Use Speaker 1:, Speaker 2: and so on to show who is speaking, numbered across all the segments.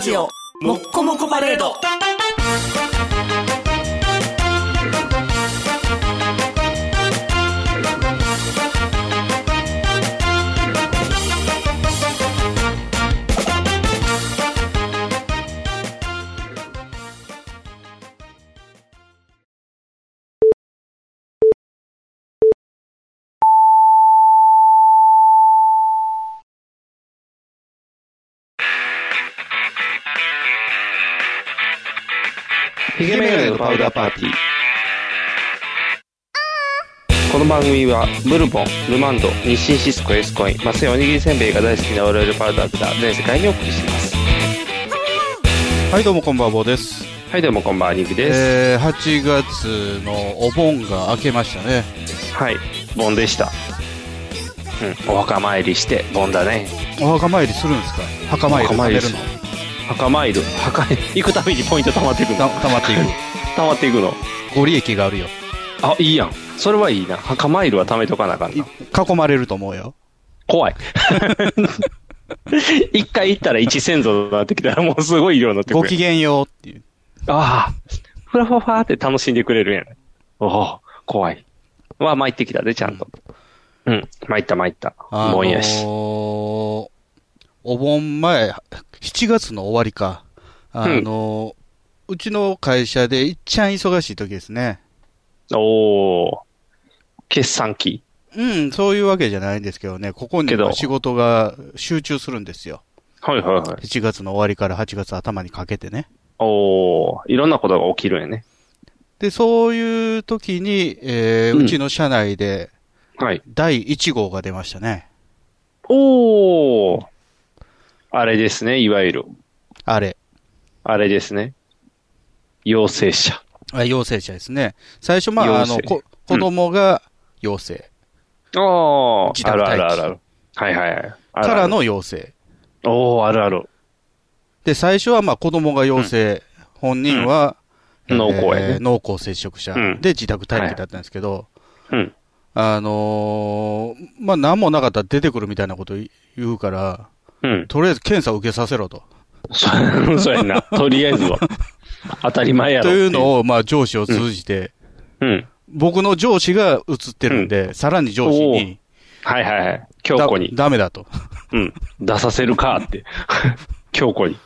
Speaker 1: ジオもっこもこパレード
Speaker 2: ヒゲメガネのパウダーパーティー。この番組は、ブルボン、ルマンド、日清シスコ、エースコイン、マセイおにぎりせんべいが大好きな我々パウダーズが全世界にお送りしています。
Speaker 3: はい、どうもこんばんは、坊です。
Speaker 2: はい、どうもこんばんは、ニグです。
Speaker 3: えー、8月のお盆が明けましたね。
Speaker 2: はい、ボンでした。うん、お墓参りして、ボンだね。
Speaker 3: お墓参りするんですか墓参り
Speaker 2: お
Speaker 3: 食
Speaker 2: 墓参
Speaker 3: べ
Speaker 2: り
Speaker 3: るの
Speaker 2: 墓参り、墓 へ行くたびにポイント溜まっていく
Speaker 3: た
Speaker 2: の。
Speaker 3: 溜まってい
Speaker 2: 溜まっていくの。
Speaker 3: く。ご利益があるよ。
Speaker 2: あ、いいやん。それはいいな。墓参りは貯めとかなあかんな。
Speaker 3: 囲まれると思うよ。
Speaker 2: 怖 い。一回行ったら一先祖になってきたらもうすごい量になってくる。
Speaker 3: ごきげんようっていう。
Speaker 2: ああ、ふらふらふらって楽しんでくれるやん。おお、怖い。は、参ってきたで、ちゃんと。うん、参った参った。
Speaker 3: あの
Speaker 2: もんやし。
Speaker 3: ー、お盆前、7月の終わりか。あのー、うちの会社でいっちゃん忙しい時ですね。
Speaker 2: おお、決算期。
Speaker 3: うん、そういうわけじゃないんですけどね、ここに
Speaker 2: けど
Speaker 3: 仕事が集中するんですよ。
Speaker 2: はいはいはい。
Speaker 3: 7月の終わりから8月頭にかけてね。
Speaker 2: おお、いろんなことが起きるんやね。
Speaker 3: で、そういう時に、えー
Speaker 2: うん
Speaker 3: うちの社内で
Speaker 2: はい。
Speaker 3: 第1号が出ましたね。
Speaker 2: おお、あれですね、いわゆる。
Speaker 3: あれ。
Speaker 2: あれですね。陽性者。
Speaker 3: あ陽性者ですね。最初、まあ、あ
Speaker 2: 陽性
Speaker 3: の、こ子供が陽性。
Speaker 2: あ
Speaker 3: 自
Speaker 2: あ、あ
Speaker 3: 宅
Speaker 2: るあ
Speaker 3: 待機
Speaker 2: るあるある。はいはいはい。あるある
Speaker 3: から。の陽性。
Speaker 2: おお、あるある。
Speaker 3: で、最初は、まあ、子供が陽性。本人は、
Speaker 2: うん濃厚やね
Speaker 3: 濃厚接触者
Speaker 2: うん
Speaker 3: で自宅待機だったんですけど、
Speaker 2: うん。
Speaker 3: あのーまあ、なんもなかったら出てくるみたいなこと言うから、
Speaker 2: うん。
Speaker 3: とりあえず検査受けさせろと。
Speaker 2: そう そうやんな。とりあえずは。当たり前やろ
Speaker 3: と
Speaker 2: って
Speaker 3: いうのを、まあ、上司を通じて、
Speaker 2: うん。
Speaker 3: 僕の上司が映ってるんで、さらに上司に、
Speaker 2: はいはいはい。強
Speaker 3: だ
Speaker 2: 固に。
Speaker 3: ダメだと。
Speaker 2: うん。出させるかって。 強固に。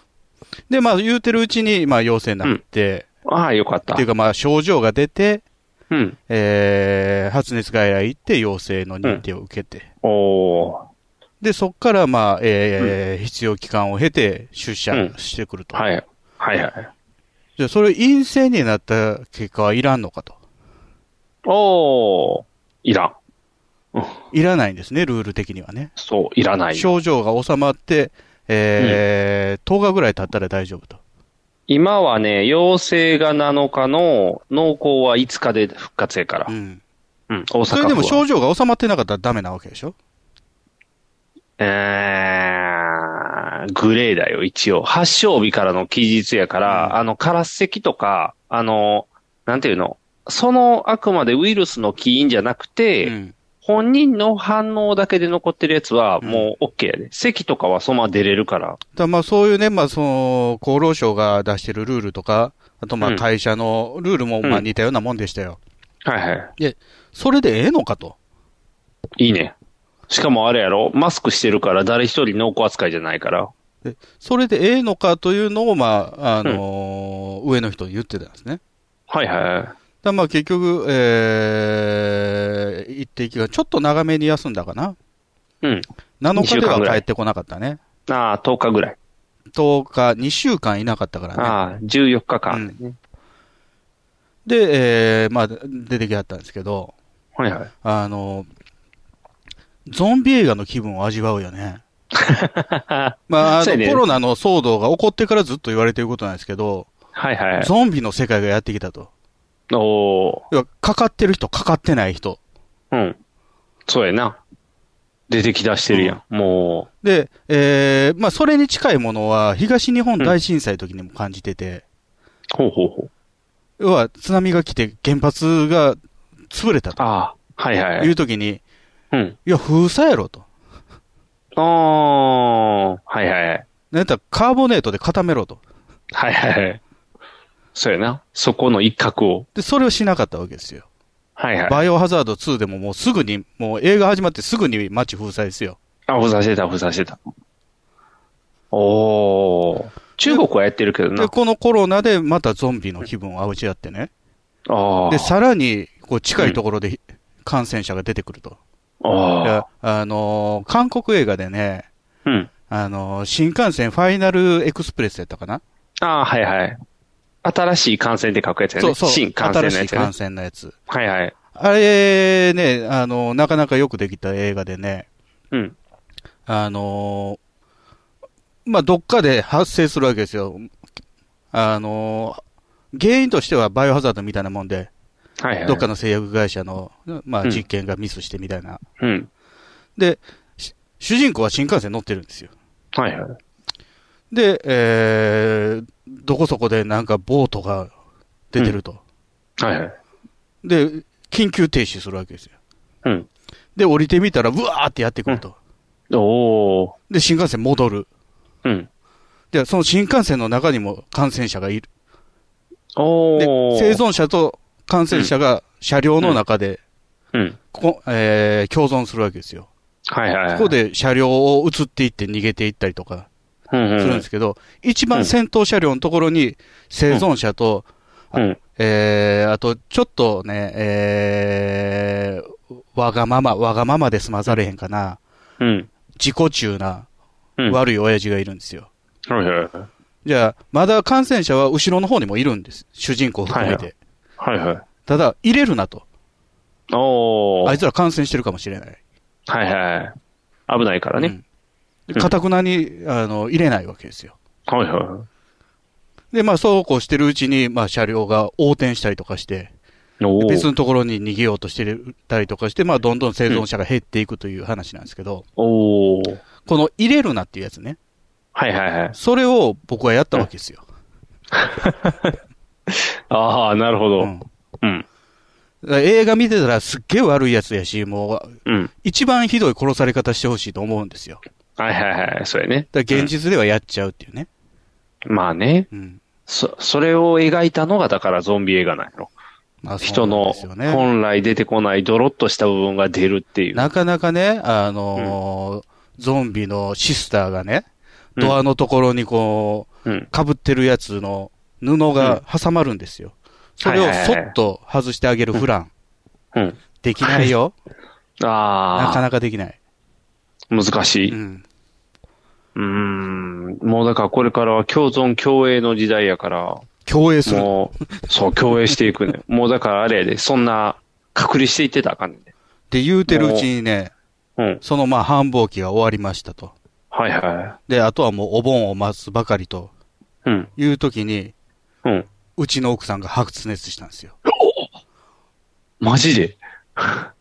Speaker 3: で、まあ言うてるうちに、まあ陽性になって、
Speaker 2: ああ、よかった。
Speaker 3: っていうかまあ症状が出て、
Speaker 2: うん。
Speaker 3: えー、発熱外来行って陽性の認定を受けて、
Speaker 2: おお
Speaker 3: で、そっからまあ、えー必要期間を経て出社してくると。
Speaker 2: ー。はい。はいはい。
Speaker 3: じゃあそれ陰性になった結果はいらんのかと。
Speaker 2: おおいらん。
Speaker 3: いらないんですね、ルール的にはね。
Speaker 2: そう、いらない。
Speaker 3: 症状が収まって、えー10日ぐらい経ったら大丈夫と。
Speaker 2: 今はね、陽性が7日の、濃厚は5日で復活やから
Speaker 3: う。ん。
Speaker 2: うん。大阪府は。
Speaker 3: それでも症状が収まってなかったらダメなわけでしょ
Speaker 2: えー、グレーだよ、一応。発症日からの期日やから、
Speaker 3: うん
Speaker 2: あの、空咳とか、あの、なんていうの、その、あくまでウイルスの起因じゃなくて、
Speaker 3: うん。
Speaker 2: 本人の反応だけで残ってるやつは、
Speaker 3: うん
Speaker 2: もう OK やで、咳とかはそのまま出れるから。
Speaker 3: だからまあそういうね、まあその、厚労省が出してるルールとか、あとま
Speaker 2: う
Speaker 3: あ
Speaker 2: ん
Speaker 3: 会社のルールも
Speaker 2: うん
Speaker 3: まあ似たようなもんでしたよ。
Speaker 2: はいは
Speaker 3: それでええのかと。
Speaker 2: い。いいね。しかもあれやろマスクしてるから誰一人濃厚扱いじゃないから。
Speaker 3: それでええのかというのを、まあ、あのー上の人に言ってたんですね。だか
Speaker 2: はいは
Speaker 3: らまあ結局、えー、一定期間、ちょっと長めに休んだかな。
Speaker 2: い。うん。
Speaker 3: 7
Speaker 2: 二週
Speaker 3: 日で
Speaker 2: 間
Speaker 3: は
Speaker 2: ぐらい
Speaker 3: 帰ってこなかったね。
Speaker 2: ああ、10日ぐらい。
Speaker 3: 10日、2週間いなかったからね。
Speaker 2: ああ、14日間、
Speaker 3: で、えー、まあ出てきはったんですけど、
Speaker 2: はい はい。
Speaker 3: あのゾンビ映画の気分を味わうよね。まあ、あ
Speaker 2: そう
Speaker 3: の、
Speaker 2: やね
Speaker 3: コロナの騒動が起こってからずっと言われてることなんですけど、
Speaker 2: はいはい。
Speaker 3: ゾンビの世界がやってきたと。
Speaker 2: おー。
Speaker 3: 要は、かかってる人、かかってない人。
Speaker 2: うん。そうやな。出てきだしてるやん。も
Speaker 3: で、えーまあ、それに近いものは、東日本大震災の時にも感じてて、
Speaker 2: う、ほうほうほう。
Speaker 3: 要は、津波が来て原発が潰れたと
Speaker 2: ああ、はいはいはいい。
Speaker 3: う時に、
Speaker 2: うん。
Speaker 3: いや、封鎖やろと。
Speaker 2: ああ、はいはいはい。
Speaker 3: なんやったらカーボネートで固めろと。
Speaker 2: はいはいはい。そうやな。そこの一角を。
Speaker 3: で、それをしなかったわけですよ。
Speaker 2: はいはい。
Speaker 3: バイオハザード2でももうすぐに、もう映画始まってすぐに街封鎖ですよ。
Speaker 2: あ、封鎖してた、封鎖してた。おー。中国はやってるけど
Speaker 3: で、
Speaker 2: な。
Speaker 3: このコロナでまたゾンビの気分をあうち合ってね。
Speaker 2: ああ。
Speaker 3: で、さらに、こう近いところで感染者が出てくると。い
Speaker 2: ああ。
Speaker 3: やあのー韓国映画でね、
Speaker 2: うん。
Speaker 3: あのー新幹線ファイナルエクスプレスやったかな、
Speaker 2: ああ、はいはい。新しい感染で書くやつやね。
Speaker 3: そうそう。
Speaker 2: 新感染の
Speaker 3: 新し
Speaker 2: や
Speaker 3: い
Speaker 2: つや
Speaker 3: 感
Speaker 2: ね。
Speaker 3: 染のやつ。
Speaker 2: はいはい。
Speaker 3: あれね、あのーなかなかよくできた映画でね、
Speaker 2: うん。
Speaker 3: あのーまあ、どっかで発生するわけですよ。あのー原因としてはバイオハザードみたいなもんで、
Speaker 2: はいはい。
Speaker 3: どっかの製薬会社の、まあ、
Speaker 2: うん
Speaker 3: 実験がミスしてみたいな。
Speaker 2: うん。
Speaker 3: で、し主人公は新幹線乗ってるんですよ。
Speaker 2: はいはい。
Speaker 3: で、えー、どこそこでなんかボートが出てると。
Speaker 2: はいはい。
Speaker 3: で、緊急停止するわけですよ。
Speaker 2: うん。
Speaker 3: で、降りてみたら、うわーってやってくると。
Speaker 2: おー。
Speaker 3: で、新幹線戻る。
Speaker 2: うん。
Speaker 3: で、その新幹線の中にも感染者がいる。
Speaker 2: お
Speaker 3: で、
Speaker 2: ー。
Speaker 3: 生存者と感染者が車両の中で、
Speaker 2: うん。
Speaker 3: ここえー共存するわけですよ。
Speaker 2: はいはいはい。
Speaker 3: ここで車両を移っていって逃げていったりとか
Speaker 2: うんう
Speaker 3: するん
Speaker 2: ん
Speaker 3: ですけど、一番先頭車両のところに生存者と、
Speaker 2: うん。
Speaker 3: えー、あと、ちょっとね、えー、わがまま、わがままで済まされへんかな、
Speaker 2: うん。
Speaker 3: 自己中な
Speaker 2: うん。
Speaker 3: 悪い親父がいるんですよ。
Speaker 2: はいはいはい。
Speaker 3: じゃあ、まだ感染者は後ろの方にもいるんです。主人公含めて。
Speaker 2: はいはいはい。
Speaker 3: ただ、入れるなと。
Speaker 2: おー。
Speaker 3: あいつら感染してるかもしれない。
Speaker 2: はいはい。危ないからね。
Speaker 3: うんでかたくなに、あの、入れないわけですよ。
Speaker 2: はいは
Speaker 3: で、まあ、そうこうしてるうちに、まあ、車両が横転したりとかして、
Speaker 2: い。お
Speaker 3: 別
Speaker 2: ー。
Speaker 3: のところに逃げようとしてたりとかして、まあ、どんどん生存者が減っていくという話なんですけど、
Speaker 2: おー。
Speaker 3: この入れるなっていうやつね。
Speaker 2: はいはいはい。
Speaker 3: それを僕はやったわけですよ。
Speaker 2: ああ、なるほ
Speaker 3: う
Speaker 2: ど。
Speaker 3: ん。だ
Speaker 2: うん。
Speaker 3: から映画見てたらすっげえ悪いやつやし、もう、
Speaker 2: うん。
Speaker 3: 一番ひどい殺され方してほしいと思うんですよ。
Speaker 2: はいはいはい。そうやね。
Speaker 3: だから現実ではやっちゃうっていうね。
Speaker 2: まあね。
Speaker 3: うん。
Speaker 2: そ、それを描いたのが、だからゾンビ映画なんやろ。
Speaker 3: まあそ
Speaker 2: 人
Speaker 3: うなんで
Speaker 2: の
Speaker 3: すよね
Speaker 2: 本来出てこないドロッとした部分が出るっていう。
Speaker 3: なかなかね、あのーゾンビのシスターがね、ドアのところにこ
Speaker 2: うん。
Speaker 3: う、被ってるやつの布が挟まるんですよ。それ
Speaker 2: は
Speaker 3: を
Speaker 2: いはいはい
Speaker 3: そっと外してあげるフラン。
Speaker 2: うん。
Speaker 3: できないよ。なか
Speaker 2: ああ、
Speaker 3: なかできない。。
Speaker 2: 難しいう
Speaker 3: ん。
Speaker 2: うーん。もうだからこれからは共存共栄の時代やから、
Speaker 3: 共栄する。
Speaker 2: もう、そう、共栄してい くね。もうだからあれやで、そんな、隔離していってたらあかんねんで。
Speaker 3: で言うてるうちにね、
Speaker 2: うん。
Speaker 3: そのまあ繁忙期が終わりましたと。
Speaker 2: はいは
Speaker 3: で、あとはもうお盆を待つばかりと
Speaker 2: い。うん。
Speaker 3: いう時に、
Speaker 2: うん。
Speaker 3: うちの奥さんが発熱したんですよ。
Speaker 2: マジで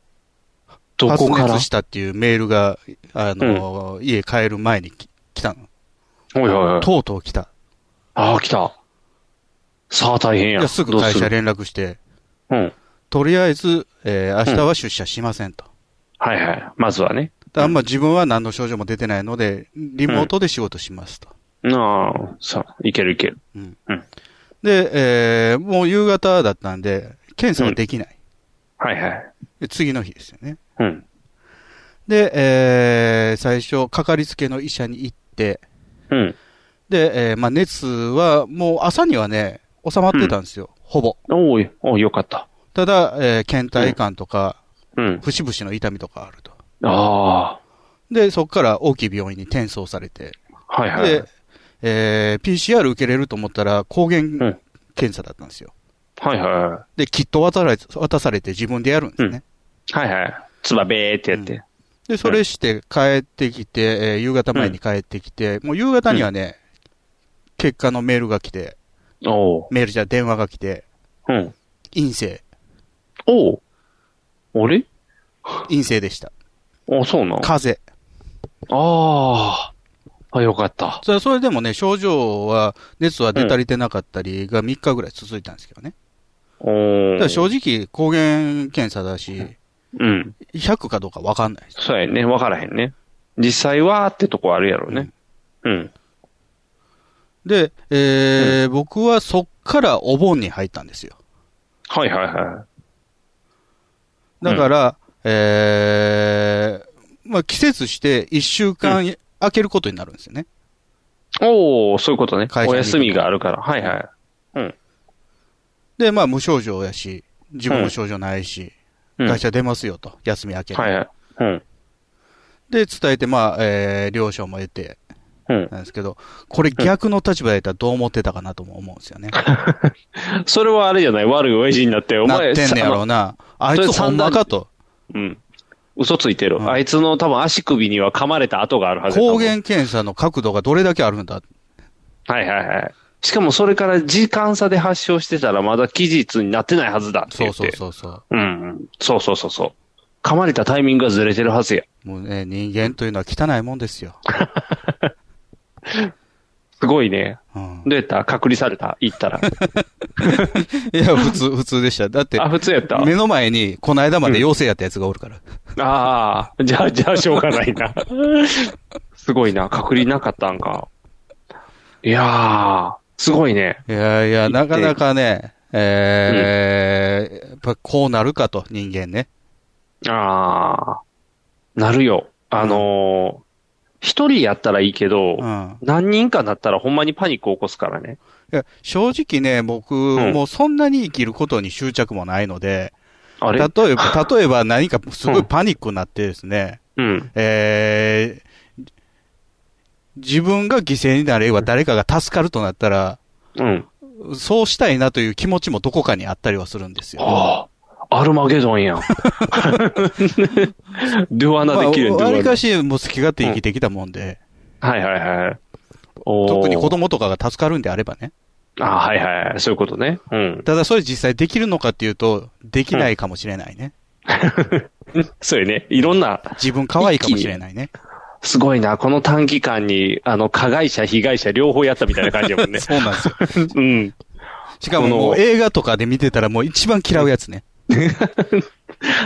Speaker 2: どこか
Speaker 3: 発
Speaker 2: ら
Speaker 3: 熱したっていうメールが、あの、家帰る前にき来たの。
Speaker 2: おいおいおい。
Speaker 3: とうとう来た。
Speaker 2: ああ、来た。さあ大変や。
Speaker 3: いやすぐ会
Speaker 2: どう
Speaker 3: 社
Speaker 2: する
Speaker 3: 連絡して、
Speaker 2: うん。
Speaker 3: とりあえず、えー明日は出社しませんと。
Speaker 2: はいはい。まずはね。
Speaker 3: であんま自分は何の症状も出てないので、リモートで仕事しますと。
Speaker 2: なあ、さあ、いけるいける。
Speaker 3: で、えーもう夕方だったんで、検査はできない。
Speaker 2: はいはい。
Speaker 3: で次の日ですよね。
Speaker 2: うん。
Speaker 3: で、えー最初、かかりつけの医者に行って、
Speaker 2: うん。
Speaker 3: で、えーまあ、熱はもう朝にはね、収まってたんですよ、ほぼ。
Speaker 2: おおい、おうよかった。
Speaker 3: ただ、えー倦怠感とか、
Speaker 2: うん。
Speaker 3: 節々の痛みとかあると。
Speaker 2: あ
Speaker 3: で、そこから大きい病院に転送されて、
Speaker 2: あ、はいはい
Speaker 3: で。、えー PCR 受けれると思ったら抗原
Speaker 2: ん
Speaker 3: 検査だったんですよ。
Speaker 2: はいは
Speaker 3: で、キット渡られ渡されて自分でやるんですね。
Speaker 2: い。はいはい。つばべーってやって。
Speaker 3: で、それして帰ってきて、えー夕方前に帰ってきて、もう夕方にはね、結果のメールが来て、
Speaker 2: おう。
Speaker 3: メールじゃ電話が来て、
Speaker 2: うん。
Speaker 3: 陰性、
Speaker 2: おう。あれ
Speaker 3: 陰性でした。
Speaker 2: あ、そうなん。あ
Speaker 3: 風邪。
Speaker 2: あー。あ、よかった。
Speaker 3: それそれでもね、症状は、熱は出たり出なかったりが3日ぐらい続いたんですけどね。
Speaker 2: お
Speaker 3: ただ正
Speaker 2: ー。
Speaker 3: 直、抗原検査だし、
Speaker 2: うん。
Speaker 3: 100かどうかわかんないです。
Speaker 2: そうやね。わからへんね。実際はってとこあるやろね。うん。
Speaker 3: で、えー僕はそっからお盆に入ったんですよ。
Speaker 2: はいはいは
Speaker 3: だから、えーまあ、季節して一週間空けることになるんですよね。
Speaker 2: い。おおそういうことね。
Speaker 3: 会社に
Speaker 2: お休みがあるから。はいはい。うん。
Speaker 3: で、まあ、無症状やし、自分も症状ないし、
Speaker 2: うん、
Speaker 3: 会社出ますよと、休み明けに、
Speaker 2: はいはい。うん。
Speaker 3: で、伝えて、まあ、えー了承も得て、
Speaker 2: うん。
Speaker 3: なんですけど、これ逆の立場だったらどう思ってたかなとも思うんですよね。
Speaker 2: それはあれじゃない。悪い親父になって、 お
Speaker 3: なっ
Speaker 2: 前、
Speaker 3: てんねやろうな。あい
Speaker 2: それ
Speaker 3: つほんまかと。
Speaker 2: うん。嘘ついてる。
Speaker 3: うん
Speaker 2: あいつの多分足首には噛まれた跡があるはずだと思
Speaker 3: 抗
Speaker 2: う
Speaker 3: 原検査の角度がどれだけあるんだ。
Speaker 2: はいはいはい。しかもそれから時間差で発症してたらまだ期日になってないはずだって
Speaker 3: そ
Speaker 2: 言
Speaker 3: う
Speaker 2: って。
Speaker 3: そうそうそう。
Speaker 2: うんうん。そうそうそうそう。噛まれたタイミングがずれてるはずや。
Speaker 3: もうね、人間というのは汚いもんですよ。
Speaker 2: すごいね。
Speaker 3: うん、
Speaker 2: どうやった隔離された行ったら。
Speaker 3: いや、普通、普通でした。だって、
Speaker 2: あ、普通やった。
Speaker 3: 目の前に、この間まで陽性やったやつがおるから。
Speaker 2: ああ、じゃあ、じゃあ、しょうがないな。すごいな。隔離なかったんか。いやー、すごいね。
Speaker 3: いやいや、なかなかね、えー、やっぱこうなるかと、人間ね。
Speaker 2: あー、なるよ。あのー、一人やったらいいけど、
Speaker 3: うん。
Speaker 2: 何人かなったらほんまにパニック起こすからね。
Speaker 3: いや正直ね、僕、
Speaker 2: ん
Speaker 3: もうそんなに生きることに執着もないので、
Speaker 2: あれ
Speaker 3: 例 えば、例えば何かすごいパニックになってですね、
Speaker 2: うん。
Speaker 3: えー自分が犠牲になれば誰かが助かるとなったら、
Speaker 2: うん。
Speaker 3: そうしたいなという気持ちもどこかにあったりはするんですよ。
Speaker 2: ああ、アルマゲドン やん。ドゥアナできるん
Speaker 3: まあ、
Speaker 2: ドゥアナ
Speaker 3: わりかし、もう好き勝手生きてきたもんで、
Speaker 2: はいはいはい。おー
Speaker 3: 特に子供とかが助かるんであればね。
Speaker 2: あはいはいはい。そういうことね。うん。
Speaker 3: ただそれ実際できるのかっていうと、できないかもしれないね。
Speaker 2: そうよね。いろんな、
Speaker 3: 自分可愛いかもしれないね。
Speaker 2: すごいな。この短期間に、あの、加害者、被害者、両方やったみたいな感じだもんね。
Speaker 3: そうなんですよ。
Speaker 2: うん。
Speaker 3: しかももう映画とかで見てたらもう一番嫌うやつね。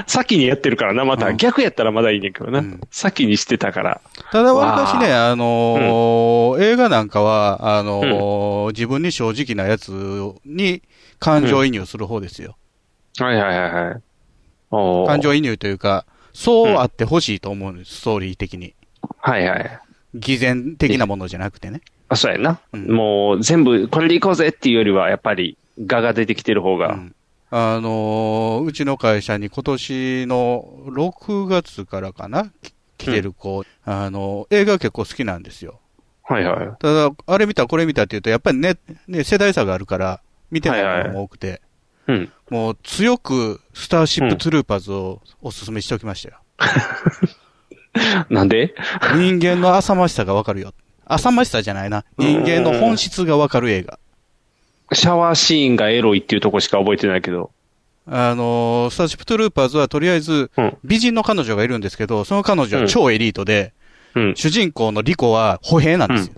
Speaker 2: 先にやってるからな、また。
Speaker 3: うん
Speaker 2: 逆やったらまだいいねんけどな。
Speaker 3: うん
Speaker 2: 先にしてたから。
Speaker 3: ただわりかしね、あのー映画なんかは、あのー自分に正直なやつに感情移入する方ですよ。
Speaker 2: はいはいはいはい。おー
Speaker 3: 感情移入というか、そうあってほしいと思うんです、ストーリー的に。
Speaker 2: はいはい。
Speaker 3: 偽善的なものじゃなくてね。
Speaker 2: あ、そうやな。
Speaker 3: うん
Speaker 2: もう、全部、これでいこうぜっていうよりは、やっぱり、画が出てきてる方
Speaker 3: う
Speaker 2: が。
Speaker 3: んあのーうちの会社に今年の6月からかな、き来てる子、あのー映画結構好きなんですよ。
Speaker 2: はいはい。
Speaker 3: ただ、あれ見た、これ見たって言うと、やっぱりね、ね、世代差があるから、見てないのも多くて、
Speaker 2: うん。
Speaker 3: もう強くスターシップトゥルーパーズをお勧めしておきましたよ。
Speaker 2: なんで
Speaker 3: 人間の浅ましさがわかるよ。浅ましさじゃないな。人間の本質がわかる映画。
Speaker 2: シャワーシーンがエロいっていうとこしか覚えてないけど。
Speaker 3: あのースターシップトゥルーパーズはとりあえず
Speaker 2: うん、
Speaker 3: 美人の彼女がいるんですけど、その彼女は超エリートで、
Speaker 2: うん。
Speaker 3: 主人公のリコは歩兵なんですよ。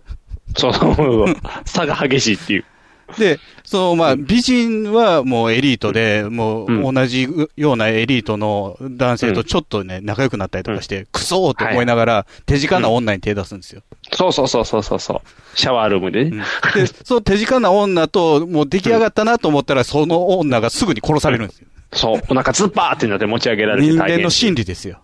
Speaker 2: そうそう そう。差が激しいっていう。
Speaker 3: で、その、まあ、美人はもうエリートで、もう同じようなエリートの男性とちょっとね、仲良くなったりとかして、クソーって思いながら、手近な女に手出すんですよ。
Speaker 2: そうそうそうそうそうそう。シャワールームでね。
Speaker 3: で、その手近な女と、もう出来上がったなと思ったら、その女がすぐに殺されるんですよ。
Speaker 2: そう。お腹ツッパーってなって持ち上げられて
Speaker 3: 人
Speaker 2: 大
Speaker 3: 間
Speaker 2: 変
Speaker 3: の。心理ですよ。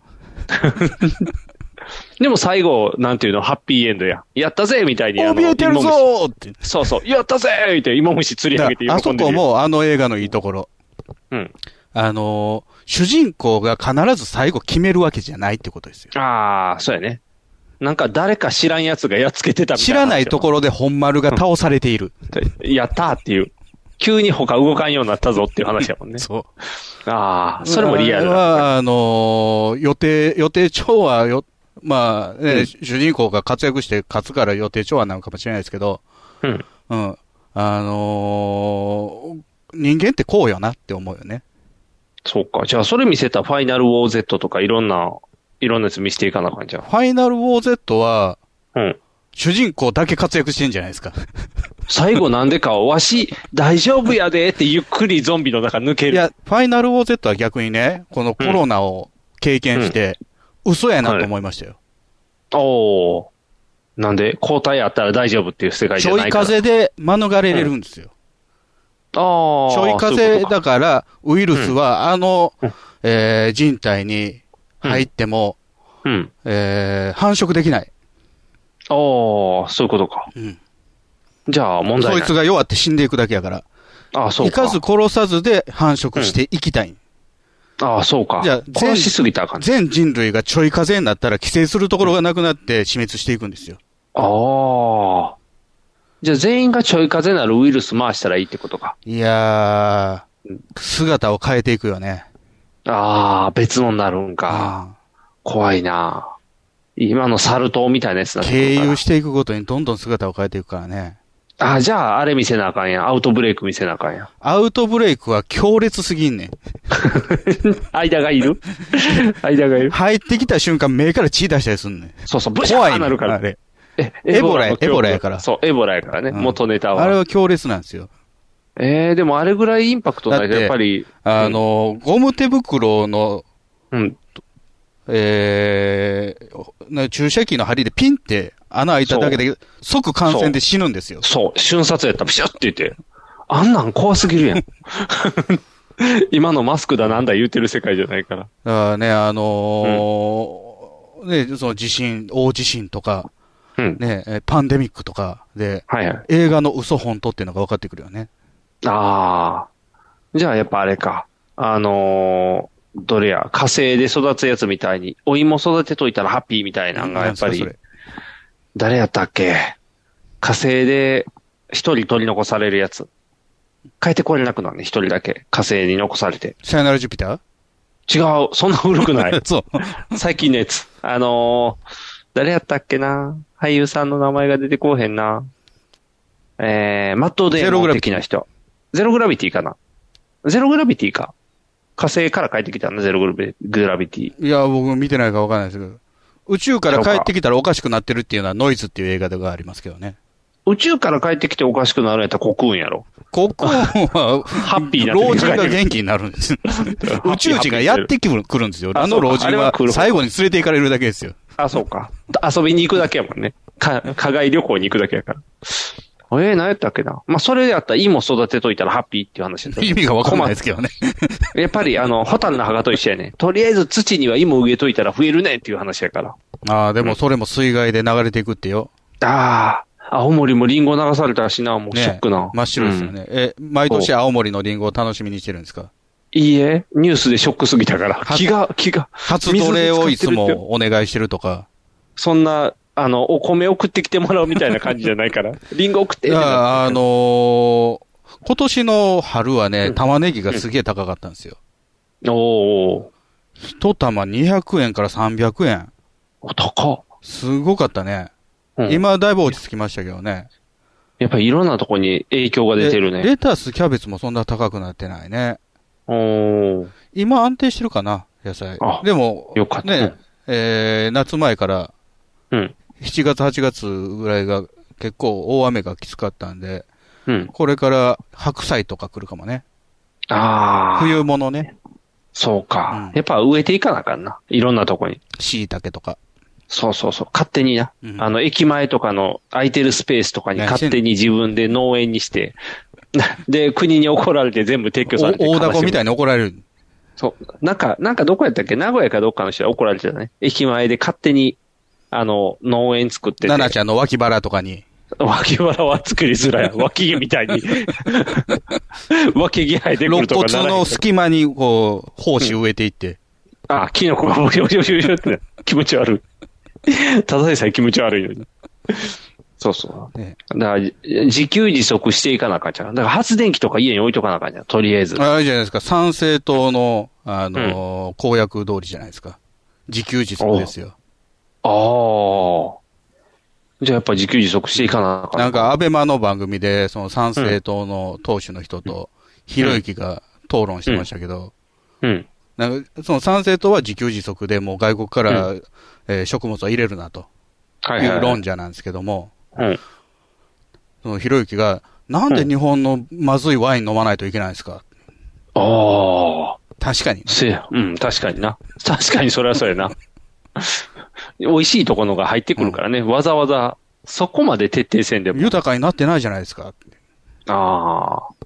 Speaker 2: でも最後、なんていうの、ハッピーエンドや。やったぜみたいに。あの
Speaker 3: 怯えてるぞ
Speaker 2: 芋虫
Speaker 3: ーって。
Speaker 2: そうそう。やったぜみたいな。芋虫釣り上げて
Speaker 3: だからあ
Speaker 2: 喜
Speaker 3: そ
Speaker 2: んで
Speaker 3: こ
Speaker 2: るよ。
Speaker 3: も、あの映画のいいところ。
Speaker 2: うん。
Speaker 3: あのー主人公が必ず最後決めるわけじゃないってことですよ。
Speaker 2: ああ、そうやね。なんか誰か知らんやつがやっつけてたみたい
Speaker 3: 知
Speaker 2: な。
Speaker 3: らないところで本丸が倒されている。
Speaker 2: やったーっていう。急に他動かんようになったぞっていう話やもんね。
Speaker 3: そう。
Speaker 2: ああ、それもリアル
Speaker 3: あれ
Speaker 2: だ。
Speaker 3: は、あのー予定、予定調和よ、まあ、ね
Speaker 2: うん
Speaker 3: 主人公が活躍して勝つから予定調和なのかもしれないですけど、
Speaker 2: うん。
Speaker 3: うん。あのー人間ってこうよなって思うよね。
Speaker 2: そうか。じゃあ、それ見せたファイナルウォー Z とかいろんな、いろんなやつ見せていかなあかんじゃん
Speaker 3: フ。ァイナルウォー Z は、
Speaker 2: うん。
Speaker 3: 主人公だけ活躍してんじゃないで すか。
Speaker 2: 最後なんでか、わし、大丈夫やでってゆっくりゾンビの中抜け
Speaker 3: い
Speaker 2: る。
Speaker 3: や、ファイナルウォー Z は逆にね、このコロナを経験して、嘘やなと思いましたよ。
Speaker 2: おお。なんで、交代あったら大丈夫っていう世界
Speaker 3: ち
Speaker 2: じゃ
Speaker 3: ょ
Speaker 2: ないいから。
Speaker 3: 風で免れれるんですよ。
Speaker 2: ああ。
Speaker 3: ちょい
Speaker 2: そういう
Speaker 3: 風
Speaker 2: ことか
Speaker 3: だから、ウイルスは、あの
Speaker 2: うん、
Speaker 3: えー人体に入っても、
Speaker 2: うん。
Speaker 3: えー繁殖できない。
Speaker 2: ああ、そういうことか。
Speaker 3: うん
Speaker 2: じゃあ、問題
Speaker 3: そ
Speaker 2: ないい。
Speaker 3: つが弱って死んでいくだけやから。
Speaker 2: ああ、そう
Speaker 3: 生
Speaker 2: か。
Speaker 3: かず殺さずで繁殖していきたい。
Speaker 2: ああ、そうか。
Speaker 3: じゃあ全
Speaker 2: 殺しすぎたらあかんね。
Speaker 3: 全人類がちょい風になったら寄生するところがなくなって死滅していくんですよ。
Speaker 2: ああ。じゃあ、全員がちょい風なるウイルス回したらいいってことか。
Speaker 3: いやー、姿を変えていくよね。
Speaker 2: ああ、別のになるんか。怖いな。今のサル痘みたいなやつ
Speaker 3: う
Speaker 2: だっ
Speaker 3: ん
Speaker 2: て
Speaker 3: 経
Speaker 2: くるから
Speaker 3: 由していくごとにどんどん姿を変えていくからね。
Speaker 2: ああ、じゃあ、あれ見せなあかんやん。アウトブレイク見せなあかん やん。
Speaker 3: アウトブレイクは強烈すぎんねん。
Speaker 2: 間がい る間がいる
Speaker 3: 入ってきた瞬間目から血出したりすんねん。
Speaker 2: そうそう、ブシャ
Speaker 3: 怖
Speaker 2: ー
Speaker 3: いねん
Speaker 2: なるから
Speaker 3: あ。れ。
Speaker 2: え
Speaker 3: エボラ
Speaker 2: の恐怖
Speaker 3: エボラやから
Speaker 2: そう、エボラやからね。
Speaker 3: うん
Speaker 2: 元ネタは。
Speaker 3: あれは強烈なんですよ。
Speaker 2: ええでもあれぐらいインパクトないと、
Speaker 3: だって
Speaker 2: やっぱり。
Speaker 3: あの、ゴム手袋の、
Speaker 2: うん。
Speaker 3: えーな注射器の針でピンって穴開いただけで即感染で死ぬんですよ。
Speaker 2: そう、瞬殺やったらピシャって言って。あんなん怖すぎるやん。 今のマスクだなんだ言うてる世界じゃないから。
Speaker 3: だからね、あのーね、その地震、大地震とか、
Speaker 2: うん。
Speaker 3: ね、えパンデミックとかで、
Speaker 2: はいはい。
Speaker 3: 映画の嘘本当っていうのが分かってくるよね。
Speaker 2: ああ。じゃあやっぱあれか。あのーどれや、火星で育つやつみたいに、お芋育てといたらハッピーみたいなのが、やっぱ
Speaker 3: な
Speaker 2: り
Speaker 3: んです、か
Speaker 2: 誰やったっけ火星で一人取り残されるやつ。帰ってこれなくなるね、一人だけ。火星に残されて。
Speaker 3: それさよならジュピタ
Speaker 2: 違う、そんな古くない
Speaker 3: ー。 そう。
Speaker 2: 最近のやつ。あのー誰やったっけな俳優さんの名前が出てこうへんな。えー、マットデーモン的な人。ゼログラビティかなゼログラビティか。火星から帰ってきたんだ、ゼログラビグラビティ。
Speaker 3: いや、僕見てないから分かんないですけど。宇宙から帰ってきたらおかしくなってるっていうのはノイズっていう映画がありますけどね。
Speaker 2: 宇宙から帰ってきておかしくなるんやったらコクーンやろ。
Speaker 3: ここは、
Speaker 2: ハッピーな
Speaker 3: 老人が元気になるんです。宇宙人がやってくる来るんですよ。
Speaker 2: あ
Speaker 3: あ
Speaker 2: そ
Speaker 3: の
Speaker 2: うか
Speaker 3: 老人
Speaker 2: あれは
Speaker 3: は
Speaker 2: 来る
Speaker 3: 最後に連れて行かれるだけですよ。
Speaker 2: あ、そうか。遊びに行くだけやもんね。か、課外旅行に行くだけやから。えー、何やったっけな。まあ、それであったら、芋育てといたらハッピーっていう話だった
Speaker 3: 意味が分かんないですけどね。
Speaker 2: やっぱり、あの、ホタルの葉がと一緒やね。とりあえず土には芋植えといたら増えるねっていう話やから。
Speaker 3: ああ、でもそれも水害で流れていくってよ。
Speaker 2: ああ、青森もリンゴ流されたらしな、もう
Speaker 3: ね
Speaker 2: ショックな。
Speaker 3: 真っ白ですよね。え、毎年青森のリンゴを楽しみにしてるんですか
Speaker 2: うん。いいえ、ニュースでショックすぎたから。
Speaker 3: は
Speaker 2: 気が、気が。
Speaker 3: 初奴隷をいつもお願いしてるとか。
Speaker 2: そんな、あの、お米送ってきてもらうみたいな感じじゃない から。リンゴ送ってっ
Speaker 3: い
Speaker 2: てなって
Speaker 3: や、あのー今年の春はね、玉ねぎがすげえ高かったんですよ。
Speaker 2: おー
Speaker 3: 一玉200円から300円。
Speaker 2: おー、高っ。
Speaker 3: すごかったね。
Speaker 2: うん
Speaker 3: 今はだいぶ落ち着きましたけどね。
Speaker 2: やっぱりいろんなとこに影響が出てるね。
Speaker 3: でレタス、キャベツもそんな高くなってないね。
Speaker 2: おー
Speaker 3: 今安定してるかな、野菜
Speaker 2: あ。
Speaker 3: でも、
Speaker 2: よかった。
Speaker 3: ね、えー夏前から、
Speaker 2: うん。
Speaker 3: 7月、8月ぐらいが結構大雨がきつかったんで、
Speaker 2: うん。
Speaker 3: これから白菜とか来るかもね。
Speaker 2: ああ、
Speaker 3: 冬物ね。
Speaker 2: そうか
Speaker 3: う。ん
Speaker 2: やっぱ植えていかなあかんな。いろんなとこに。
Speaker 3: 椎茸とか。
Speaker 2: そうそうそう。勝手にな。
Speaker 3: うん
Speaker 2: あの、駅前とかの空いてるスペースとかに
Speaker 3: ね
Speaker 2: 勝手に自分で農園にして、 で、国に怒られて全部撤去されて
Speaker 3: お大凧みた
Speaker 2: い。
Speaker 3: いに怒られる。
Speaker 2: そう。なんか、なんかどこやったっけ名古屋かどっかの人は怒られてたね。駅前で勝手に、あの、農園作ってて。
Speaker 3: 奈々ちゃんの脇腹とかに。
Speaker 2: 脇腹は作りづら い。脇毛みたいに。脇毛生えてく
Speaker 3: 肋
Speaker 2: るとかならへん
Speaker 3: 骨の隙間に、こう、胞子植えていって。
Speaker 2: あ、キノコがボキボキボキボキってね気持ち悪い。ただでさえ気持ち悪いのに。そうそう。
Speaker 3: ね
Speaker 2: だから、じ自給自足していかなあかんじゃん。だから発電機とか家に置いとかなあかんじゃん。とりあえず。
Speaker 3: あれじゃないですか、参政党の、あのー公約通りじゃないですか。自給自足ですよ。
Speaker 2: ああ。じゃあやっぱ自給自足していかなあかん。
Speaker 3: なんか、アベマの番組で、その参政党の党首の人と、ひろゆきが討論してましたけど、
Speaker 2: うん。
Speaker 3: なんか、その参政党は自給自足で、もう外国から、えー食物は入れるなと
Speaker 2: はい
Speaker 3: い
Speaker 2: は
Speaker 3: う
Speaker 2: い。
Speaker 3: 論者なんですけども、
Speaker 2: うん。
Speaker 3: そのひろゆきが、なんで日本のまずいワイン飲まないといけないんですか
Speaker 2: ああ。
Speaker 3: 確かに。
Speaker 2: せや。うん、確かにな。確かにそれはそうやな。美味しいところが入ってくるからね。わざわざそこまで徹底せんでも。
Speaker 3: 豊かになってないじゃないですか。
Speaker 2: ああ。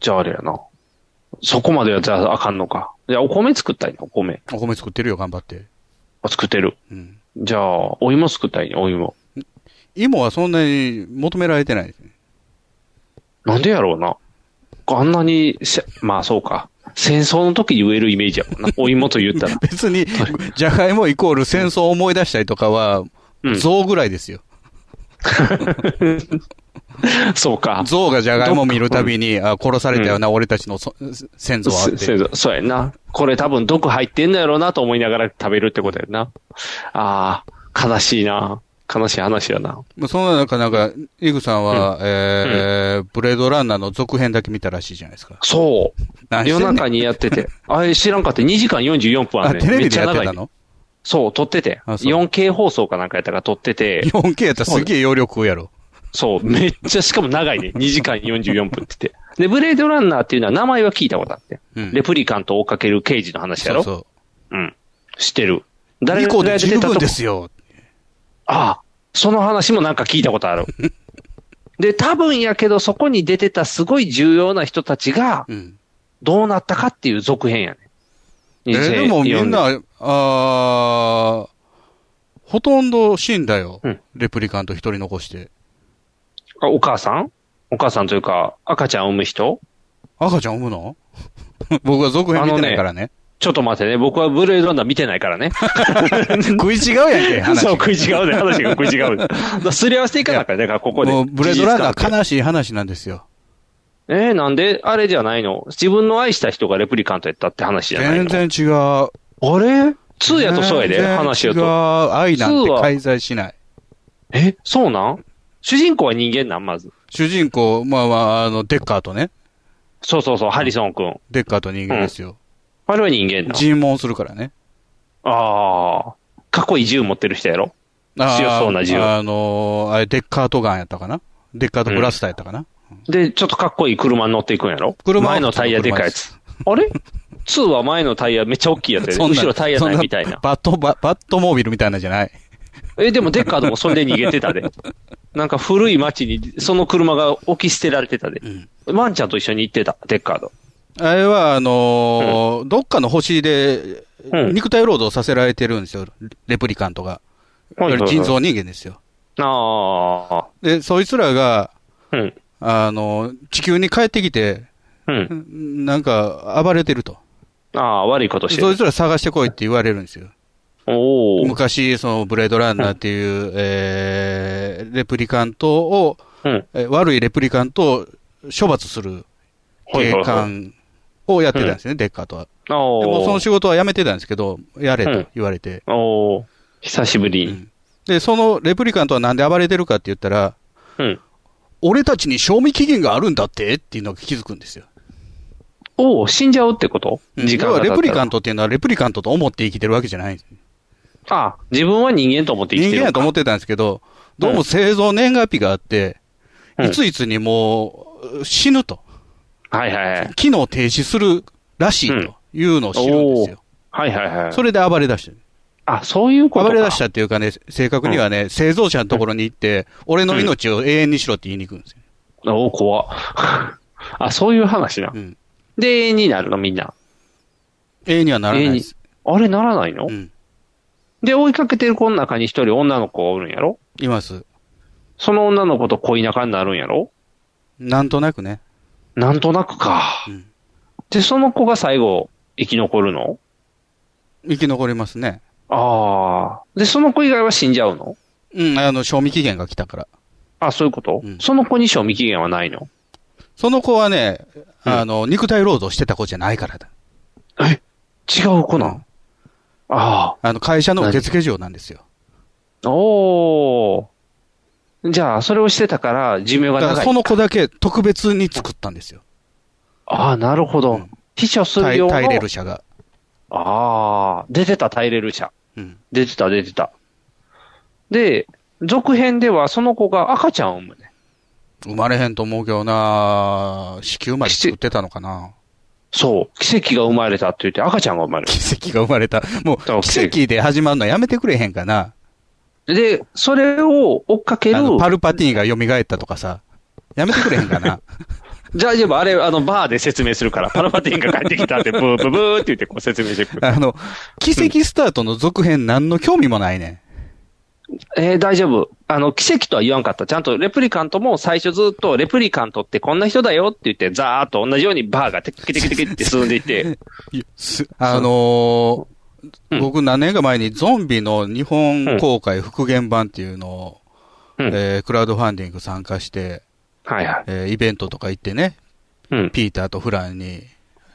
Speaker 2: じゃああれやな。そこまではじゃああかんのか。じゃあお米作ったいな、お米。
Speaker 3: お米作ってるよ、頑張って。
Speaker 2: あ作ってる。
Speaker 3: うん。
Speaker 2: じゃあ、お芋作ったいな、お芋。
Speaker 3: 芋はそんなに求められてないですね。。
Speaker 2: なんでやろうな。あんなにし、まあそうか。戦争の時に植えるイメージやもんな。お芋と言ったら
Speaker 3: 別に、じゃがいもイコール戦争を思い出したりとかは、
Speaker 2: うん。
Speaker 3: 象ぐらいですよ。
Speaker 2: そうか。
Speaker 3: 象がじゃがいも見るたびに、あ殺されたよな、俺たちのそ先祖はっ
Speaker 2: せせ
Speaker 3: て。
Speaker 2: やぞそうやな。これ多分毒入ってんのやろうなと思いながら食べるってことやな。ああ、悲しいな。悲しい話やな。
Speaker 3: まあそんな中、なんか、イグさんは、えーブレードランナーの続編だけ見たらしいじゃないですか。
Speaker 2: そう。
Speaker 3: 何してん
Speaker 2: 夜
Speaker 3: ねん
Speaker 2: 中にやってて。あれ知らんかって2時間44分あ
Speaker 3: あ、
Speaker 2: るねん
Speaker 3: テレ
Speaker 2: め
Speaker 3: ビ
Speaker 2: っ
Speaker 3: で
Speaker 2: ちゃ
Speaker 3: やって
Speaker 2: 長い
Speaker 3: たの
Speaker 2: そう、撮ってて。
Speaker 3: あそう
Speaker 2: 4K 放送かなんかやったから撮ってて。
Speaker 3: ?4K やったらすげえ容量食うやろ。
Speaker 2: そう、めっちゃ、しかも長い ね。2時間44分って言って。で、ブレードランナーっていうのは名前は聞いたことあって。
Speaker 3: うん
Speaker 2: レプリカントを追っかける刑事の話や
Speaker 3: そう
Speaker 2: ろ
Speaker 3: そう。
Speaker 2: うん。知ってる。
Speaker 3: 2個で十分
Speaker 2: とこ
Speaker 3: ですよ。
Speaker 2: ああ、その話もなんか聞いたことあ る。で、多分やけど、そこに出てたすごい重要な人たちが、
Speaker 3: うん。
Speaker 2: どうなったかっていう続編やね。
Speaker 3: えーでもみんな、あーほとんど死んだよ。
Speaker 2: うん
Speaker 3: レプリカント一人残して。
Speaker 2: あお母さんお母さんというか、赤ちゃんを産む人
Speaker 3: 赤ちゃん産むの 僕は続編見てないからね。
Speaker 2: ちょっと待ってね。僕はブレードランナー見てないからね。
Speaker 3: 食い違う やんけ、話。
Speaker 2: そう、食い違うね。話が食い違 うね。だからすり合わせていかなきゃ、だからここで。
Speaker 3: もうブレードランナ
Speaker 2: 事実関
Speaker 3: ー
Speaker 2: 係
Speaker 3: 悲しい話なんですよ。
Speaker 2: えーなんで、あれじゃないの自分の愛した人がレプリカントやったって話じゃないの
Speaker 3: 全然違う。
Speaker 2: あれ ?2 やとそうやで、
Speaker 3: 全然
Speaker 2: 話や
Speaker 3: 違う
Speaker 2: と。
Speaker 3: 愛なん
Speaker 2: ツ
Speaker 3: て
Speaker 2: ーは
Speaker 3: 介在しない。
Speaker 2: え、そうなん主人公は人間なんまず。
Speaker 3: 主人公、まあまあ、あの、デッカーとね。
Speaker 2: そうそうそう、ハリソン君。
Speaker 3: デッカーと人間ですよ。
Speaker 2: あれは人間なの。
Speaker 3: 尋問するからね。
Speaker 2: ああ。かっこいい銃持ってる人やろ
Speaker 3: あー
Speaker 2: 強そうな銃
Speaker 3: あのーあれ、デッカートガンやったかなデッカートブラスターやったかな、
Speaker 2: で、ちょっとかっこいい車に乗っていくんやろ
Speaker 3: 車は
Speaker 2: 前のタイヤでかいやつ。あれ ?2 は前のタイヤめっちゃ大きいやつやで。
Speaker 3: そんな
Speaker 2: 後ろタイヤないみたいな。
Speaker 3: バット、ババットモービルみたいなんじゃない。
Speaker 2: え、でもデッカードもそれで逃げてたで。 なんか古い街にその車が置き捨てられてたで。ワンちゃんと一緒に行ってた、デッカード。
Speaker 3: あれは、あのーどっかの星で、
Speaker 2: うん
Speaker 3: 肉体労働させられてるんですよ。レプリカントが。
Speaker 2: はいはいはい
Speaker 3: 人造人間ですよ。
Speaker 2: あ
Speaker 3: で、そいつらが、
Speaker 2: あ。うん。
Speaker 3: あの、地球に帰ってきて、
Speaker 2: うん。
Speaker 3: なんか、暴れてると。
Speaker 2: ああ、悪いことして
Speaker 3: そい
Speaker 2: る。
Speaker 3: つら探してこいって言われるんですよ。
Speaker 2: おお。
Speaker 3: 昔、その、ブレードランナーっていう、えーレプリカントを、
Speaker 2: うん。
Speaker 3: えー悪いレプリカントを処罰する
Speaker 2: はいはいは
Speaker 3: 警
Speaker 2: い
Speaker 3: 官をやってたんですね、デッカーとは。
Speaker 2: ああ。
Speaker 3: でも、その仕事は辞めてたんですけど、やれ
Speaker 2: う
Speaker 3: と
Speaker 2: ん
Speaker 3: 言われて。
Speaker 2: おお。久しぶ
Speaker 3: う
Speaker 2: り。
Speaker 3: んで、そのレプリカントはなんで暴れてるかって言ったら、
Speaker 2: うん。
Speaker 3: 俺たちに賞味期限があるんだってっていうのが気づくんですよ。
Speaker 2: おお、死んじゃうってこと
Speaker 3: うん
Speaker 2: 時間
Speaker 3: 要
Speaker 2: が
Speaker 3: は
Speaker 2: 経った
Speaker 3: レ
Speaker 2: ら
Speaker 3: プリカントっていうのはレプリカントと思って生きてるわけじゃないんです。
Speaker 2: ああ、自分は人間と思って生きて
Speaker 3: 人間
Speaker 2: るの
Speaker 3: や
Speaker 2: か。
Speaker 3: と思ってたんですけど、どうも製造年月日があって、
Speaker 2: うん
Speaker 3: いついつにもう死ぬと、
Speaker 2: はいはいはい。
Speaker 3: 機能停止するらしいというのを知るんですよ。
Speaker 2: はいはいはい。
Speaker 3: それで暴れ出してる。
Speaker 2: あ、そういうこと
Speaker 3: 暴
Speaker 2: か。
Speaker 3: れ出したっていうかね、正確にはね、製造者のところに行って、俺の命を永遠にしろって言いに行くんですよ。
Speaker 2: おお、怖っ あ、そういう話な
Speaker 3: う。ん
Speaker 2: で、永遠になるの、みんな。
Speaker 3: 永遠にはならないです。
Speaker 2: あれ、ならないの
Speaker 3: うん。
Speaker 2: で、追いかけてる子の中に一人女の子がおるんやろ
Speaker 3: います。
Speaker 2: その女の子と恋仲になるんやろ
Speaker 3: なんとなくね。
Speaker 2: なんとなくか。
Speaker 3: うん
Speaker 2: で、その子が最後、生き残るの
Speaker 3: 生き残りますね。
Speaker 2: ああ。で、その子以外は死んじゃうの
Speaker 3: うん、あの、賞味期限が来たから。
Speaker 2: あ、そういうこと、
Speaker 3: うん
Speaker 2: その子に賞味期限はないの
Speaker 3: その子はね、
Speaker 2: うん
Speaker 3: あの、肉体労働してた子じゃないからだ。
Speaker 2: 違う子なん、あ
Speaker 3: あの、会社の受付嬢なんですよ。
Speaker 2: あ。おー。じゃあ、それをしてたから、寿命が
Speaker 3: だか
Speaker 2: 長
Speaker 3: ら
Speaker 2: い。
Speaker 3: その子だけ特別に作ったんですよ。
Speaker 2: ああ、なるほど。
Speaker 3: うん
Speaker 2: 秘書す
Speaker 3: タ
Speaker 2: る
Speaker 3: イ
Speaker 2: 用の。
Speaker 3: タイレル社が。
Speaker 2: ああ、出てた、タイレル社。
Speaker 3: うん。
Speaker 2: 出てた、出てた。で、続編ではその子が赤ちゃんを産むね。
Speaker 3: 生まれへんと思うけどな子宮まで作ってたのかな
Speaker 2: そう。奇跡が生まれたって言って赤ちゃんが生まれる。
Speaker 3: 奇跡が生まれた。もう
Speaker 2: そう、
Speaker 3: 奇跡で始まるのやめてくれへんかな
Speaker 2: で、それを追っかける
Speaker 3: あ、のパルパティーンが蘇ったとかさ、やめてくれへん かな。
Speaker 2: じゃあ、でもあれ、あの、バーで説明するから、パラパティンが帰ってきたって、 ブーブーブーって言ってこう説明してくる。
Speaker 3: あの、奇跡スタートの続編何の興味もないね
Speaker 2: えー、大丈夫。あの、奇跡とは言わんかった。ちゃんとレプリカントも最初ずっと、レプリカントってこんな人だよって言って、ザーっと同じようにバーがテキテキテキって進んでい って、
Speaker 3: ん。いすあのー
Speaker 2: うん
Speaker 3: 僕何年か前にゾンビの日本公開復元版っていうのを、
Speaker 2: うん
Speaker 3: えークラウドファンディング参加して、
Speaker 2: はいはい。
Speaker 3: えーイベントとか行ってね、
Speaker 2: うん。
Speaker 3: ピーターとフランに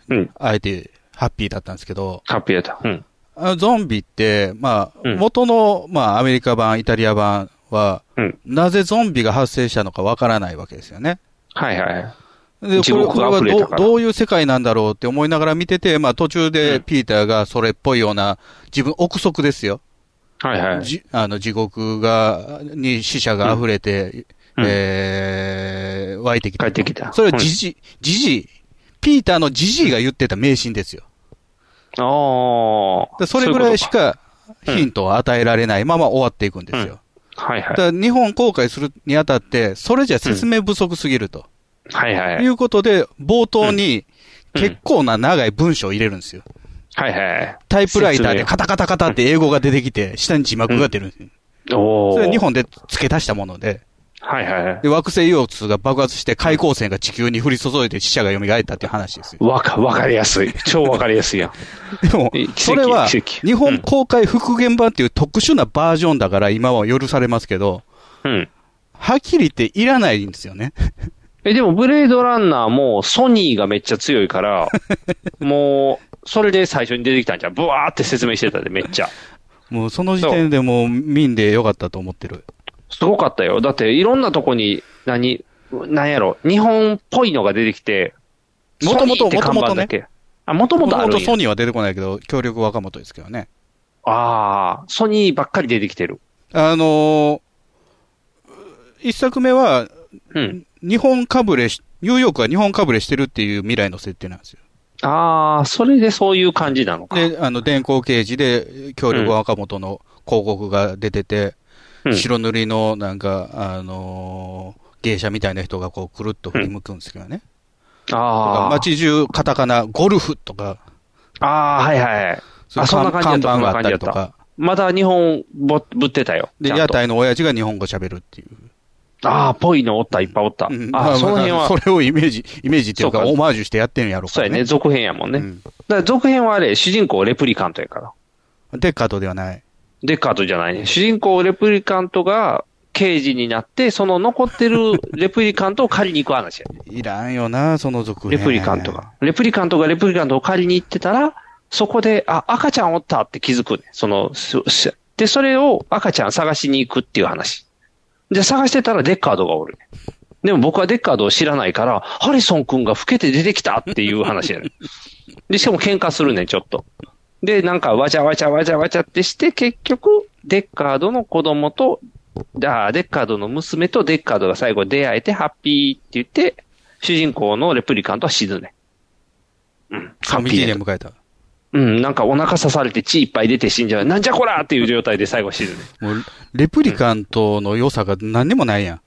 Speaker 2: うん。
Speaker 3: 会えてハッピーだったんですけど、
Speaker 2: ハッピーだった。うん。
Speaker 3: あのゾンビって、まあ、
Speaker 2: うん
Speaker 3: 元の、まあ、アメリカ版、イタリア版は、
Speaker 2: うん。
Speaker 3: なぜゾンビが発生したのかわからないわけですよね。
Speaker 2: はいはい。
Speaker 3: で、
Speaker 2: 地
Speaker 3: これ
Speaker 2: 獄
Speaker 3: これ
Speaker 2: が
Speaker 3: は
Speaker 2: 溢れ
Speaker 3: ど
Speaker 2: た
Speaker 3: う
Speaker 2: から
Speaker 3: どういう世界なんだろうって思いながら見てて、まあ途中でピーターがそれっぽいような、自分、憶測ですよ。
Speaker 2: はいはい。
Speaker 3: じあの地獄が、に死者が溢れて、
Speaker 2: うん
Speaker 3: えー、湧いてき
Speaker 2: 帰
Speaker 3: た
Speaker 2: っ。てきた。
Speaker 3: それはジジイ、ジジイ、ピーターのジジイが言ってた迷信ですよ。
Speaker 2: うんああ。
Speaker 3: でそれぐらいし
Speaker 2: そううこ
Speaker 3: かヒントを与えられないまま終わっていくんですよ。
Speaker 2: とか。はいは
Speaker 3: だから日本公開するにあたって、それじゃ説明不足すぎると。
Speaker 2: い。はいはいい。
Speaker 3: うことで、冒頭
Speaker 2: う
Speaker 3: に
Speaker 2: ん
Speaker 3: 結構な長い文章を入れるんですよ。
Speaker 2: はいはい。
Speaker 3: タイプライター
Speaker 2: 説
Speaker 3: で
Speaker 2: 明
Speaker 3: カタカタカタって英語が出てきて、下に字幕が出るんですよ。
Speaker 2: おお。
Speaker 3: それ日。本で付け足したもので、
Speaker 2: はいはい
Speaker 3: で。惑星腰痛が爆発して海光線が地球に降り注いで死者が蘇ったっていう話ですよ。
Speaker 2: わか、わかりやすい。超わかりやすいやん。
Speaker 3: でも
Speaker 2: え奇、跡
Speaker 3: それは
Speaker 2: 奇跡
Speaker 3: 日本公開復元版っていう特殊なバージョンだから今は許されますけど、
Speaker 2: うん。
Speaker 3: はっきり言っていらないんですよね。
Speaker 2: え、でも、ブレードランナーも、ソニーがめっちゃ強い から、もう、それで最初に出てきたんじゃん。ブワーって説明してたで、めっちゃ。
Speaker 3: もうその時点でもう民でよかったと思ってる。
Speaker 2: すごかったよ。だって、いろんなとこに、何、何やろ、日本っぽいのが出てきて、
Speaker 3: もともと
Speaker 2: ソニーって看板だけ。あ、もとも
Speaker 3: も
Speaker 2: と
Speaker 3: と
Speaker 2: ある
Speaker 3: もと
Speaker 2: んや
Speaker 3: ソニーは出てこないけど、協力若元ですけどね。
Speaker 2: ああ、ソニーばっかり出てきてる。
Speaker 3: あのー一作目は、
Speaker 2: うん。
Speaker 3: 日本かぶれし、ニューヨークが日本かぶれしてるっていう未来の設定なんですよ。
Speaker 2: ああ、それでそういう感じなのか。
Speaker 3: で、あの、電光掲示で、協力若元の広告が出てて、
Speaker 2: うん
Speaker 3: 白塗りの、なんか、あのー芸者みたいな人がこう、くるっと振り向くんですけどね。とか
Speaker 2: ああ、
Speaker 3: 街中、カタカナ、ゴルフとか、
Speaker 2: ああ、はいはい。
Speaker 3: そういう
Speaker 2: そんな感じや
Speaker 3: 看
Speaker 2: った
Speaker 3: 板があったりと
Speaker 2: そんな
Speaker 3: か、
Speaker 2: まだ日本ぼ、ぶってたよ。
Speaker 3: で、
Speaker 2: ちゃん
Speaker 3: 屋
Speaker 2: と
Speaker 3: 台の親父が日本語喋るっていう。
Speaker 2: ああ、ぽいのおった、いっぱいおった。
Speaker 3: う
Speaker 2: あ
Speaker 3: んま
Speaker 2: あ、
Speaker 3: あ
Speaker 2: その辺
Speaker 3: そ
Speaker 2: は、
Speaker 3: れをイメージ、イメージっていうか、
Speaker 2: そうか
Speaker 3: オマージュしてやってんやろ
Speaker 2: そう
Speaker 3: から
Speaker 2: やね、続編やもんね。
Speaker 3: う
Speaker 2: だ
Speaker 3: ん
Speaker 2: から続編はあれ、主人公レプリカントやから。
Speaker 3: デッカートではない。
Speaker 2: デッカートじゃないね。主人公レプリカントが刑事になって、その残ってるレプリカントを借りに行く話やね。
Speaker 3: いらんよな、その続
Speaker 2: レ
Speaker 3: 編。
Speaker 2: プリカントが。。レプリカントがレプリカントを借りに行ってたら、そこで、あ、赤ちゃんおったって気づくね。その、すすで、それを赤ちゃん探しに行くっていう話。で、探してたらデッカードがおるね。でも僕はデッカードを知らないから、ハリソン君が老けて出てきたっていう話やね。で、しかも喧嘩するね、ちょっと。で、なんかわちゃわちゃわちゃわちゃってして、結局、デッカードの子供と、あーデッカードの娘とデッカードが最後出会えて、ハッピーって言って、主人公のレプリカントは死ぬね。うん。ハ
Speaker 3: サ
Speaker 2: ッ
Speaker 3: ミ
Speaker 2: ピ
Speaker 3: ティ
Speaker 2: ー
Speaker 3: で
Speaker 2: ね。
Speaker 3: 迎えた。
Speaker 2: うん、なんかお腹刺されて血いっぱい出て死んじゃう。なんじゃこらーっていう状態で最後死ぬね。
Speaker 3: もう、レプリカントの良さが何にもないやん。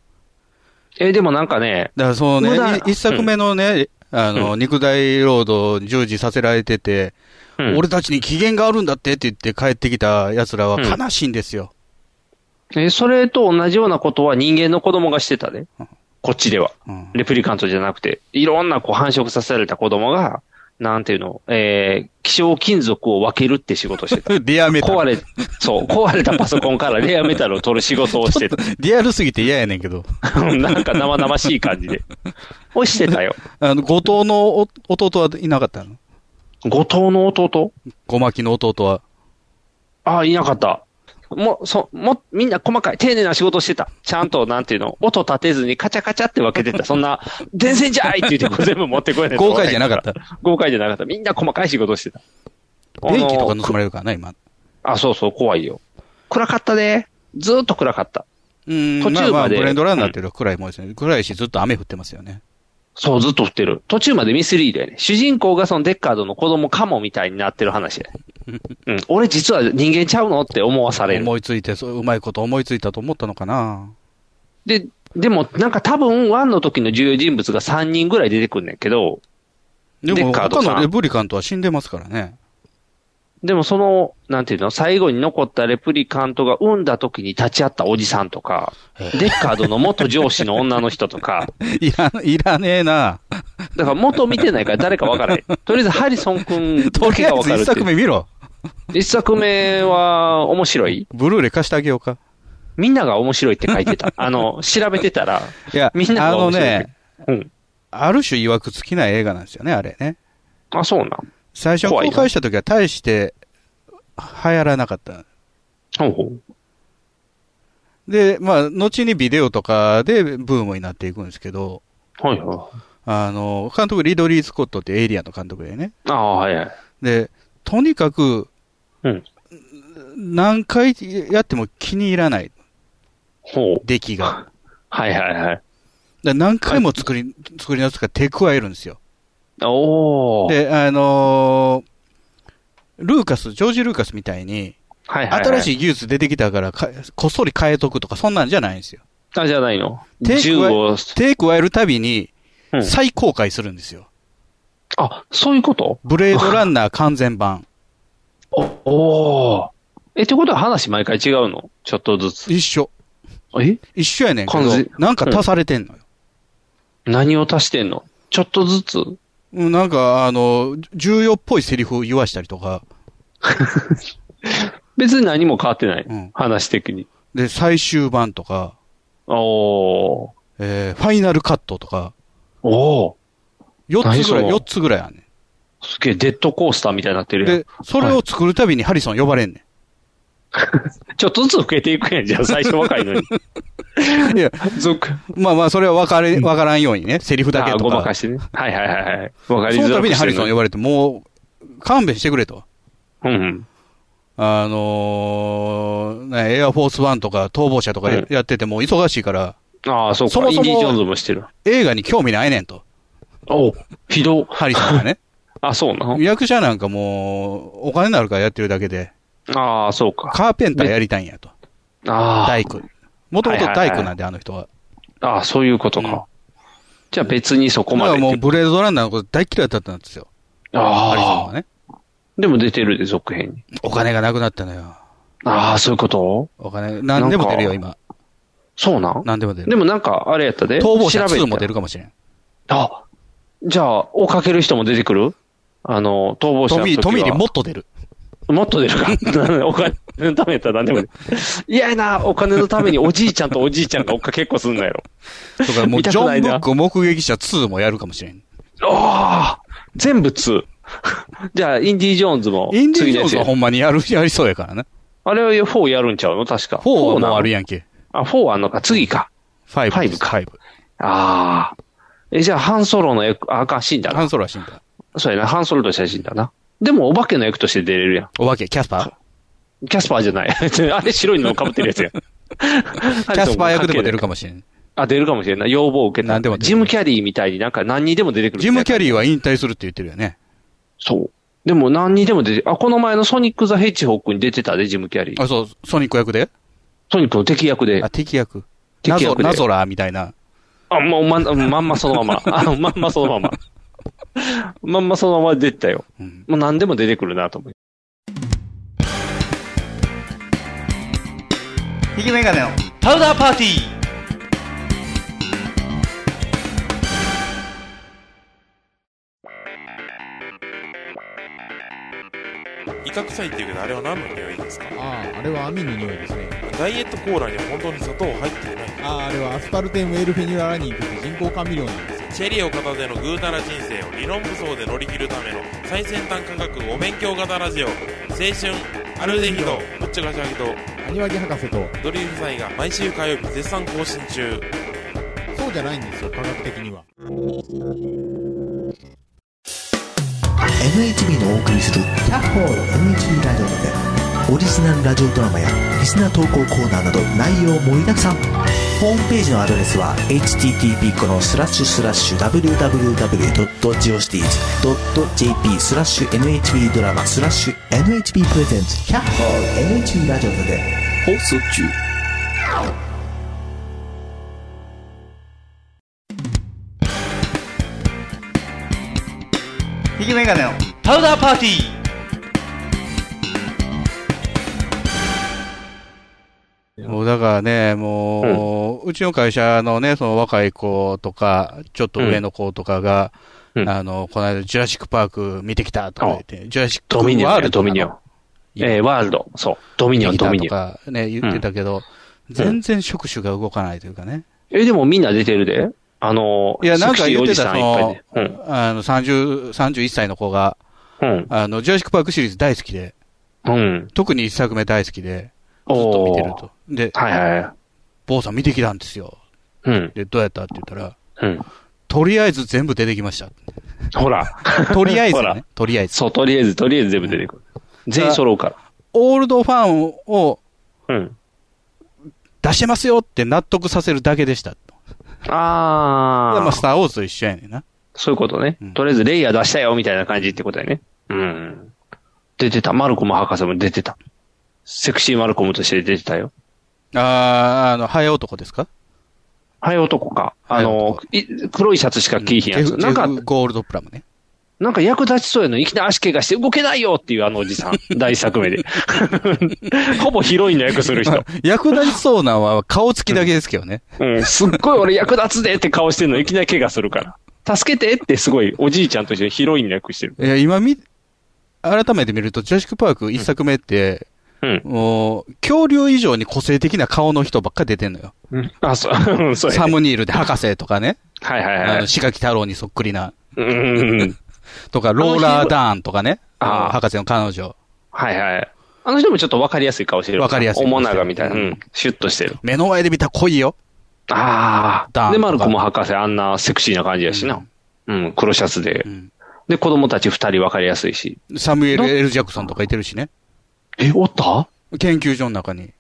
Speaker 2: えーでもなんかね、
Speaker 3: だからその
Speaker 2: 無駄
Speaker 3: ね、い一作目のね、あの、肉体労働従事させられてて、
Speaker 2: うん、
Speaker 3: 俺たちに期限があるんだってって言って帰ってきた奴らは
Speaker 2: うん
Speaker 3: 悲しいんですよ。
Speaker 2: えーそれと同じようなことは人間の子供がしてたね
Speaker 3: うん。
Speaker 2: こっちでは。
Speaker 3: うん
Speaker 2: レプリカントじゃなくて、いろんなこう繁殖させられた子供が、なんていうの、えー、希少金属を分けるって仕事をして た。
Speaker 3: リアメタ
Speaker 2: 壊
Speaker 3: ル。
Speaker 2: れ、そう、壊れたパソコンからレアメタルを取る仕事をして た。
Speaker 3: リアルすぎて嫌やねんけど。
Speaker 2: なんか生々しい感じで。をしてたよ。
Speaker 3: あの、後藤のお弟はいなかったの
Speaker 2: 後藤の弟
Speaker 3: 小牧の弟は。
Speaker 2: ああ、いなかった。もう、そ、も、みんな細かい、丁寧な仕事をしてた。ちゃんと、なんていうの、音立てずにカチャカチャって分けてた。そんな、電線じゃーいって言ってこう全部持ってこいね
Speaker 3: 豪快じゃなかった。
Speaker 2: 豪快じゃなかった。みんな細かい仕事をしてた。
Speaker 3: 電気とか盗まれるからな、今。
Speaker 2: あ、そうそう、怖いよ。暗かったで。ずーっと暗かった。
Speaker 3: うん
Speaker 2: 途中まで
Speaker 3: ああブレンドランナーっていうのは暗いもんですね。暗いし、ずっと雨降ってますよね。
Speaker 2: そう、ずっと追ってる。途中までミスリードやね。主人公がそのデッカードの子供かもみたいになってる話 や。うん。俺実は人間ちゃうのって思わされる。
Speaker 3: 思いついて、そううまいこと思いついたと思ったのかな。
Speaker 2: で、でもなんか多分1の時の重要人物が3人ぐらい出てくんねんけど、
Speaker 3: で
Speaker 2: デ
Speaker 3: も、
Speaker 2: ッカード
Speaker 3: 他
Speaker 2: さん
Speaker 3: のレプリカントは死んでますからね。
Speaker 2: でもその、なんていうの、最後に残ったレプリカントが産んだ時に立ち会ったおじさんとか、デッカードの元上司の女の人とか、
Speaker 3: いら、いらねえな。
Speaker 2: だから元見てないから誰かわからない。とりあえずハリソン君
Speaker 3: と
Speaker 2: だけ
Speaker 3: りあ
Speaker 2: が
Speaker 3: え
Speaker 2: わ
Speaker 3: ず
Speaker 2: かる
Speaker 3: 一
Speaker 2: って
Speaker 3: 作
Speaker 2: いう。
Speaker 3: 目見ろ。
Speaker 2: 一作目は面白い
Speaker 3: ブルーレイ貸してあげようか。
Speaker 2: みんなが面白いって書いて た。あの、調べてたら、
Speaker 3: いや、
Speaker 2: みんな
Speaker 3: あ
Speaker 2: が
Speaker 3: の
Speaker 2: 面白い。
Speaker 3: ね、
Speaker 2: うん。
Speaker 3: ある種曰く好きな映画なんですよね、あれね。
Speaker 2: あ、そうなん。
Speaker 3: 最初
Speaker 2: 怖い
Speaker 3: 公
Speaker 2: な
Speaker 3: 開した時は大して流行らなかった。
Speaker 2: ほうほう。
Speaker 3: で、まあ、後にビデオとかでブームになっていくんですけど、
Speaker 2: はいはい。
Speaker 3: あの、監督、リドリー・スコットってエイリアンの監督でね。
Speaker 2: ああ、はいはい。
Speaker 3: で、とにかく、
Speaker 2: うん
Speaker 3: 何回やっても気に入らない、
Speaker 2: ほう。
Speaker 3: 出来が。だか
Speaker 2: はいはいはい。
Speaker 3: ら何回も作り、作り直すから手加えるんですよ。
Speaker 2: おー。
Speaker 3: で、あのールーカス、ジョージ・ルーカスみたいに、
Speaker 2: はいはい、はい。
Speaker 3: 新
Speaker 2: い。
Speaker 3: しい技術出てきたからかこっそり変えとくとか、そんなんじゃないんですよ。
Speaker 2: あ、じゃないの。
Speaker 3: テイク
Speaker 2: 銃
Speaker 3: は
Speaker 2: を、
Speaker 3: 手加えるたびに
Speaker 2: うん、
Speaker 3: 再公開するんですよ。
Speaker 2: あ、そういうこと
Speaker 3: ブレードランナー完全 版。
Speaker 2: おー。え、ってことは話毎回違うのちょっとずつ。
Speaker 3: 一緒。
Speaker 2: え
Speaker 3: 一緒やねんけど
Speaker 2: 完全、
Speaker 3: なんか足されてんのよ。
Speaker 2: 何を足してんのちょっとずつ
Speaker 3: うんなんか、あの、重要っぽいセリフを言わしたりとか、
Speaker 2: 別に何も変わってない。
Speaker 3: うん
Speaker 2: 話的に。
Speaker 3: で、最終版とか、
Speaker 2: おー。
Speaker 3: えーファイナルカットとか、
Speaker 2: おー。
Speaker 3: 4つぐらい、
Speaker 2: 何それ
Speaker 3: 4つぐらいあんね
Speaker 2: すげえ、デッドコースターみたいになって
Speaker 3: ん。
Speaker 2: るやん
Speaker 3: で。、それを作るたびにハリソン呼ばれんね
Speaker 2: ちょっとずつ増えていくやん、じゃあ最初若いのに。
Speaker 3: ん。いや、
Speaker 2: 続
Speaker 3: まあまあ、それは分かれ、分からんようにね、セリフだけ
Speaker 2: あ、
Speaker 3: と
Speaker 2: ごま
Speaker 3: か
Speaker 2: か。してね。はいはいはいはい。わかりづら
Speaker 3: その
Speaker 2: く
Speaker 3: 度にハリソン
Speaker 2: して
Speaker 3: 呼ばれて、もう、勘弁してくれと。
Speaker 2: るうんうん。
Speaker 3: あのーね、エアフォースワンとか逃亡者とかや
Speaker 2: うん
Speaker 3: やってても忙しいから、
Speaker 2: ああ、そうか。
Speaker 3: そもそも
Speaker 2: インディ・ジョーンズもしてる。
Speaker 3: 映画に興味ないねんと。
Speaker 2: おうひど。
Speaker 3: ハリソンが ね。
Speaker 2: あ、そうなの
Speaker 3: 役者なんかもう、お金なるからやってるだけで、
Speaker 2: ああ、そうか。
Speaker 3: カーペンターやりたいんやと。
Speaker 2: あ
Speaker 3: 大工。もともと大工なんで、あの人は。
Speaker 2: あ、ああ、そういうこと
Speaker 3: うん
Speaker 2: か。じゃあ別にそこま
Speaker 3: だ
Speaker 2: でっ
Speaker 3: から
Speaker 2: て
Speaker 3: もうブレードランナーのこと大嫌いだったんですよ。ハリソン
Speaker 2: あ
Speaker 3: は
Speaker 2: あ、
Speaker 3: ね。
Speaker 2: でも出てるで、続編に。
Speaker 3: お金がなくなったのよ。
Speaker 2: ああ、そういうこと
Speaker 3: お金、何でも出るよ、今。
Speaker 2: そうなん
Speaker 3: 何でも出る。
Speaker 2: でもなんか、あれやったで。
Speaker 3: 逃亡者
Speaker 2: 調べ
Speaker 3: 2
Speaker 2: た
Speaker 3: も出るかもしれん。
Speaker 2: あ、じゃあ、追っかける人も出てくるあの、逃亡者
Speaker 3: ト
Speaker 2: の
Speaker 3: ミ
Speaker 2: 時
Speaker 3: ー、
Speaker 2: は
Speaker 3: トミーでもっと出る。
Speaker 2: もっと出るか。 お金のためやったら何でもいい。嫌やな、お金のためにおじいちゃんとおじいちゃんが追っかけっこすんのやろ。
Speaker 3: とか、もう
Speaker 2: 見
Speaker 3: ジ
Speaker 2: たく
Speaker 3: ョ
Speaker 2: な
Speaker 3: ン・
Speaker 2: い
Speaker 3: ブ
Speaker 2: な
Speaker 3: ック目撃者2もやるかもしれん。
Speaker 2: ああ全部2。じゃあ、インディ・ジョーンズも。
Speaker 3: インディ・ジョーンズ
Speaker 2: 次の
Speaker 3: はほ
Speaker 2: やつ
Speaker 3: んまにやる、 やりそうやからね。
Speaker 2: あれは4やるんちゃうの確か。
Speaker 3: 4はもうある
Speaker 2: や
Speaker 3: やんけ。
Speaker 2: あ、4あんのか。次か。
Speaker 3: 5。
Speaker 2: 5か
Speaker 3: 5。
Speaker 2: ああ。え、じゃあ、ハンソロの役、あ、あかん、死んだ
Speaker 3: ハ
Speaker 2: な。
Speaker 3: ンソロは死んだ。
Speaker 2: そうやな、ハンソロとしては死んだな。でも、お化けの役として出れるや
Speaker 3: お化け、キャスパー
Speaker 2: ん。キャスパーじゃない。 あれ白いの被ってるやつやん。キ
Speaker 3: キ
Speaker 2: ャ
Speaker 3: ャスパー役でも出るかもしれん。
Speaker 2: あ、出るかもしれんない。要望を受けた。
Speaker 3: 何でも出る
Speaker 2: ジム・キャリーみたいになんか何にでも出てくる。
Speaker 3: ジム・キャ
Speaker 2: リー
Speaker 3: リーは引退するって言ってるよね。
Speaker 2: そう。でも何にでも出て、あ、この前のソニック・ザ・ヘッジホークに出てたで、ジム・キャリー。
Speaker 3: あ、そう、ソニック役で
Speaker 2: ソニックの敵役で
Speaker 3: あ、。敵役。ナ
Speaker 2: 敵
Speaker 3: ゾ
Speaker 2: 役で
Speaker 3: ナゾラーみたいな。
Speaker 2: あ、もうまん、まんまその まま。あ、まんまそのまま。まんまそのまま出てたよ。
Speaker 3: うん
Speaker 2: もう何でも出てくるなと思う。
Speaker 3: ひげメガネの
Speaker 1: パウダーパーティー
Speaker 4: 威嚇臭いって言うけどあれは何の匂いですか
Speaker 5: あああれは網の匂いですね
Speaker 4: ダイエットコーラには本当に砂糖入っていない
Speaker 5: あああれはアスパルテンウェールフェニュアラニンという人工甘味料なんですよ
Speaker 4: チェリーを片手のぐうたら人生を理論武装で乗り切るための最先端科学お勉強型ラジオ青春アルデヒドぶっちゃかしゃぎと
Speaker 5: アニワギ博士と
Speaker 4: ドリー夫妻が毎週火曜日絶賛更新中
Speaker 5: そうじゃないんですよ科学的には
Speaker 6: NHB のお送りする「キャッホール NHB ラジオ」でオリジナルラジオドラマやリスナー投稿コーナーなど内容盛りだくさんホームページのアドレスは http このスラッシュスラッシュ www.geocities.jp スラッシュ NHB ドラマスラッシュ NHB プレゼンツキャッホー NHB ラジオで
Speaker 1: 放送中
Speaker 7: ひきメガネのパウダーパーティー
Speaker 3: もうだからね、もう、うちの会社のね、その若い子とか、ちょっと上の子とかが、
Speaker 2: うん
Speaker 3: あの、この間、ジュラシックパーク見てきたとか言って、ジュラシック
Speaker 2: ドミニオン
Speaker 3: ワー
Speaker 2: や、
Speaker 3: ルド
Speaker 2: ドミニオン。えー、ワールド。そう。ドミニオン、
Speaker 3: 見て
Speaker 2: ド
Speaker 3: きた
Speaker 2: ミ
Speaker 3: と
Speaker 2: ニオン。
Speaker 3: かね、言ってたけど、全然触手が動かないというかね。
Speaker 2: え、でもみんな出てるで。あのー、
Speaker 3: いやなんか
Speaker 2: セ
Speaker 3: 言
Speaker 2: ク
Speaker 3: って
Speaker 2: シー
Speaker 3: た
Speaker 2: おじさんいっぱいで。
Speaker 3: あの、30、31歳の子が、
Speaker 2: うん。
Speaker 3: あの、ジュラシックパークシリーズ大好きで、
Speaker 2: うん。うん。
Speaker 3: 特に一作目大好きで、ずっと見
Speaker 2: お
Speaker 3: て
Speaker 2: ー
Speaker 3: ると。で、
Speaker 2: はいはいはい。
Speaker 3: 坊さん見てきたんですよ。
Speaker 2: うん。
Speaker 3: で、どうやったって言ったら、
Speaker 2: うん。
Speaker 3: とりあえず全部出てきました。
Speaker 2: ほら。
Speaker 3: とりあえず
Speaker 2: ほら
Speaker 3: ね。とりあえず。
Speaker 2: そう、とりあえず、とりあえず全部出てくる。全員揃うか
Speaker 3: オールドファンを
Speaker 2: ら。うん。
Speaker 3: 出してますよって納得させるだけでした。
Speaker 2: あー。
Speaker 3: まあ、スター・ウォーズと一緒やねんな。
Speaker 2: そういうことね
Speaker 3: うん。
Speaker 2: とりあえずレイヤー出したよみたいな感じってことやね。うん。出てた。マルコム博士も出てた。セクシーマルコムとして出てたよ。
Speaker 3: あーあの、ハエ男ですか
Speaker 2: ハエ男か。あの、い黒いシャツしか着いひんや
Speaker 3: ジ
Speaker 2: つ。
Speaker 3: ェフ
Speaker 2: なんか
Speaker 3: ジェ、フゴールドプラムね。
Speaker 2: なんか役立ちそうやのにいきなり足怪我して動けないよっていうあのおじさん。大作目で。 ほぼヒロインの役する人。
Speaker 3: 役立ちそうなんは顔つきだけですけどね。
Speaker 2: うん。すっごい俺役立つでって顔してんのいきなり怪我するから。助けてってすごいおじいちゃんとしてヒロインの役してる。
Speaker 3: いや、今み、改めて見ると、ジュラシック・パーク一作目って、
Speaker 2: うん。
Speaker 3: もう、恐竜以上に個性的な顔の人ばっかり出てんのよ。
Speaker 2: うんあ、そう、うんそうやね
Speaker 3: サムニールで博士 とかね。
Speaker 2: はいはい
Speaker 3: あ
Speaker 2: は
Speaker 3: の、
Speaker 2: い。
Speaker 3: 四垣太郎にそっくりな。
Speaker 2: うんうんうん。
Speaker 3: とか、ローラー・ダーンとかね。
Speaker 2: あー
Speaker 3: 博士の彼女。
Speaker 2: はいはい。あの人もちょっと分かりやすい顔してる。
Speaker 3: 分かりやすい
Speaker 2: 面長みたいな。
Speaker 3: う
Speaker 2: うんん。シュッとしてる。
Speaker 3: 目の前で見たら濃いよ。
Speaker 2: あ
Speaker 3: ダ
Speaker 2: あ。
Speaker 3: ーンとか
Speaker 2: で、マルコも博士、あんなセクシーな感じやしな。うん、黒シャツで。
Speaker 3: うん
Speaker 2: で、子供たち二人分かりやすいし。
Speaker 3: サムエル・ L ・ジャクソンとかいてるしね。
Speaker 2: え、おった
Speaker 3: 研究所の中に。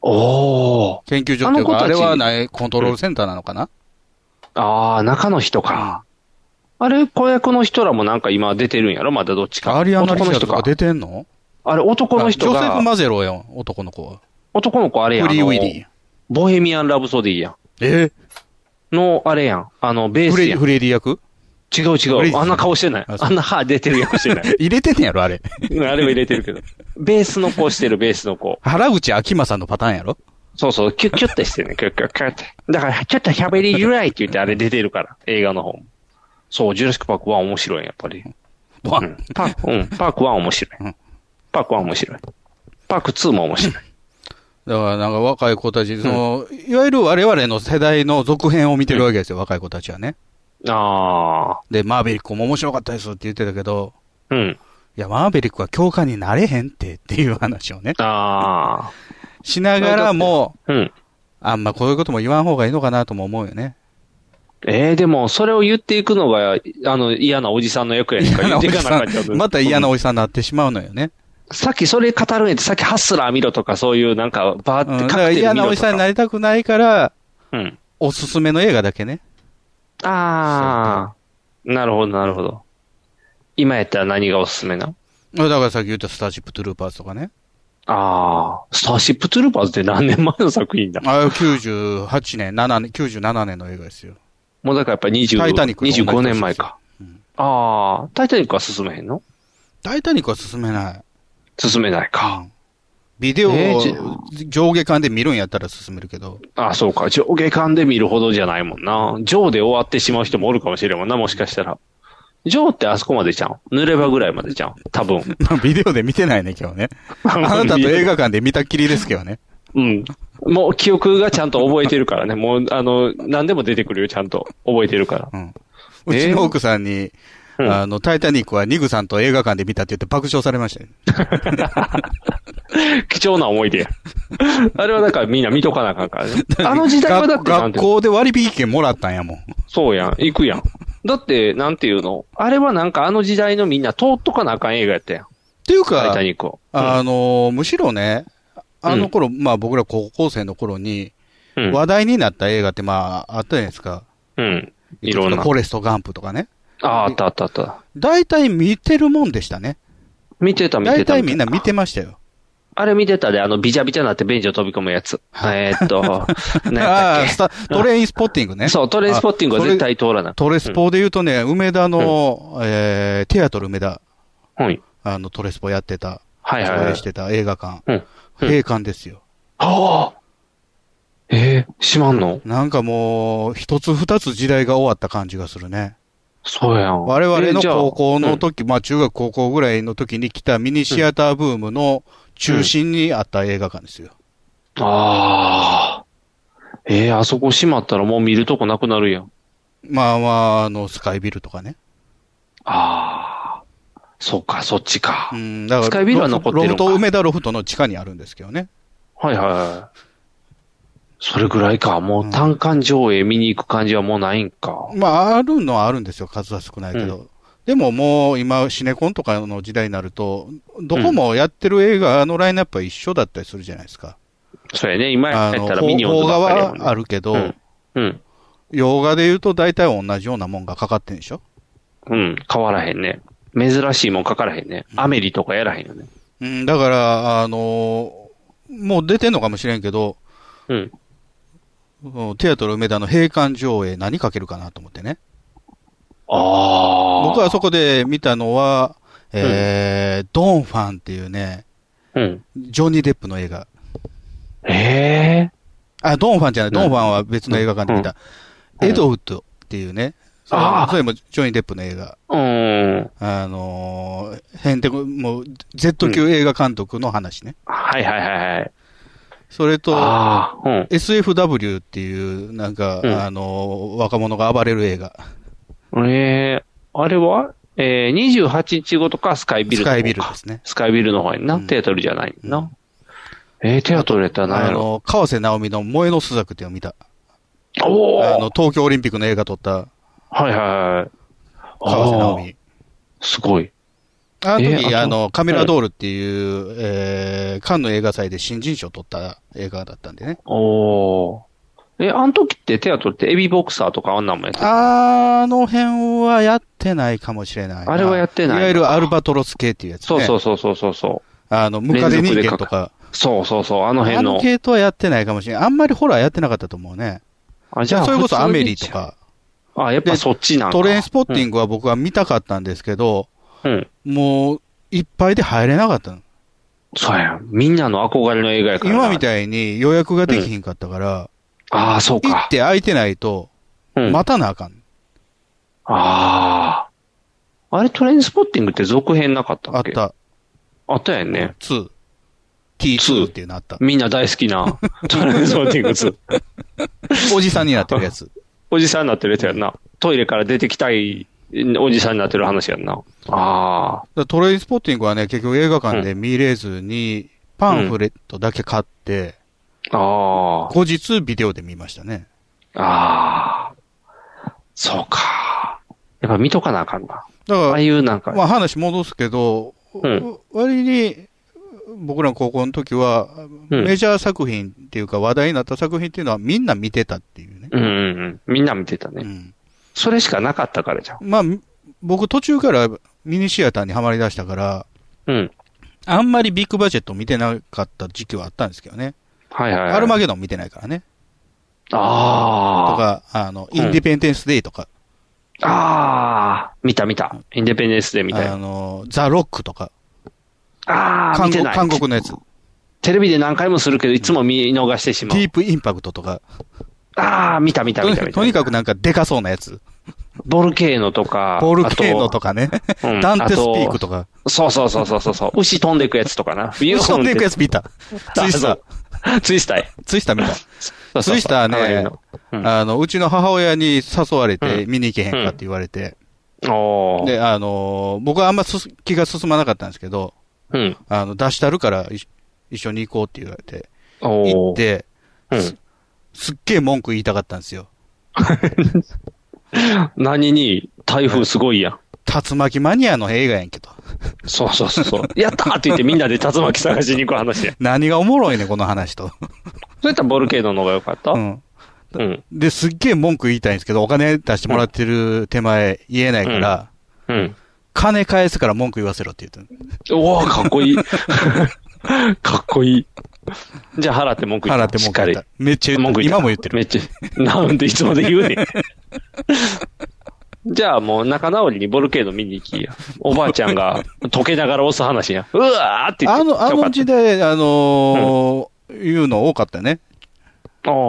Speaker 2: おー。
Speaker 3: 研究所っていう
Speaker 2: あの子
Speaker 3: か、
Speaker 2: たち
Speaker 3: あれはない、コントロールセンターなのかな、
Speaker 2: ああ、中の人か。あれ、子役の人らもなんか今出てるんやろまだどっちか。
Speaker 3: アリアナ・リ
Speaker 2: 男の
Speaker 3: シャ
Speaker 2: 人
Speaker 3: と
Speaker 2: か。
Speaker 3: か出てんの
Speaker 2: あれ、男の人
Speaker 3: あジョセフ・
Speaker 2: が。
Speaker 3: マゼロやん、男の子は。
Speaker 2: 男の子あれやん。
Speaker 3: フリー・ウィ
Speaker 2: あ
Speaker 3: リー
Speaker 2: の。ボヘミアン・ラブソディやん。
Speaker 3: え
Speaker 2: の、あれやん。あの、ベ
Speaker 3: ー、
Speaker 2: ー
Speaker 3: フ
Speaker 2: ス
Speaker 3: レディ
Speaker 2: やん。
Speaker 3: フレディ役
Speaker 2: 違う
Speaker 3: フレ
Speaker 2: 違
Speaker 3: ディ
Speaker 2: う。あんな顔してない。
Speaker 3: あそう
Speaker 2: あんな歯出てるやんしてない。
Speaker 3: 入れてんやろ、あれ。
Speaker 2: うんあれは入れてるけど。ベースの子してる、ベースの子。
Speaker 3: 原口あきまさんのパターンやろ
Speaker 2: そうそう、キュッキュッてしてるね、キュッキュッキュッて。だから、ちょっと喋りづらいって言って、あれ出てるから、映画の方も。そう、ジュラシック・パーク1面白い、やっぱり。
Speaker 3: わ
Speaker 2: うん、パーク、うん、パーク1面白い
Speaker 3: うん。
Speaker 2: パーク1面白い。パーク2も面白い。
Speaker 3: だからなんか若い子たち、その、いわゆる我々の世代の続編を見てるわけですよ、若い子たちはね。
Speaker 2: あ
Speaker 3: で、マーベリックも面白かったですって言ってたけど、
Speaker 2: ー。うん。
Speaker 3: いや、マーベリックは共感になれへんってっていう話をね、
Speaker 2: あ
Speaker 3: しながらも、
Speaker 2: ー。うん。
Speaker 3: あんまこういうことも言わん方がいいのかなとも思うよね。
Speaker 2: えー、でも、それを言っていくのが、あの、嫌なおじさんの役やしか言っ
Speaker 3: 嫌なお
Speaker 2: て
Speaker 3: じ
Speaker 2: いかな
Speaker 3: さ
Speaker 2: かっちゃう。
Speaker 3: ん、また嫌なおじさんになってしまうのよね。
Speaker 2: さっきそれ語るんやって、さっきハッスラー見ろとか、そういうなんか、バ
Speaker 3: う
Speaker 2: ーっ
Speaker 3: ん
Speaker 2: て
Speaker 3: だ
Speaker 2: カ
Speaker 3: から
Speaker 2: クテル
Speaker 3: 嫌
Speaker 2: 見
Speaker 3: なお
Speaker 2: ろ
Speaker 3: じ
Speaker 2: と
Speaker 3: さんに
Speaker 2: か。
Speaker 3: なりたくないから、
Speaker 2: うん。
Speaker 3: おすすめの映画だけね。
Speaker 2: ああ、なるほど、なるほど。今やったら何がおすすめな
Speaker 3: だからさっき言ったスターシップトゥルーパーズとかね。
Speaker 2: ああ、スターシップトゥルーパーズって何年前の作品だ
Speaker 3: あれ98年、7年、97年の映画ですよ。
Speaker 2: もうだからやっぱり20
Speaker 3: タイタニックと同じ
Speaker 2: 25年前か。ああ、タイタニックは進めへんの
Speaker 3: タイタニックは進めない。
Speaker 2: 進めないか。
Speaker 3: ビデオ
Speaker 2: え
Speaker 3: を
Speaker 2: ーじ
Speaker 3: 上下間で見るんやったら進めるけど。
Speaker 2: ああ、そうか。上下巻で見るほどじゃないもんな。上で終わってしまう人もおるかもしれんもんな、もしかしたら。上ってあそこまでちゃう濡れ場ぐらいまでちゃう多分。
Speaker 3: まあ ビデオで見てないね、今日ね。 あな たと映画館で見たっきりですけど ね。
Speaker 2: うん。もう記憶がちゃんと覚えてるからね。もう、あの、何でも出てくるよ、ちゃんと。覚えてるから。
Speaker 3: うん。うちの奥さんに、
Speaker 2: うん
Speaker 3: あの、タイタニックはニグさんと映画館で見たって言って爆笑されましたよ。
Speaker 2: 貴重な思い 出や。あれはだからみんな見とかなあかんからね。あの時代はだってなん
Speaker 3: 学
Speaker 2: て
Speaker 3: 学、校で割引券もらったんやもん。
Speaker 2: そうやん、行くやん。だって、なんていうのあれはなんかあの時代のみんな通っとかなあかん映画やったやん。
Speaker 3: ていう
Speaker 2: タイ
Speaker 3: か
Speaker 2: タ、ニックを。
Speaker 3: あの、むしろね、あの頃、まあ僕ら高校生の頃に、
Speaker 2: うん、
Speaker 3: 話題になった映画ってまああったじゃないですか。
Speaker 2: うん。いろんな
Speaker 3: フォレスト・ガンプとかね。
Speaker 2: ああ、あったあったあった。
Speaker 3: 大体見てるもんでしたね。
Speaker 2: 見てた見て
Speaker 3: 大
Speaker 2: た。
Speaker 3: 体みんな見てましたよ。
Speaker 2: あれ見てたで、あの、ビチャビチャになってベンチを飛び込むやつ。えーっ と、何や
Speaker 3: あ
Speaker 2: っ
Speaker 3: あー、スタトレインスポッティング
Speaker 2: た
Speaker 3: ね。
Speaker 2: っけそう、トレインスポッティングは絶対通らな
Speaker 3: あ
Speaker 2: い。
Speaker 3: トレスポで言うとね、梅田の、えー、テアトル梅田、
Speaker 2: はい。
Speaker 3: あの、トレスポやってた、
Speaker 2: はいはいは
Speaker 3: 上
Speaker 2: い
Speaker 3: 映し。てた映画館、
Speaker 2: うんうん
Speaker 3: 閉館ですよ。
Speaker 2: はあえー、閉まんの
Speaker 3: なんかもう、一つ二つ時代が終わった感じがするね。
Speaker 2: そうやん。
Speaker 3: 我々
Speaker 2: えー
Speaker 3: の
Speaker 2: じゃあ
Speaker 3: 高校
Speaker 2: う
Speaker 3: の
Speaker 2: ん
Speaker 3: 時、まあ中学高校ぐらいの時に来たミニシアターブームの中心にあった映画館ですよ。
Speaker 2: ああ。えー、あそこ閉まったらもう見るとこなくなるやん。
Speaker 3: まあまあ、あの、スカイビルとかね。
Speaker 2: ああ。そうか、そっちか。
Speaker 3: うん、だから
Speaker 2: スカイビルは残ってるの
Speaker 3: ロ
Speaker 2: か
Speaker 3: フト、梅田ロフトの地下にあるんですけどね。
Speaker 2: はいはいはい。それぐらいか。も
Speaker 3: う
Speaker 2: うん単館上映見に行く感じはもうないんか。
Speaker 3: まあ、あるのはあるんですよ、数は少ないけど。でももう今、シネコンとかの時代になると、どこもやってる映画のラインナップは一緒だったりするじゃないですか。
Speaker 2: そうやね。今や
Speaker 3: あ
Speaker 2: った
Speaker 3: の、
Speaker 2: らミニオン
Speaker 3: 邦
Speaker 2: ズば
Speaker 3: 画
Speaker 2: っかりやもんね
Speaker 3: はあるけど、
Speaker 2: うん。
Speaker 3: 洋画で言うと大体同じようなもんがかかってんでしょ
Speaker 2: うん。変わらへんね。珍しいもんかからへんね。アメリとかやらへんよね。
Speaker 3: うん、だから、あのもう出てんのかもしれんけど、
Speaker 2: うん。
Speaker 3: うんテアトル梅田の閉館上映何かけるかなと思ってね。
Speaker 2: ああ。
Speaker 3: 僕はそこで見たのは、えードンファンっていうね、
Speaker 2: うん。
Speaker 3: ジョニー・デップの映画。
Speaker 2: ええ
Speaker 3: あ、ドンファンじゃない、
Speaker 2: うん
Speaker 3: ドンファンは別の映画館で見た。
Speaker 2: うん
Speaker 3: エドウッドっていうね、それ
Speaker 2: あー
Speaker 3: それもジョニー・デップの映画。
Speaker 2: うん。
Speaker 3: あのー、へんてこ、もう、Z 級映画監督の話ね。
Speaker 2: はいはいはいはい。
Speaker 3: それと、
Speaker 2: ああ。うん。
Speaker 3: SFW っていう、なんか、
Speaker 2: うん
Speaker 3: あのー、若者が暴れる映画。
Speaker 2: ええあれはええー、28日後とかスカイビルの方
Speaker 3: ス
Speaker 2: か
Speaker 3: カイビルですね。
Speaker 2: スカイビルの方やんな。
Speaker 3: うん
Speaker 2: テアトルじゃないな。えー、テアトルやったら何
Speaker 3: あ
Speaker 2: やろ。
Speaker 3: の、川瀬直美の萌えの朱雀っていうのを見た。
Speaker 2: おお
Speaker 3: あ
Speaker 2: はい
Speaker 3: の、東京オリンピックの映画撮った
Speaker 2: はいはい。
Speaker 3: 川瀬直
Speaker 2: あー
Speaker 3: 美。
Speaker 2: すごい。
Speaker 3: あの時、
Speaker 2: えーあ
Speaker 3: あ
Speaker 2: と
Speaker 3: の、カメラドールっていう、えー、カンヌ映画祭で新人賞を取った映画だったんでね。
Speaker 2: おおー。え、あの時ってテアトルってエビボクサーとかあんなんもやってた
Speaker 3: あの辺はやってないかもしれないな。
Speaker 2: あれはやってない
Speaker 3: いわゆるアルバトロス系っていうやつね。。
Speaker 2: そうそううそうそうそうそう。
Speaker 3: あの、ムカデ人間とか。
Speaker 2: そうそうそう、あの
Speaker 3: あ
Speaker 2: 辺
Speaker 3: の
Speaker 2: の。
Speaker 3: 系統はやってないかもしれない。あんまりホラーやってなかったと思うね。
Speaker 2: あ、
Speaker 3: じゃあ、それこそアメリと。か、
Speaker 2: あ、やっぱそっちなんか。
Speaker 3: トレインスポッティ
Speaker 2: ン
Speaker 3: ングは僕は見たかったんですけど、
Speaker 2: グ。うん。
Speaker 3: もう、いっぱいで入れなかったの。
Speaker 2: そうや。みんなの憧れの映画やからな。
Speaker 3: 今みたいに予約ができひんかったから、
Speaker 2: ああ、そう
Speaker 3: 行
Speaker 2: か
Speaker 3: っ。て空いてないと、
Speaker 2: うん。
Speaker 3: 待たなあかん。
Speaker 2: ああ。あれ、トレインスポッティングって続編なかった
Speaker 3: あ
Speaker 2: っ
Speaker 3: っ
Speaker 2: け
Speaker 3: た。
Speaker 2: あったやんね。
Speaker 3: 2。T2 っていうのあった。
Speaker 2: みんな大好き な、トレインスポッティング2。
Speaker 3: おじさんになってる やつ。
Speaker 2: おじさんになってるやつやんな。トイレから出てきたいおじさんになってる話やんな。ああ。
Speaker 3: だからトレインスポッティングはね、結局映画館で見れずに、パンフレットだけ買って、
Speaker 2: あ
Speaker 3: 後日ビデオで見ましたね。
Speaker 2: あ。ああ。そうか。やっぱ見とかなあかんな。
Speaker 3: だ
Speaker 2: ああ
Speaker 3: か、、
Speaker 2: いうなんから
Speaker 3: まあ話戻すけど、
Speaker 2: ん
Speaker 3: 割に、僕らの高校の時は、
Speaker 2: うん
Speaker 3: メジャー作品っていうか話題になった作品っていうのはみんな見てたっていうね。
Speaker 2: うんうんうん。みんな見てた
Speaker 3: う
Speaker 2: ね。
Speaker 3: ん
Speaker 2: それしかなかったからじゃん。
Speaker 3: まあ、僕途中からミニシアターにはまり出したから、
Speaker 2: うん。
Speaker 3: あんまりビッグバジェット見てなかった時期はあったんですけどね。
Speaker 2: はいはい、はい。
Speaker 3: アルマゲドン見てないからね。と
Speaker 2: ああ。
Speaker 3: か、あの、インディペンデンス・デイとか、
Speaker 2: ああ。見た見た。インディペンデンスで見た
Speaker 3: あ
Speaker 2: よ。
Speaker 3: の、ザ・ロックとか、
Speaker 2: ああ、
Speaker 3: 韓
Speaker 2: 見て
Speaker 3: 国
Speaker 2: ない。
Speaker 3: 韓国のやつ、
Speaker 2: テレビで何回もするけど、いつも見逃してしま
Speaker 3: デ
Speaker 2: う
Speaker 3: ィ。ープ・インパクトとか、
Speaker 2: ああ、見た見た
Speaker 3: と
Speaker 2: 見
Speaker 3: に
Speaker 2: た見た。
Speaker 3: とにかくなんかでかそうなやつ、
Speaker 2: ボルケーノとか。
Speaker 3: ボルケーノとかね、
Speaker 2: あと、うん
Speaker 3: ダンテス・ピーク
Speaker 2: あ
Speaker 3: とか、
Speaker 2: とそうそうそうそうそうそう。牛飛んでいくやつとかな。ビュ
Speaker 3: 飛んでいくや つ見た。
Speaker 2: 飛ん
Speaker 3: ツ
Speaker 2: でい
Speaker 3: イ
Speaker 2: くやつ
Speaker 3: スター、
Speaker 2: ツイスターや。
Speaker 3: ツイスター見た。
Speaker 2: そうそうそう
Speaker 3: ツイスター
Speaker 2: あ
Speaker 3: ね
Speaker 2: の辺のうん
Speaker 3: あの、うちの母親に誘われて
Speaker 2: う
Speaker 3: 見に行けへんかって言われて、
Speaker 2: おー。
Speaker 3: で、あの、僕はあんます気が進まなかったんですけど、
Speaker 2: うん。
Speaker 3: あの、出したるから一緒一緒に行こうって言われて、行
Speaker 2: お
Speaker 3: っ
Speaker 2: ー。
Speaker 3: て、
Speaker 2: うん。
Speaker 3: すっげえ文句言いたかったんですよ。
Speaker 2: 何に、台風すごいやん。
Speaker 3: 竜巻マニアの映画やんけと。
Speaker 2: そうそうそうそう。 やったーって言ってみんなで竜巻探しに行く話や。
Speaker 3: 何がおもろいねん、この話と。
Speaker 2: そういったらボルケーノの方が良かったう
Speaker 3: う
Speaker 2: ん。
Speaker 3: ん。で、すっげえ文句言いたいんですけど、お金出してもらってる手前言えないから、
Speaker 2: うん。
Speaker 3: 金返すから文句言わせろって言ってる
Speaker 2: おー、かっこいい。 かっこいい。じゃあ払って文句言っ
Speaker 3: 払
Speaker 2: た
Speaker 3: って
Speaker 2: し
Speaker 3: 文
Speaker 2: っ
Speaker 3: 句
Speaker 2: か
Speaker 3: 言っ
Speaker 2: り
Speaker 3: た。。めっちゃ言
Speaker 2: 文
Speaker 3: っ
Speaker 2: 句
Speaker 3: てる。
Speaker 2: 言った
Speaker 3: 今も言ってる。
Speaker 2: めっちゃ、なんでいつまで言うねん じゃあもう仲直りにボルケーノ見に行きや。おばあちゃんが溶けながら押す話や。うわーって言って。
Speaker 3: あの、あの時代、あのー、いうの多かったね。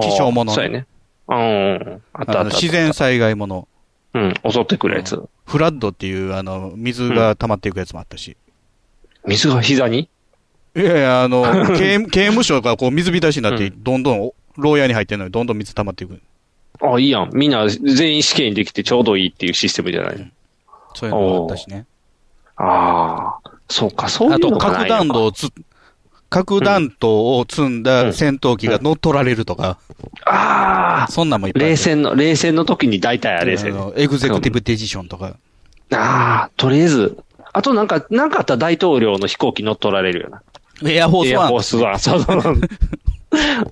Speaker 2: 気
Speaker 3: 気象もの
Speaker 2: そうやね。うん。あったあ
Speaker 3: あ
Speaker 2: った
Speaker 3: の。自然災害もの。
Speaker 2: うん。襲ってくるやつ。
Speaker 3: フラッドっていう、あの、水が溜まっていくやつもあったし。
Speaker 2: 水が膝に
Speaker 3: いやい や、あの、刑刑務所がこう水浸しになって、どんどん、牢屋に入ってるのにどんどん水溜まっていく。
Speaker 2: あ、いいやん。みんな全員試験できてちょうどいいっていうシステムじゃない。
Speaker 3: そういうのもあったしね。
Speaker 2: ああ、そうか、そういう
Speaker 3: あと、
Speaker 2: のがな
Speaker 3: 核
Speaker 2: いのか
Speaker 3: 弾頭をつ、核弾頭を積んだ戦闘機が乗っ取られるとか、
Speaker 2: ああ、
Speaker 3: そんなんもいっぱいある。
Speaker 2: 冷戦の、冷戦の時に大体あれです
Speaker 3: あ
Speaker 2: よね。
Speaker 3: のエグゼクティブデジションとか。
Speaker 2: ああ、とりあえず。あとなんか、なんかあったら大統領の飛行機乗っ取られるよな。
Speaker 3: エアフォー
Speaker 2: エ
Speaker 3: ス
Speaker 2: ア
Speaker 3: ワ
Speaker 2: フォー
Speaker 3: ン。
Speaker 2: ス ワン。そうそうそう。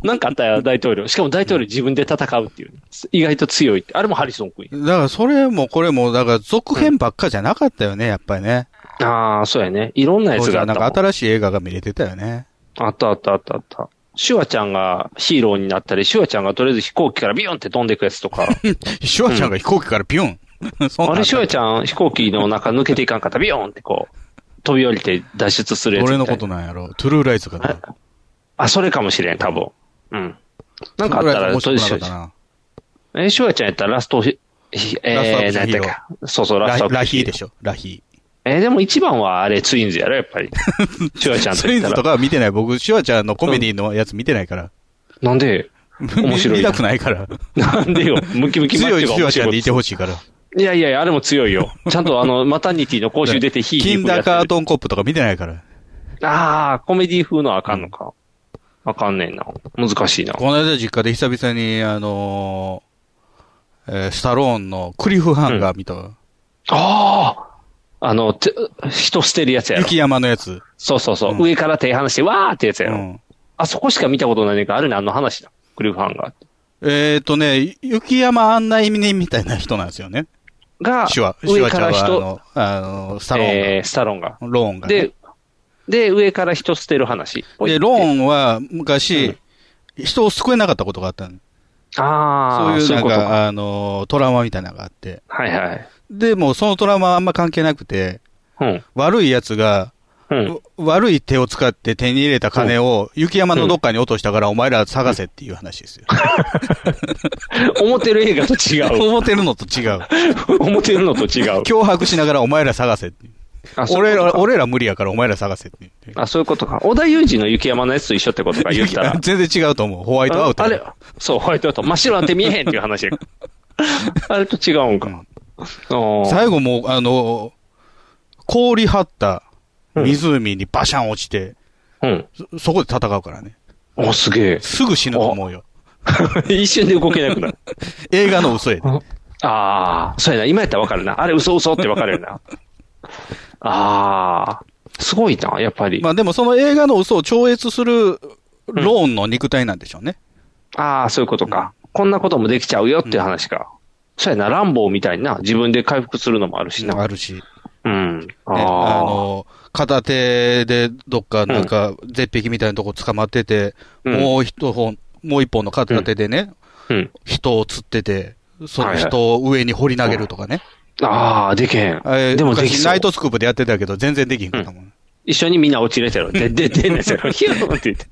Speaker 2: なんかあったら大統領。しかも大統領自分で戦うっていう。意外と強いって。あれもハリソン君
Speaker 3: だから、それもこれも、だから、続編ばっかじゃなかったよね、やっぱりね。
Speaker 2: や。ああ、そうやね。いろんなや
Speaker 3: 当
Speaker 2: つ
Speaker 3: 時
Speaker 2: があ
Speaker 3: は
Speaker 2: った
Speaker 3: なん
Speaker 2: もん
Speaker 3: か新しい映画が見れてたよね。
Speaker 2: あったあったあったあった。シュワちゃんがヒーローになったり、シュワちゃんがとりあえず飛行機からビヨンって飛んでいくやつと か、
Speaker 3: シュワちゃんが飛行機からピュン。そん
Speaker 2: あ
Speaker 3: なんあ
Speaker 2: れ
Speaker 3: っ
Speaker 2: シ
Speaker 3: た
Speaker 2: ュワちゃん飛行機の中抜けていかんかったらビヨンってこう、飛び降りて脱出するやつみた
Speaker 3: 俺
Speaker 2: いな。
Speaker 3: のことなんやろ。トゥルーライズかな。
Speaker 2: あ、それかもしれん、多分。うん。なんかあっ
Speaker 3: トゥルー
Speaker 2: た
Speaker 3: ライズ面
Speaker 2: ら、と
Speaker 3: 白
Speaker 2: り
Speaker 3: く
Speaker 2: あえず
Speaker 3: なかったな。
Speaker 2: え、シュワちゃんやったらラストひ、ひ
Speaker 3: ラストア
Speaker 2: え
Speaker 3: ク
Speaker 2: ー、
Speaker 3: ション
Speaker 2: 何
Speaker 3: ヒ
Speaker 2: やっ
Speaker 3: ーロー
Speaker 2: たっけそうそう、ラス
Speaker 3: ラ
Speaker 2: トアクション
Speaker 3: ラヒーで
Speaker 2: ょ。
Speaker 3: しょ、ラヒ
Speaker 2: えーでも一番はあれ、ツインズやろ、やっぱ り。シュワちゃん
Speaker 3: ー。
Speaker 2: と
Speaker 3: ツイ
Speaker 2: 言っ
Speaker 3: ン
Speaker 2: た
Speaker 3: ズ
Speaker 2: ら。
Speaker 3: とかは見てない。僕、シュワちゃんのコメディのやつ見てないから。
Speaker 2: なんで面白い
Speaker 3: 見たくないから。
Speaker 2: なんでよ。ムキムキマ
Speaker 3: 強
Speaker 2: ッ
Speaker 3: い
Speaker 2: チョが
Speaker 3: シュ
Speaker 2: 面
Speaker 3: ワちゃ
Speaker 2: 白
Speaker 3: ん
Speaker 2: い
Speaker 3: でいてほしいから。
Speaker 2: いやいやいや、あれも強いよ。ちゃんとあの、マタニティの講習出てヒーヒ
Speaker 3: キ
Speaker 2: ー吹
Speaker 3: ン
Speaker 2: い
Speaker 3: ダー
Speaker 2: てる
Speaker 3: カートンコップとか見てないから。
Speaker 2: ああ、コメディ風のはあかんのか。あかんねんな。難しいな。
Speaker 3: この間実家で久々に、あのーえースタローンのクリフハンガー見たわ。
Speaker 2: あああの、て人捨てるやつやろ。
Speaker 3: 雪山のやつ。
Speaker 2: そうそうそう。
Speaker 3: うん
Speaker 2: 上から手離して、わーってやつや
Speaker 3: う
Speaker 2: ろ。
Speaker 3: ん。
Speaker 2: あそこしか見たことないねんから、あれ何の話だ。クリフハンガーって
Speaker 3: えっ、とね、雪山案内人みたいな人なんですよね。
Speaker 2: が、
Speaker 3: シュワ、シュ
Speaker 2: 上
Speaker 3: ワち
Speaker 2: か
Speaker 3: ゃん
Speaker 2: ら
Speaker 3: はあ
Speaker 2: 人、
Speaker 3: の、あのスタローンが、
Speaker 2: えー、スタローンが。
Speaker 3: ローンがね、
Speaker 2: で、で、上から人捨てる話。
Speaker 3: で、ロ
Speaker 2: ン。
Speaker 3: ーンは昔、人を救えなかったことがあったの。
Speaker 2: ああ、
Speaker 3: そういう
Speaker 2: そういう
Speaker 3: な
Speaker 2: んことか。
Speaker 3: か、あの、トラウマみたいなのがあって。
Speaker 2: はいはい。
Speaker 3: で、もうそのトラウマはあんま関係なくて、
Speaker 2: うん。
Speaker 3: 悪い奴が、
Speaker 2: うん。
Speaker 3: 悪い手を使って手に入れた金を雪山のどっかに落としたからお前ら探せっていう話です よ。
Speaker 2: 思ってる映画と違う。
Speaker 3: 思ってるのと 違う。
Speaker 2: 思ってるのと違う。
Speaker 3: 脅迫しながらお前ら探せっていう
Speaker 2: あそうい
Speaker 3: 俺
Speaker 2: うこと
Speaker 3: ら、
Speaker 2: か
Speaker 3: 俺ら無理やからお前ら探せって言って。
Speaker 2: あ、そういうことか。織田裕二の雪山のやつと一緒ってことか、言ったら
Speaker 3: 全然違うと思う。ホワイトアウト。
Speaker 2: ああれそう、ホワイトアウト。真っ白なんて見えへんっていう 話やからあれと違うんか。おー
Speaker 3: 最後もう、あの、氷張った湖にバシャン落ちて、
Speaker 2: うん。
Speaker 3: そそこで戦うからね。。
Speaker 2: お、すげえ
Speaker 3: すぐ死ぬと思うよ。
Speaker 2: 一瞬で動けなくなる。
Speaker 3: 映画の 嘘やで。
Speaker 2: ああ、そうやな。今やったらわかるな。あれ、嘘嘘ってわかるよな。ああ、すごいな、やっぱり。
Speaker 3: まあでもその映画の嘘を超越するローンの肉体なんでしょうね。
Speaker 2: ああ、そういうことか。こんなこともできちゃうよっていう話か。そうやな、ランボーみたいにな。自分で回復するのもあるしな。
Speaker 3: あるし、ね
Speaker 2: うん。
Speaker 3: あ
Speaker 2: ああ。
Speaker 3: の、片手でどっかなんか絶壁みたいなとこ捕まってて、
Speaker 2: うん
Speaker 3: もう一本、もう一本の片手でね、
Speaker 2: うん。
Speaker 3: 人を釣ってて、そ
Speaker 2: は
Speaker 3: の
Speaker 2: いはい
Speaker 3: 人を上に掘り投げるとかね。
Speaker 2: ああ、できへん。
Speaker 3: あれ
Speaker 2: でもでき
Speaker 3: 昔
Speaker 2: そ
Speaker 3: ナ
Speaker 2: う
Speaker 3: イ。トスクープでやってたけど、全然できひんかったもん。
Speaker 2: 一緒にみんな落ちれてる。で、で、で、ね、ゼロ。ヒューンって言って。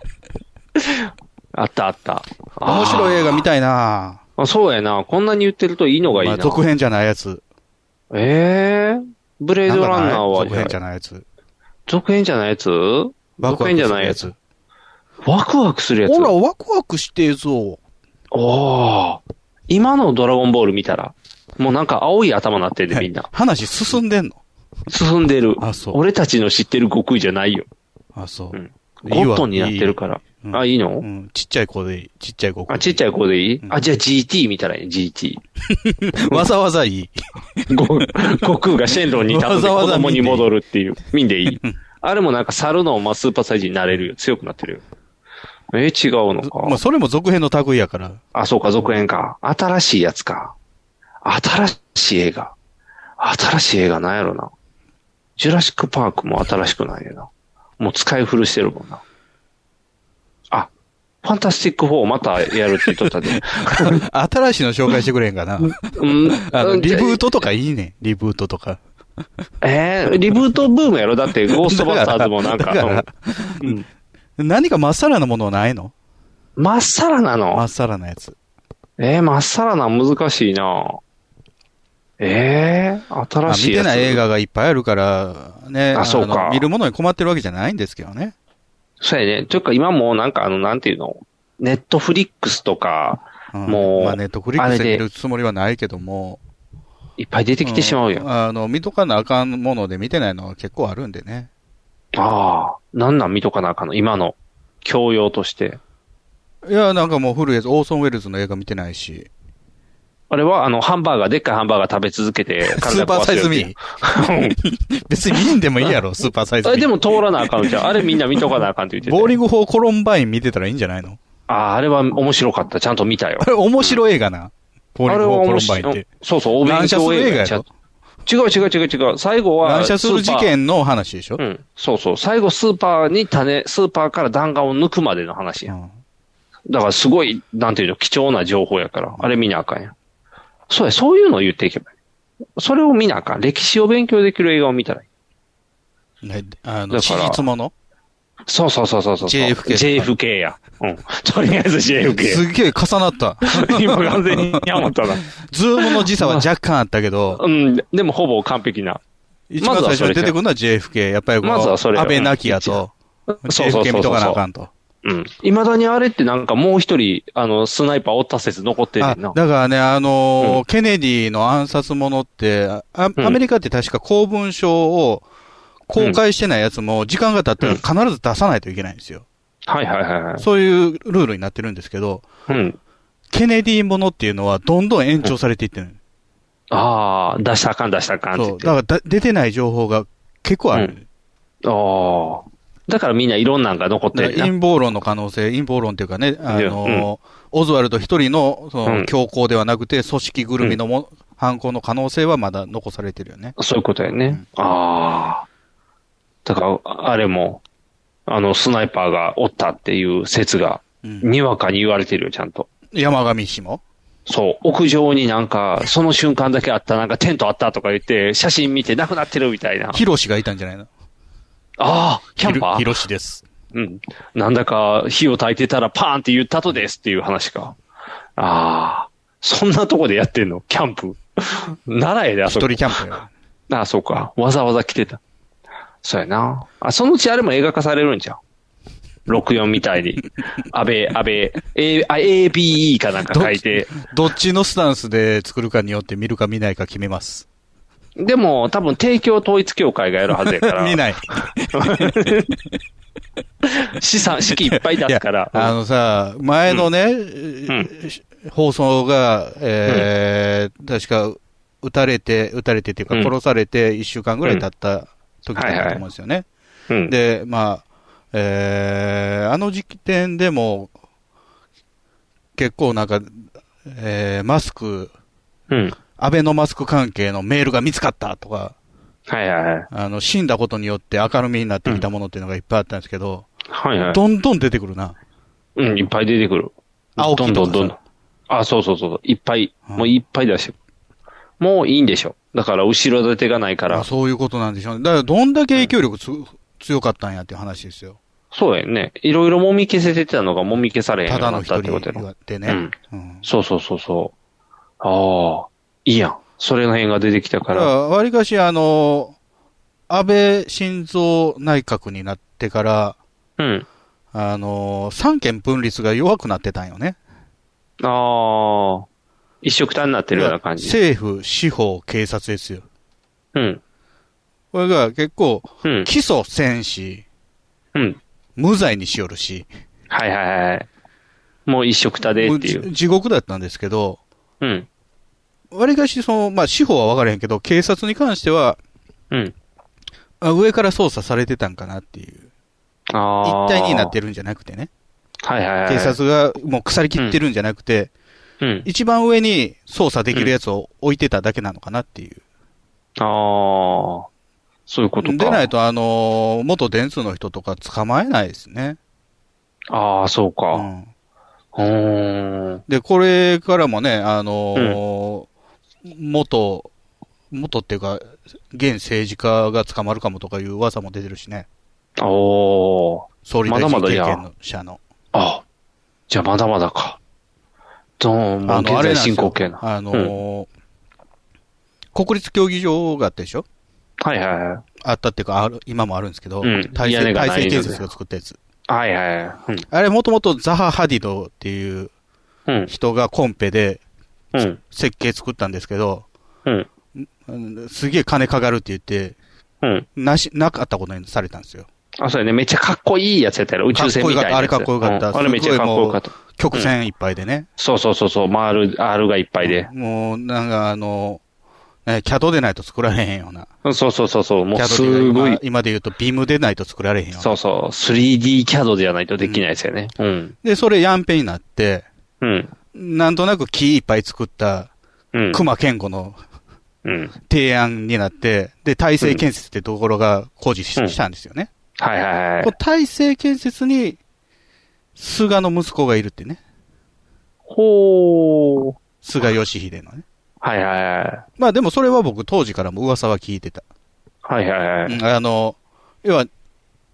Speaker 2: あったあった。あー
Speaker 3: 面白い映画見たいな
Speaker 2: あそうやな。こんなに言ってるといいのがいい
Speaker 3: ま
Speaker 2: な。
Speaker 3: あ、続編じゃないやつ。
Speaker 2: ええブレードランナーは、
Speaker 3: なんかない続編じゃないやつ。
Speaker 2: 続編じゃないやつ続編じゃないやつ。ワクワクするやつ。
Speaker 3: ほら、
Speaker 2: お
Speaker 3: ワクワクしてえぞ。
Speaker 2: おー今のドラゴンボール見たら、もうなんか青い頭なってんでみんな。
Speaker 3: 話進んでんの
Speaker 2: 進んでる。
Speaker 3: あそう
Speaker 2: 俺たちの知ってる悟空じゃないよ。
Speaker 3: あ、そうう。
Speaker 2: ん
Speaker 3: いい
Speaker 2: ゴ
Speaker 3: わ
Speaker 2: ットンになってるから。
Speaker 3: うん
Speaker 2: あ、いいの、
Speaker 3: うん、ちっちゃい子でいい。ちっちゃい子。
Speaker 2: あ、ちっちゃい子でいい、
Speaker 3: うん
Speaker 2: あ、じゃあ GT 見たらいいね、GT。
Speaker 3: わざわざいい。
Speaker 2: ご悟空がシェンロンに立
Speaker 3: わ
Speaker 2: つで
Speaker 3: ざわ
Speaker 2: 子
Speaker 3: ざ
Speaker 2: 供
Speaker 3: 見てい
Speaker 2: に
Speaker 3: い
Speaker 2: 戻るっていう。見んでいい。あれもなんか猿のまあスーパーサイズになれるよ。強くなってるよ。えー、違うのか。
Speaker 3: まあ、それも続編の類やから。
Speaker 2: あ、そうか、続編か。新しいやつか。新しい映画。新しい映画なんやろな。ジュラシックパークも新しくないよな。もう使い古してるもんな。あ、ファンタスティック4またやるって言っとった で。
Speaker 3: 新しいの紹介してくれへんかな。
Speaker 2: うん
Speaker 3: あの、リブー
Speaker 2: ト
Speaker 3: トとかいいね。リブートとか。
Speaker 2: えーリブートブームやろだって、ゴーストバスターズもなんか、
Speaker 3: だから
Speaker 2: うんうん
Speaker 3: 何かまっさらなものはないの
Speaker 2: まっさらな
Speaker 3: ま
Speaker 2: の
Speaker 3: っ。さらなやつ。
Speaker 2: えー、まっさらな難しいなえー、
Speaker 3: ま
Speaker 2: 新
Speaker 3: あ、
Speaker 2: し
Speaker 3: 見
Speaker 2: いや
Speaker 3: て
Speaker 2: つ。
Speaker 3: ない映画がいっぱいあるから、ね。
Speaker 2: あ
Speaker 3: の
Speaker 2: そうか
Speaker 3: 見るものに困ってるわけじゃないんですけどね。
Speaker 2: そうやね。というか今もうなんかあの、なんていうのネットフリックスとか、
Speaker 3: うん
Speaker 2: もう
Speaker 3: まあ、ネットフリックスで見るつもりはないけども。
Speaker 2: いっぱい出てきてしまうやん。
Speaker 3: んあの、見とかなあかんもので見てないのは結構あるんでね。
Speaker 2: ああ、なんなん見とかなあかんの今の、教養として。
Speaker 3: いや、なんかもう古いやつ、オーソン・ウェルズの映画見てないし。
Speaker 2: あれは、あの、ハンバーガー、でっかいハンバーガー食べ続け て、
Speaker 3: スーパーサイズミー。別に見んでもいい やろ、スーパーサイズ
Speaker 2: あ
Speaker 3: ミ
Speaker 2: れ
Speaker 3: ー。
Speaker 2: でも通らなあかんのじゃん。あれみんな見とかなあかんって言ってて。
Speaker 3: ボーリング法コロンバイン見てたらいいんじゃな いの
Speaker 2: ああ、あれは面白かった。ちゃんと見たよ
Speaker 3: あ。れ面白い映画な。ボー
Speaker 2: あ
Speaker 3: リン
Speaker 2: れ
Speaker 3: グ
Speaker 2: は
Speaker 3: 法コ
Speaker 2: 面
Speaker 3: ロンバ
Speaker 2: 白
Speaker 3: イ
Speaker 2: い
Speaker 3: ンって。。
Speaker 2: そうそう、お勉
Speaker 3: 乱射す
Speaker 2: 強
Speaker 3: る映
Speaker 2: 映
Speaker 3: 画
Speaker 2: 画
Speaker 3: や
Speaker 2: ちゃ
Speaker 3: ろ
Speaker 2: う。違う違う違う違う。最後は、
Speaker 3: 乱射する事件の話でしょ
Speaker 2: う、ん、そうそう。最後、スーパーに種、スーパーから弾丸を抜くまでの話やん。
Speaker 3: うん
Speaker 2: だからすごい、なんていうの、貴重な情報やから、あれ見なあかんやん。そうや、そういうのを言っていけばいい。それを見なあかん。歴史を勉強できる映画を見たらいい。
Speaker 3: ね
Speaker 2: だ
Speaker 3: あの、
Speaker 2: か
Speaker 3: 史
Speaker 2: ら
Speaker 3: 実もの
Speaker 2: そうそうそうそうそう。
Speaker 3: JFK
Speaker 2: JFK や。うん。とりあえず JFK
Speaker 3: す。っげえ重なった。
Speaker 2: 今完全に山田だ。
Speaker 3: ズームの時差は若干あったけ ど、
Speaker 2: うん。でもほぼ完璧な。
Speaker 3: 一番最初に出てくるのは JFK。やっぱりこの、
Speaker 2: まずはそれ
Speaker 3: 安倍なきやと、
Speaker 2: そうそうそう
Speaker 3: JFK
Speaker 2: そう
Speaker 3: 見とかなあかんと。
Speaker 2: うん。未だにあれってなんかもう一人、あの、スナイパーおった説残ってんね
Speaker 3: あ
Speaker 2: んな
Speaker 3: だ。からね、あのー
Speaker 2: う
Speaker 3: ケネディの暗殺者ってああ
Speaker 2: うん
Speaker 3: アメリカって確か公文書を公開してないやつも、時間が経ったら必ず出さないといけないんですよ。
Speaker 2: はいはいはいはい。
Speaker 3: そういうルールになってるんですけど、
Speaker 2: うん。
Speaker 3: ケネディものっていうのはどんどん延長されていってる、
Speaker 2: ああ、出したらあかん出したらあかんって言っ
Speaker 3: そう。
Speaker 2: て。
Speaker 3: だからだ出てない情報が結構ある。
Speaker 2: うんああ。だからみんないろんなんが残って
Speaker 3: だ
Speaker 2: る
Speaker 3: から
Speaker 2: んやな。
Speaker 3: 陰謀論の可能性、陰謀論っていうかね、あの
Speaker 2: いやう
Speaker 3: ー、オズワルド一人のそ
Speaker 2: うん
Speaker 3: の強行ではなくて、組織ぐるみのも、犯行の可能性はまだ残されてるよね。
Speaker 2: そういうことやね。ああ。だから、あれも、あの、スナイパーがおったっていう説が、
Speaker 3: うん
Speaker 2: にわかに言われてるよ、ちゃんと。
Speaker 3: 山上氏も
Speaker 2: そう、屋上になんか、その瞬間だけあった、なんかテントあったとか言って、写真見てなくなってるみたいな。あ
Speaker 3: ヒロシがいたんじゃないの
Speaker 2: あ、キャンパ
Speaker 3: ヒ
Speaker 2: ー
Speaker 3: ロシです。
Speaker 2: うん。なんだか、火を焚いてたらパーンって言ったとですっていう話か。ああ。そんなとこでやってんのキャンプ。奈良やで、あ
Speaker 3: 一
Speaker 2: そこ
Speaker 3: 人。キャンプ よ。
Speaker 2: ああ、そうか。わざわざ来てた。そうやな。あ、そのうちあれも映画化されるんじゃん。64みたい に。安倍、安倍、A、あ ABE かなんか書いて。
Speaker 3: どっちのスタンスで作るかによって見るか見ないか決めます。
Speaker 2: でも、多分、提供統一協会がやるはずやから。
Speaker 3: 見ない。
Speaker 2: 資産、資金いっぱい出
Speaker 3: い
Speaker 2: す
Speaker 3: や
Speaker 2: から。
Speaker 3: あのさ、前のね、放送が、えー確か、撃たれて、撃たれてっていうか、
Speaker 2: うん
Speaker 3: 殺されて1週間ぐらい経った時だったと思うんですよね。
Speaker 2: うん。
Speaker 3: で、まあ、えーあの時点でも、結構なんか、えーマスク、
Speaker 2: うん。
Speaker 3: アベノマスク関係のメールが見つかったとか、
Speaker 2: はいはいはい。
Speaker 3: あの、死んだことによって明るみになってきたものっていうのがいっぱいあったんですけど、
Speaker 2: はいはい。
Speaker 3: どんどん出てくるな。
Speaker 2: うん、いっぱい出てくる。
Speaker 3: 青木
Speaker 2: どん
Speaker 3: と
Speaker 2: ど
Speaker 3: か
Speaker 2: んどんどん。あ、そうそうそうそう。いっぱい、
Speaker 3: うん
Speaker 2: もういっぱい出してくる。もういいんでしょ。だから、後ろ盾がないか
Speaker 3: ま
Speaker 2: ら
Speaker 3: あ。そういうことなんでしょうね。だから、どんだけ影響力つ、強かったんやっていう話ですよ。
Speaker 2: そうやんね。いろいろ揉み消せてたのが揉み消されへんよ
Speaker 3: た
Speaker 2: うに
Speaker 3: だ
Speaker 2: な
Speaker 3: の
Speaker 2: った
Speaker 3: 一
Speaker 2: ってことやろ。
Speaker 3: 人でね。うん。
Speaker 2: そうそうそうそう。ああ、いいやん。それの辺が出てきた
Speaker 3: だ
Speaker 2: か
Speaker 3: か、
Speaker 2: らら。
Speaker 3: わりかし、あの、安倍晋三内閣になってから、
Speaker 2: うん。
Speaker 3: あの、三権分立が弱くなってたんよね。
Speaker 2: ああ、一色単になってるような感じ。
Speaker 3: 政府、司法、警察ですよ。
Speaker 2: うん。
Speaker 3: これが結構、
Speaker 2: うん。
Speaker 3: 起訴せんし、
Speaker 2: うん。
Speaker 3: 無罪にしよるし、
Speaker 2: はいはいはい。もう一緒くたで
Speaker 3: も
Speaker 2: っ
Speaker 3: う
Speaker 2: てい
Speaker 3: じ
Speaker 2: う。
Speaker 3: 地獄だったんですけど、
Speaker 2: うん。
Speaker 3: わりかし、その、まあ、司法は分からへんけど、警察に関しては、
Speaker 2: うん。
Speaker 3: あ上から捜査されてたんかなっていう。
Speaker 2: あ
Speaker 3: 一
Speaker 2: あ。
Speaker 3: 体になってるんじゃなくてね。
Speaker 2: はいはいはい。
Speaker 3: 警。察がもう腐り切ってるんじゃなくて、
Speaker 2: うん。
Speaker 3: 一番上に捜査できるやつを置いてただけなのかなっていう。
Speaker 2: ああ。そういうことか。
Speaker 3: でないと、あのー元電通の人とか捕まえないですね。
Speaker 2: ああ、そう
Speaker 3: う
Speaker 2: か。
Speaker 3: ん、
Speaker 2: うーん。
Speaker 3: で、これからもね、あのー元、元っていうか、現政治家が捕まるかもとかいう噂も出てるしね。
Speaker 2: おー。
Speaker 3: 総理大臣
Speaker 2: まだま
Speaker 3: 経
Speaker 2: だいや
Speaker 3: 験者の。
Speaker 2: あじゃあまだまだか。どうも、現在進行形な。
Speaker 3: あのー国立競技場があったでしょ
Speaker 2: はいはいはい。
Speaker 3: あったっていうか、ある今もあるんですけど、
Speaker 2: うん
Speaker 3: 大
Speaker 2: 屋根
Speaker 3: 成
Speaker 2: がない
Speaker 3: 大
Speaker 2: ので
Speaker 3: 成建設が作ったやつ。
Speaker 2: はいはいはい。
Speaker 3: あれ、もともとザハ・ハディドっていう
Speaker 2: うん。
Speaker 3: 人がコンペで
Speaker 2: うん。うん。
Speaker 3: 設計作ったんですけど、
Speaker 2: うん。
Speaker 3: うんすげえ金かかるって言って、
Speaker 2: うん。
Speaker 3: なし、なかったことにされたんですよ。
Speaker 2: あ、そうやね。めっちゃかっこいいやつやったやろ。宇宙船みたいなやつ。
Speaker 3: かっこよかった
Speaker 2: う
Speaker 3: あれかっこよかった
Speaker 2: んあれめっちゃかっこよかった。
Speaker 3: 曲線いっぱいでね。
Speaker 2: そうそうそうそう。回る、R がいっぱいで。
Speaker 3: もう、なんかあの、ねキャドでないと作られへんような。
Speaker 2: そうそうそうそう。もう
Speaker 3: キャド
Speaker 2: すご
Speaker 3: 今
Speaker 2: い。
Speaker 3: 今で言うとビームでないと作られへんような。
Speaker 2: そうそう。3D キャドじゃないとできないですよね。うん。
Speaker 3: で、それヤンペになって、
Speaker 2: うん。
Speaker 3: なんとなく木いっぱい作った
Speaker 2: うん。
Speaker 3: 熊健吾の
Speaker 2: うん。
Speaker 3: 提案になって、で、大成建設ってところが工事し,、
Speaker 2: うん
Speaker 3: たんですよね。
Speaker 2: はいはいはい
Speaker 3: こ。う大成建設に、菅の息子がいるってね。
Speaker 2: ほー。
Speaker 3: 菅義偉のね。
Speaker 2: はいはいはい。
Speaker 3: まあでもそれは僕当時からも噂は聞いてた。
Speaker 2: はいはいはい。
Speaker 3: うんあの、要は、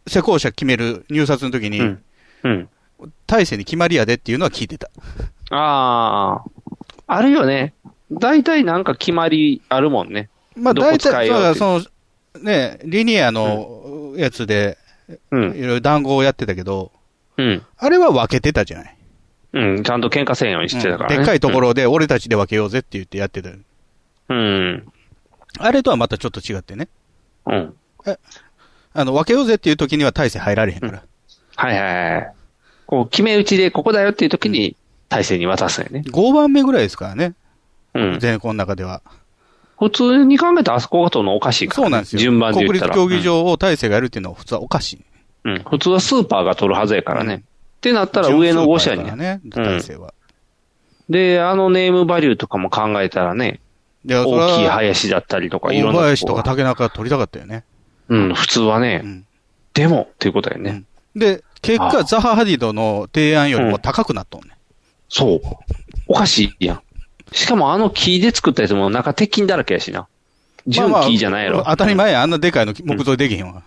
Speaker 3: 施工者決める入札の時に、
Speaker 2: うん。うん。
Speaker 3: 大成に決まりやでっていうのは聞いてた。
Speaker 2: ああ。あるよね。大体なんか決まりあるもんね。
Speaker 3: まあ
Speaker 2: どこ
Speaker 3: 大
Speaker 2: 使え
Speaker 3: 体、
Speaker 2: ようって
Speaker 3: そうその、ね、リニアのやつで、
Speaker 2: う
Speaker 3: いろ
Speaker 2: ん。
Speaker 3: いろ談合をやってたけど、
Speaker 2: うん。
Speaker 3: あれは分けてたじゃない。
Speaker 2: うん。ちゃんと喧嘩せんようにしてたから、ね
Speaker 3: でっかいとこ。ろで俺たちで分けようぜって言ってやってた。
Speaker 2: うん。
Speaker 3: あれとはまたちょっと違ってね。
Speaker 2: うん。
Speaker 3: あの、分けようぜっていう時には大勢入られへんから。
Speaker 2: はいはいはい。こう、決め打ちでここだよっていう時に、大勢に渡すんよね。
Speaker 3: 5番目ぐらいですからね。
Speaker 2: うん。
Speaker 3: 全国の中では。
Speaker 2: 普通に考えたらあそこが取るのおかしいから、
Speaker 3: そうなんですよ。
Speaker 2: 順番で言
Speaker 3: 国
Speaker 2: った
Speaker 3: 立
Speaker 2: ら。
Speaker 3: 競技場を大勢がやるっていうのは普通はおかしい。
Speaker 2: うん。うん。普通はスーパーが取るはずやからね。
Speaker 3: う
Speaker 2: っ
Speaker 3: ん
Speaker 2: てなったら上の5社に
Speaker 3: 順数倍だから
Speaker 2: ね。
Speaker 3: ね、大勢は。
Speaker 2: で、あのネームバリューとかも考えたらね、
Speaker 3: いやそれは
Speaker 2: 大きい林だったりとか、いろん
Speaker 3: 大
Speaker 2: な
Speaker 3: 林
Speaker 2: とことが
Speaker 3: か竹中取りたかったよね。
Speaker 2: うん、普通はね、
Speaker 3: うん
Speaker 2: でもっていうことだよね。
Speaker 3: で、結
Speaker 2: ああ
Speaker 3: 果、ザハ・ハディドの提案よりも高くなったんね。
Speaker 2: そう。おかしいやん。しかもあの木で作ったやつも中鉄筋だらけやしな。純
Speaker 3: まあまあ
Speaker 2: 木じゃないやろ。
Speaker 3: 当たり前や、あんなでかいの木造できへんわ。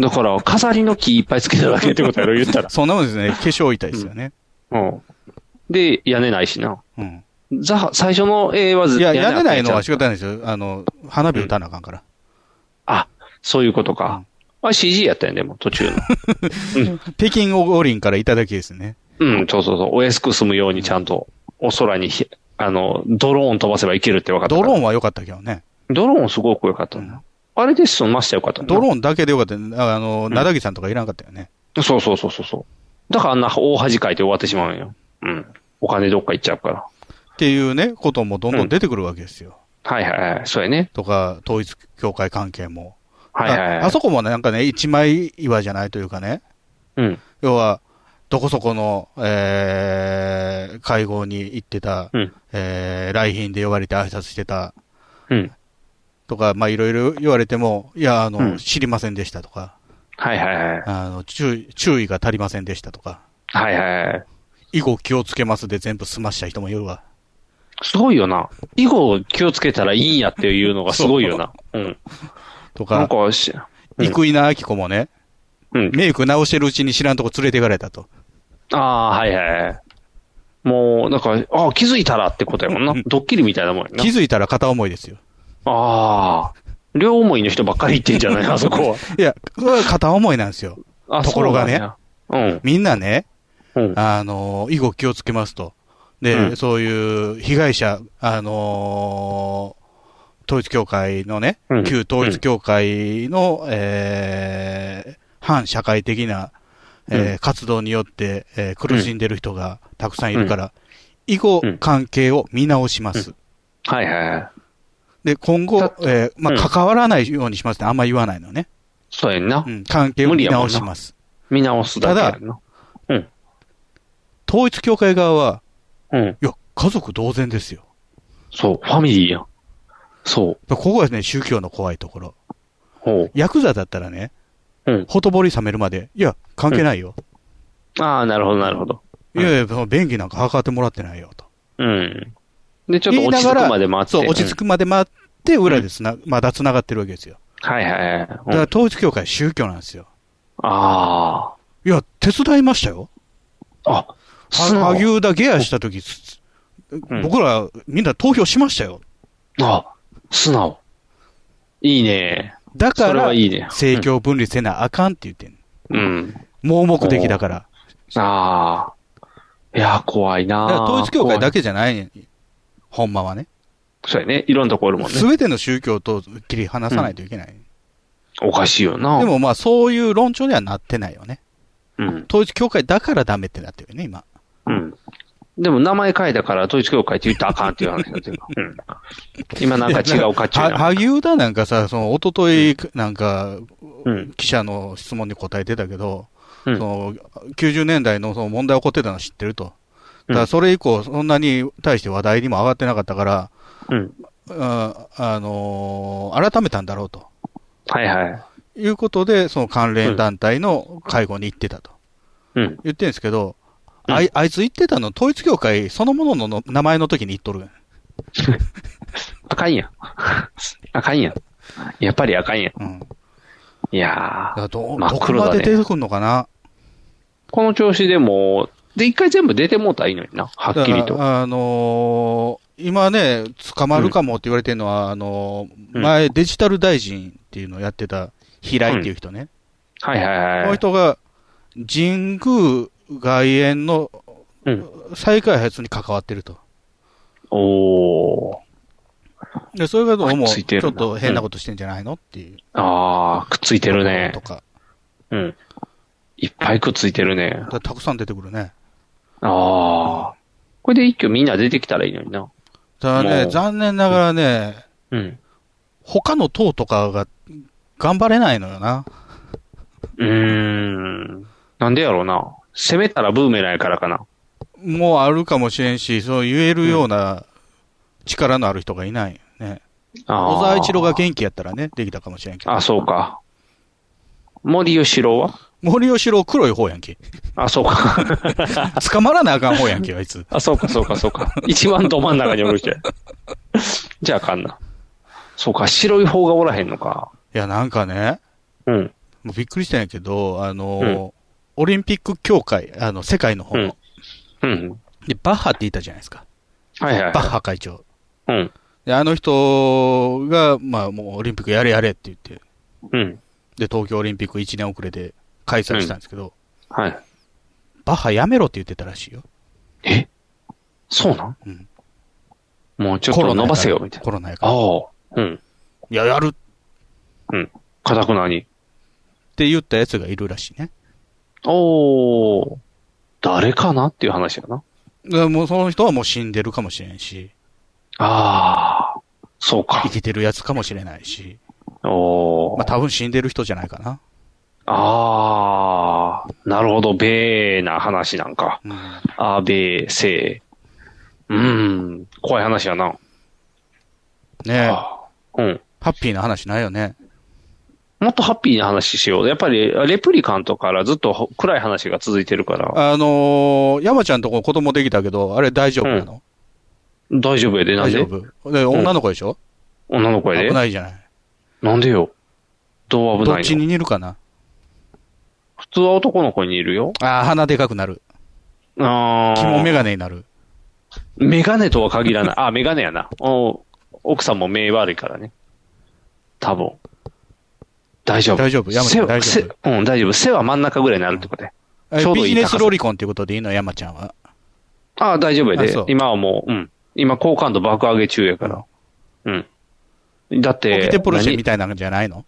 Speaker 2: だから、飾りの木いっぱいつけただけってことやろ、言ったら。
Speaker 3: そんなもんですね、化粧板ですよね。
Speaker 2: うん。で、屋根ないしな。
Speaker 3: うん。
Speaker 2: ザハ、最初の絵はず
Speaker 3: いや、屋
Speaker 2: あ
Speaker 3: 根
Speaker 2: った
Speaker 3: な
Speaker 2: や
Speaker 3: い
Speaker 2: つ
Speaker 3: のは仕方ないですよ。あの、花火打たなあかんから。
Speaker 2: あ、そういうことか。あれ CG やったんや、でも、途中の。
Speaker 3: 北京五輪からいただきですね。
Speaker 2: うん、そうそうそう。お安く済むようにちゃんと、お空にひ、あの、ドローン飛ばせばいけるって分かった
Speaker 3: ド
Speaker 2: から。
Speaker 3: ロー
Speaker 2: ン
Speaker 3: ンは良かったけどね。
Speaker 2: ドローンすごく良かったな。あれで済ましたよかったな。
Speaker 3: ドローンだけでよかった。ああの、
Speaker 2: ん
Speaker 3: なだぎさんとかいらんかったよね。
Speaker 2: そうそうそうそうそう。だからあんな大恥かいて終わってしまうんよ。うん。お金どっか行っちゃうから。
Speaker 3: っていうね、こともどんどん出てくるわけですよ。
Speaker 2: はいはいはい。そうやね。
Speaker 3: とか、統一教会関係も。
Speaker 2: はいはい
Speaker 3: あ
Speaker 2: は
Speaker 3: あ
Speaker 2: い。
Speaker 3: そこもなんかね、一枚岩じゃないというかね。
Speaker 2: うん。
Speaker 3: 要は、どこそこの、えー、会合に行ってた、
Speaker 2: うん
Speaker 3: えー、来賓で呼ばれて挨拶してた
Speaker 2: うん。
Speaker 3: とか、まあいろいろ言われても、いや、あの、
Speaker 2: うん
Speaker 3: 知りませんでしたとか、
Speaker 2: はいはいはい。
Speaker 3: あの、注意、注意が足りませんでしたとか、
Speaker 2: はいはいはい。
Speaker 3: 以後気をつけますで全部済ました人もいるわ。
Speaker 2: すごいよな。以後気をつけたらいいんやっていうのがすごいよな。うん。
Speaker 3: と
Speaker 2: なん
Speaker 3: か、
Speaker 2: かし、うん
Speaker 3: 生稲晃子もね、
Speaker 2: うん。
Speaker 3: メイク直してるうちに知らんとこ連れていかれたと。
Speaker 2: ああ、はいはいはい。もう、なんか、ああ、気づいたらってことやもんな。ドッキリみたいなもんやな
Speaker 3: 気。づいたら片思いですよ。
Speaker 2: ああ。両思いの人ばっかり言ってんじゃ ないあそこ
Speaker 3: いや、それは片思いなんですよ。
Speaker 2: は。あ
Speaker 3: ところがね。
Speaker 2: そうなんや
Speaker 3: みんなね、
Speaker 2: うん。うん。
Speaker 3: あの、以後気をつけますと。で、
Speaker 2: うん
Speaker 3: そういう被害者、あのー統一教会のね、
Speaker 2: うん
Speaker 3: 旧統一教会の、えー反社会的な、えー活動によって、えー苦しんでる人がたくさんいるから、以後
Speaker 2: うん、
Speaker 3: 関係を見直します。
Speaker 2: はいはいはい。
Speaker 3: で、今後
Speaker 2: だ、
Speaker 3: えーま
Speaker 2: うん
Speaker 3: あ、関わらないようにしますってあんま言わないのね。
Speaker 2: そうやんな
Speaker 3: う。ん、関係を見直
Speaker 2: 無
Speaker 3: し
Speaker 2: 理やもん
Speaker 3: ます。
Speaker 2: 見直すだけやんな。
Speaker 3: 統一教会側は、
Speaker 2: うん。
Speaker 3: いや、家族同然ですよ。
Speaker 2: そう、ファミリーやん。そう。
Speaker 3: ここがね、宗教の怖いところ。
Speaker 2: ほ
Speaker 3: ヤクザだったらね、
Speaker 2: うん
Speaker 3: ほとぼり冷めるまで、いや、関係ないよ。
Speaker 2: う。ああ、なるほど、なるほど。うん
Speaker 3: いやいや、その便宜なんか図ってもらってないよ、と。
Speaker 2: うん。で、ちょっと落ち着くまで待って。
Speaker 3: そう、落ち着くまで待って、裏でつな、まだ繋がってるわけですよ。
Speaker 2: く。はいはいはい。
Speaker 3: だ
Speaker 2: う
Speaker 3: か
Speaker 2: ん
Speaker 3: ら統一教会宗教なんですよ。
Speaker 2: あ
Speaker 3: いや、手伝いましたよ。
Speaker 2: あ。あ、素直
Speaker 3: 萩生田ゲアした時、す
Speaker 2: ん
Speaker 3: 僕らみんな投票しましたよ。
Speaker 2: あ、素直。いいね。
Speaker 3: だか
Speaker 2: それ
Speaker 3: ら、
Speaker 2: はいいね。
Speaker 3: 政教分離せなあかんって言ってんの
Speaker 2: うん。
Speaker 3: 盲目的だから。
Speaker 2: ああ。いや、怖いな
Speaker 3: だから統一教会だ
Speaker 2: け。
Speaker 3: けじゃないねんほんまはね。
Speaker 2: そうやね。いろんなとこおるもんね
Speaker 3: す。べての宗教と切り離さないといけない。
Speaker 2: おかしいよな。
Speaker 3: で、もまあ、そういう論調にはなってないよね。
Speaker 2: うん。
Speaker 3: 統一教会だからダメってなってるよね、今。
Speaker 2: うん。でも名前変えたから統一教会って言ったらあかんっていう話だってる。うん。今なんか違うかっちゅう
Speaker 3: は
Speaker 2: な。
Speaker 3: 萩生田なんかさ、その、一昨日なんか、
Speaker 2: うん。
Speaker 3: 記者の質問に答えてたけど、
Speaker 2: うん
Speaker 3: その90年代のその問題起こってたのは知ってると。
Speaker 2: うん
Speaker 3: だからそれ以降、そんなに対して話題にも上がってなかったから、
Speaker 2: うん。
Speaker 3: ああのー改めたんだろうと
Speaker 2: はいはい。
Speaker 3: いうことで、その関連団体の会合に行ってたと
Speaker 2: うん。
Speaker 3: 言ってるんですけど、
Speaker 2: うん
Speaker 3: あいあいつ言ってたの、統一教会そのもののの名前の時に言っとる。
Speaker 2: あかん やん。あかんやん。やっぱりあかんやん。
Speaker 3: うん、だ
Speaker 2: いや
Speaker 3: か
Speaker 2: ー
Speaker 3: らど
Speaker 2: 真っ
Speaker 3: どこ
Speaker 2: 黒だ
Speaker 3: ま
Speaker 2: ね
Speaker 3: で出てくるのかな、
Speaker 2: この調子でも、で、一回全部出てもうたらいいのにな。はっきり
Speaker 3: だ
Speaker 2: と
Speaker 3: か。らあのー今ね、捕まるかもって言われてるのは、あのー
Speaker 2: うん
Speaker 3: 前、デジタル大臣っていうのをやってた平井っていう人ね、
Speaker 2: はいはい
Speaker 3: こ
Speaker 2: は
Speaker 3: の
Speaker 2: い。
Speaker 3: 人が神宮外苑の
Speaker 2: うん
Speaker 3: 再開発に関わってると、
Speaker 2: おー。
Speaker 3: でそれがどうも
Speaker 2: くっついて
Speaker 3: ち
Speaker 2: る
Speaker 3: ょ
Speaker 2: な
Speaker 3: っと変なことしてんじゃないのっていう、
Speaker 2: あー、くっついてるね
Speaker 3: と。か、
Speaker 2: うん。いっぱいくっついてるね
Speaker 3: だ。からたくさん出てくるね。
Speaker 2: ああ。これで一挙みんな出てきたらいいのにな。
Speaker 3: ただ
Speaker 2: も
Speaker 3: ね、
Speaker 2: う
Speaker 3: 残念ながらね、
Speaker 2: うん。
Speaker 3: 他の党とかが頑張れないのよな。
Speaker 2: うーん。なんでやろうな。攻めたらブーメランやからかな。
Speaker 3: もうあるかもしれんし、そう言えるような力のある人がいないよね。
Speaker 2: あー
Speaker 3: 小沢一郎が元気やったらね、できたかもしれんけど
Speaker 2: あ、。そうか。森吉郎は
Speaker 3: 森吉郎黒い方やんけ。
Speaker 2: あ、そうか。
Speaker 3: 捕まらなあかん方やんけ、あいつ。
Speaker 2: あ、そうか、そうか、そうか。一番ど真ん中におる人や。じゃああかんな。そうか、白い方がおらへんのか。
Speaker 3: いや、なんかね、
Speaker 2: うん。
Speaker 3: もうびっくりしたんやけど、あのーオリンピック協会、あの、世界の方、
Speaker 2: うんうん。
Speaker 3: で、バッハって言ったじゃないですか。
Speaker 2: はいはい
Speaker 3: バッ。ハ会長。
Speaker 2: うん。
Speaker 3: で、あの人が、まあ、もうオリンピックやれやれって言って、
Speaker 2: うん。
Speaker 3: で、東京オリンピック1年遅れで開催したんですけど、
Speaker 2: はい。
Speaker 3: バッハやめろって言ってたらしいよ。
Speaker 2: えそうなん、
Speaker 3: うん
Speaker 2: もうちょっと伸ばせよ、みたいな。
Speaker 3: コロナやから。
Speaker 2: ああ。うん。
Speaker 3: いや、やるっ
Speaker 2: かたくなに。
Speaker 3: て言ったやつがいるらしいね。
Speaker 2: おー。誰かなっていう話やな。
Speaker 3: だからもうその人はもう死んでるかもしれんし、
Speaker 2: ああ。そうか
Speaker 3: 生。きてるやつかもしれないし、
Speaker 2: おー。
Speaker 3: まあ多分死んでる人じゃないかな。
Speaker 2: ああ。なるほど。米な話なんか。
Speaker 3: うん、
Speaker 2: あ、米、西。うーん。怖い話やな。
Speaker 3: ねえ、
Speaker 2: あーうん。
Speaker 3: ハッピーな話ないよね。
Speaker 2: もっとハッピーな話しよう。やっぱり、レプリカントからずっと暗い話が続いてるから、
Speaker 3: あのー、山ちゃんとこ子供できたけど、あれ大丈夫なの、
Speaker 2: 大丈夫やで、なん
Speaker 3: 大丈
Speaker 2: で
Speaker 3: 夫。で、女の子でしょ、
Speaker 2: 女の子やで
Speaker 3: 危。ないじゃない。
Speaker 2: なんでよ。どう危
Speaker 3: ど
Speaker 2: な
Speaker 3: っ
Speaker 2: い
Speaker 3: ち
Speaker 2: の
Speaker 3: に似るかな
Speaker 2: 普通は男の子にいるよ。
Speaker 3: ああ、鼻でかくなる。
Speaker 2: あ
Speaker 3: 肝
Speaker 2: ー
Speaker 3: メガネになる。
Speaker 2: メガネとは限らない。あ、メガネやな。お奥さんも目悪いからね。多分。大丈夫。
Speaker 3: 大丈夫山ち
Speaker 2: 背
Speaker 3: ゃん
Speaker 2: は
Speaker 3: 大丈夫
Speaker 2: 背うん、大丈夫。背は真ん中ぐらいになるってことで。
Speaker 3: え
Speaker 2: ちょうどいい
Speaker 3: ビジネス
Speaker 2: 高さ
Speaker 3: ロリコンっていうことでいいの山ちゃんは。
Speaker 2: ああ、大丈夫や
Speaker 3: あ
Speaker 2: で
Speaker 3: そう。
Speaker 2: 今はもう、うん。今、好感度爆上げ中やから。うん。だって、
Speaker 3: オキテポルシェみたいなんじゃないの